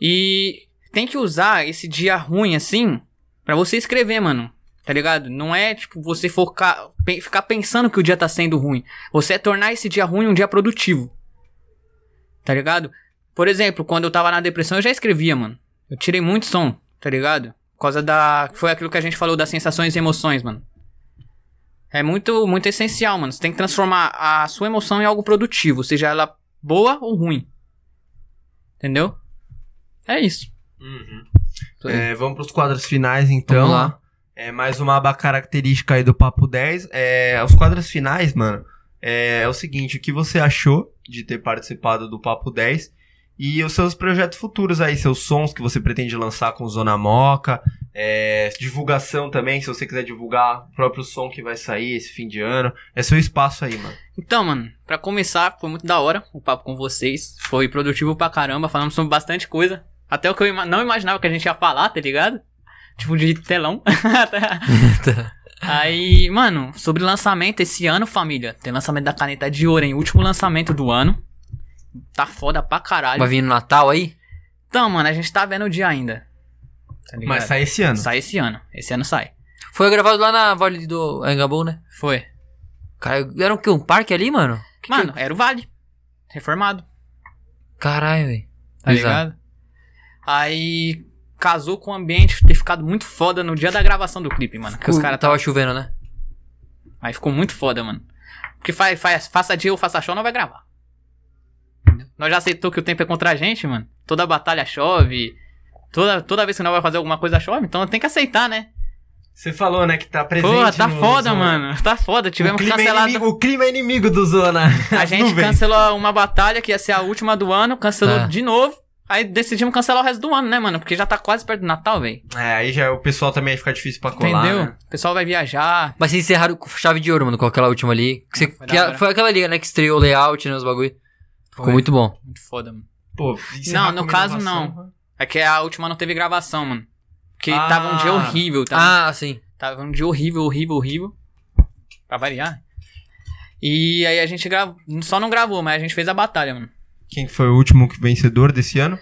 C: E tem que usar esse dia ruim, assim, pra você escrever, mano. Tá ligado? Não é, tipo, você focar, pe- ficar pensando que o dia tá sendo ruim. Você é tornar esse dia ruim um dia produtivo. Tá ligado? Por exemplo, quando eu tava na depressão, eu já escrevia, mano. Eu tirei muito som, tá ligado? Por causa da. Foi aquilo que a gente falou das sensações e emoções, mano. É muito, muito essencial, mano. Você tem que transformar a sua emoção em algo produtivo, seja ela boa ou ruim. Entendeu? É isso.
A: Uhum.
B: Isso aí.
A: É, vamos pros quadros finais, então.
B: Vamos lá.
A: É mais uma aba característica aí do Papo 10. É, os quadros finais, mano, é, é o seguinte: o que você achou de ter participado do Papo 10 e os seus projetos futuros aí, seus sons que você pretende lançar com Zona Moca, é, divulgação também, se você quiser divulgar o próprio som que vai sair esse fim de ano. É seu espaço aí, mano.
C: Então, mano, pra começar, foi muito da hora o papo com vocês. Foi produtivo pra caramba, falamos sobre bastante coisa. Até o que eu ima- não imaginava que a gente ia falar, tá ligado? Tipo, de telão. Aí, mano, sobre lançamento esse ano, família. Tem lançamento da caneta de ouro, hein? Último lançamento do ano. Tá foda pra caralho.
B: Vai vir no Natal aí?
C: Então, mano, a gente tá vendo o dia ainda. Tá ligado?
A: Mas sai esse ano.
C: Sai esse ano. Esse ano sai.
B: Foi gravado lá na Vale do Engabu, né?
C: Foi.
B: Cara, era o quê? Um parque ali, mano? Que
C: mano, era o Vale. Reformado.
B: que- Caralho, velho.
C: Tá
B: Exato.
C: ligado? Aí casou com o ambiente ter ficado muito foda no dia da gravação do clipe, mano. Que os tá-
B: O-
C: caras
B: tava chovendo, né?
C: Aí ficou muito foda, mano. Porque faz, faz, faça dia ou faça show, não vai gravar. Nós já aceitou que o tempo é contra a gente, mano. Toda batalha chove. Toda, toda vez que nós vai fazer alguma coisa chove, então tem que aceitar, né?
A: Você falou, né, que tá presente.
C: Porra, tá
A: no
C: foda,
A: Zona.
C: mano. Tá foda.
A: O
C: Tivemos
A: clima, é
C: cancelado.
A: inimigo, o clima é inimigo do Zona.
C: A
A: As
C: gente
A: nuvens.
C: cancelou uma batalha que ia ser a última do ano, cancelou
A: Tá.
B: É.
C: de novo. Aí decidimos cancelar o resto do ano, né, mano? Porque já tá quase perto do Natal, velho.
A: É, aí já o pessoal também fica difícil pra colar.
C: Entendeu?
A: né?
C: O pessoal vai viajar.
B: Mas vocês encerraram com chave de ouro, mano, com aquela última ali. Que você-
C: Foi da
B: que a-
C: hora.
B: foi aquela ali, né? Que estreou o layout, né? Os bagulho. Ficou
C: Foi.
B: muito bom.
C: Muito foda, mano.
A: Pô, encerrar
C: Não, no
A: com
C: caso,
A: inovação, né?
C: É que a última não teve gravação, mano. Porque
A: Ah.
C: tava um dia horrível, tava
B: Ah, sim.
C: Tava um dia horrível, horrível, horrível. Pra variar. E aí a gente gravou. Só não gravou, mas a gente fez a batalha, mano.
A: Quem foi o último vencedor desse ano?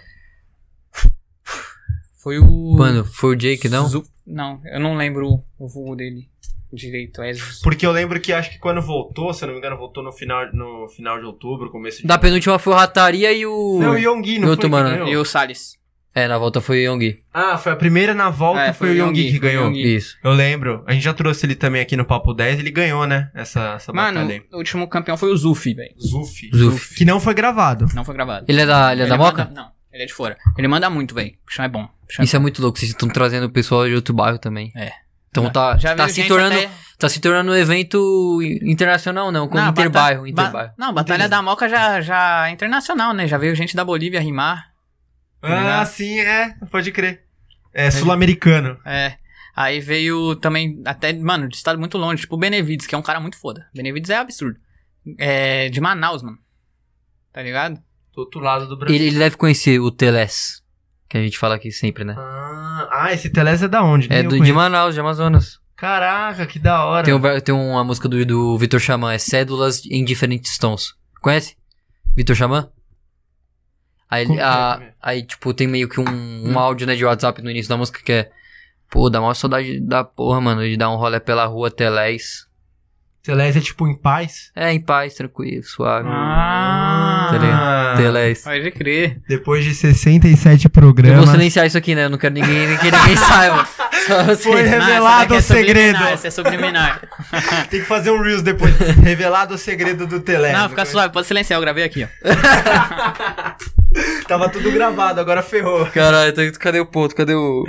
C: Foi o.
B: Mano, foi o Jake, não?
C: Zu- Não, eu não lembro o vulgo dele direito. É Zu-
A: Porque eu lembro que acho que quando voltou, se eu não me engano, voltou no final, no final de outubro, começo de.
B: Da penúltima foi o Rataria e o.
A: Não, o Yongi, não
B: E
A: foi
B: outro
A: que
B: mano,
A: ganhou?
C: E o Salles.
B: É, na volta foi o Yongi.
A: Ah, foi a primeira na volta,
C: É,
A: foi, o Yongi que
C: foi o
A: ganhou.
C: Yongi.
B: Isso.
A: Eu lembro. A gente já trouxe ele também aqui no Papo 10, ele ganhou, né? Essa, essa
C: Mano,
A: batalha aí.
C: o último campeão foi o Zufi, velho.
A: Zuf.
B: Zuf.
A: Que não foi gravado.
C: Não foi gravado.
B: Ele é da, ele é da Moca?
C: manda- Não, ele é de fora. Ele manda muito, velho. O chão é bom. O chão
B: Isso é muito louco, vocês estão trazendo o pessoal de outro bairro também.
C: É.
B: Então tá,
C: Já
B: tá,
C: veio
B: se
C: gente
B: tornando,
C: até-
B: tá se tornando um evento internacional, não, como
C: Não, a bata-
B: interbairro,
C: ba-
B: interbairro.
C: Não, a Batalha da Moca já, já é internacional, né? Já veio gente da Bolívia rimar.
A: Ah, sim, é. Pode crer. É sul-americano.
C: É. Aí veio também, até, mano, de estado muito longe, tipo o Benevides, que é um cara muito foda. Benevides é absurdo. É, de Manaus, mano. Tá ligado?
A: Do outro lado do Brasil.
B: Ele, ele deve conhecer o Teles, que a gente fala aqui sempre, né?
A: Ah, ah, esse Teles é da onde? Nem
B: é
A: eu
B: do, de
A: conheço.
B: Manaus, de Amazonas.
A: Caraca, que da hora.
B: Tem, um ver- tem uma música do, do Vitor Xamã, é Cédulas em Diferentes Tons. Conhece? Vitor Xamã? Aí, ele-
A: Como que é
B: a-
A: primeiro?
B: aí, tipo, tem meio que um, um áudio, né, de WhatsApp no início da música que é... Pô, dá maior saudade da porra, mano, de dar um rolê pela rua Teles.
A: Teles é tipo em paz.
B: É, em paz, tranquilo, suave.
C: Ah.
B: Tá ligado? Teles.
C: Pode crer.
A: Depois de 67
B: Eu vou
A: programas.
B: silenciar isso aqui, né? Eu não quero ninguém, nem que ninguém saiba. Só você.
A: Foi
C: Não, essa
A: revelado
C: daqui
A: o
C: é subliminar,
A: segredo.
C: Essa é subliminar.
A: Tem que fazer um Reels depois. revelado o segredo do Teles.
C: Não, fica suave, pode silenciar, eu gravei aqui, ó.
A: Tava tudo gravado, agora ferrou.
B: Caralho, tá- cadê o ponto? Cadê o.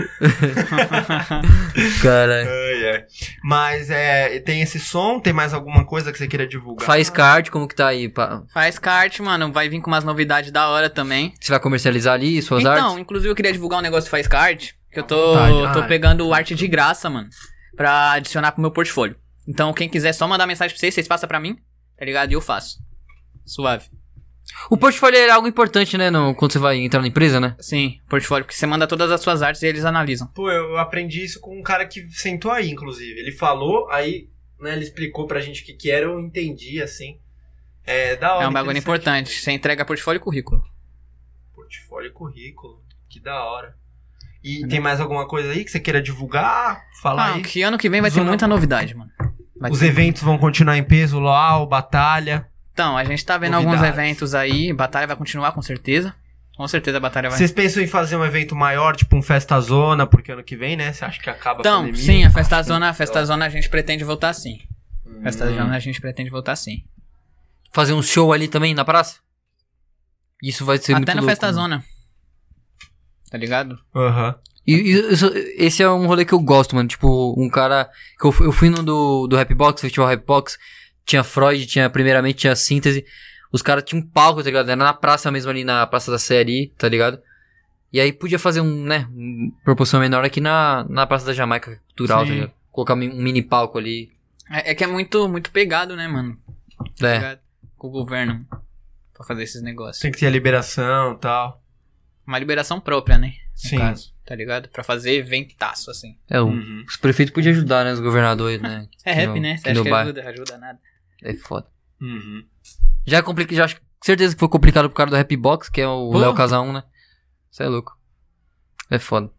B: Caralho.
A: Ai, ai. Mas é, tem esse som, tem mais alguma coisa que você queira divulgar?
B: Faz card, como que tá aí? pá?
C: Faz kart, mano, vai vir com umas novidades da hora também.
B: Você vai comercializar ali suas
C: então,
B: artes?
C: inclusive eu queria divulgar um negócio do Faz Card, que eu tô,
A: vontade.
C: tô
A: Ah,
C: pegando arte de graça, mano, pra adicionar pro meu portfólio. Então, quem quiser só mandar mensagem pra vocês, vocês passam pra mim, tá ligado? E eu faço. Suave.
B: O portfólio é algo importante, né? no- quando você vai entrar na empresa, né?
C: Sim, portfólio, porque você manda todas as suas artes e eles analisam.
A: Pô, eu aprendi isso com um cara que sentou aí, inclusive. Ele falou, aí, né, ele explicou pra gente o que, que era, eu entendi, assim. É da hora.
C: é um bagulho
A: interessante.
C: importante. Você entrega portfólio e currículo.
A: Portfólio e currículo, que da hora. E tem mais alguma coisa aí que você queira divulgar? Falar
C: Ah,
A: aí?
C: que ano que vem vai ter
A: Zona-
C: muita novidade, mano. Vai
A: Os
C: ter-
A: eventos vão continuar em peso, LOL, batalha.
C: Então, a gente tá vendo alguns
A: Novidades.
C: eventos aí. Batalha vai continuar, com certeza. Com certeza a batalha É, vai.
A: Vocês pensam em fazer um evento maior, tipo um festa zona, porque ano que vem, né? Você acha que acaba a
C: Então,
A: pandemia?
C: sim, a Festa Zona, a Festa Zona a gente pretende voltar sim.
A: Hum.
C: Festa Zona a gente pretende voltar sim.
B: Fazer um show ali também na praça? Isso vai ser muito
C: Até na
B: louco, né?
C: Festa
B: mano.
C: Zona. Tá ligado?
A: Aham.
B: E, e isso- esse é um rolê que eu gosto, mano. Tipo, um cara. Que eu, fu- eu fui no do, do Rapbox, Festival Rapbox. tinha Freud, tinha primeiramente tinha síntese. Os caras tinham um palco, tá ligado? Era na praça mesmo ali, na praça da série, tá ligado? E aí podia fazer um, né, um proporção menor aqui na, na praça da Jamaica cultural,
C: Sim.
B: tá ligado? Colocar mi- um mini palco ali.
C: É, é que é muito, muito pegado, né, mano? Tá
B: É.
C: ligado? Com o governo pra fazer esses negócios.
A: Tem que ter a liberação e tal.
C: Uma liberação própria, né? No
A: Sim.
C: caso, tá ligado? Pra fazer eventaço, assim.
B: É, o-
A: Uhum.
B: os prefeitos podiam ajudar, né? Os governadores, né?
C: É
B: Que
C: rap,
B: no-
C: né?
B: que
C: Você acha
B: no
C: que
B: bairro.
C: ajuda? Ajuda nada.
B: É foda.
A: Uhum.
B: Já é complicado, já acho certeza que foi complicado pro cara do Rap Box, que é o
C: Pô.
B: Léo Casão, né? Isso é louco. É foda.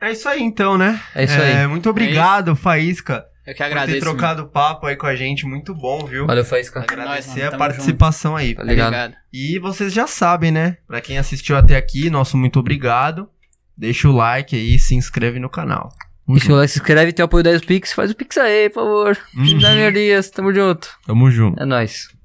A: É isso aí então, né?
B: É isso aí.
A: Muito obrigado, Faísca,
C: Eu que
A: por ter
C: agradeço. mano.
A: trocado o papo aí com a gente. Muito bom, viu?
B: Valeu, Faísca.
C: É nóis,
A: Agradecer
C: mano.
A: a
C: Tamo
A: participação aí.
B: Tá
C: Tá
B: ligado?
C: ligado?
A: E vocês já sabem, né? Pra quem assistiu até aqui, nosso muito obrigado. Deixa o like aí e se inscreve no canal.
B: Deixa o like, se inscreve, tem o apoio da Pix, faz o Pix aí, por favor.
A: Uhum.
B: Dá minha dias, tamo junto.
A: Tamo junto.
B: É nóis.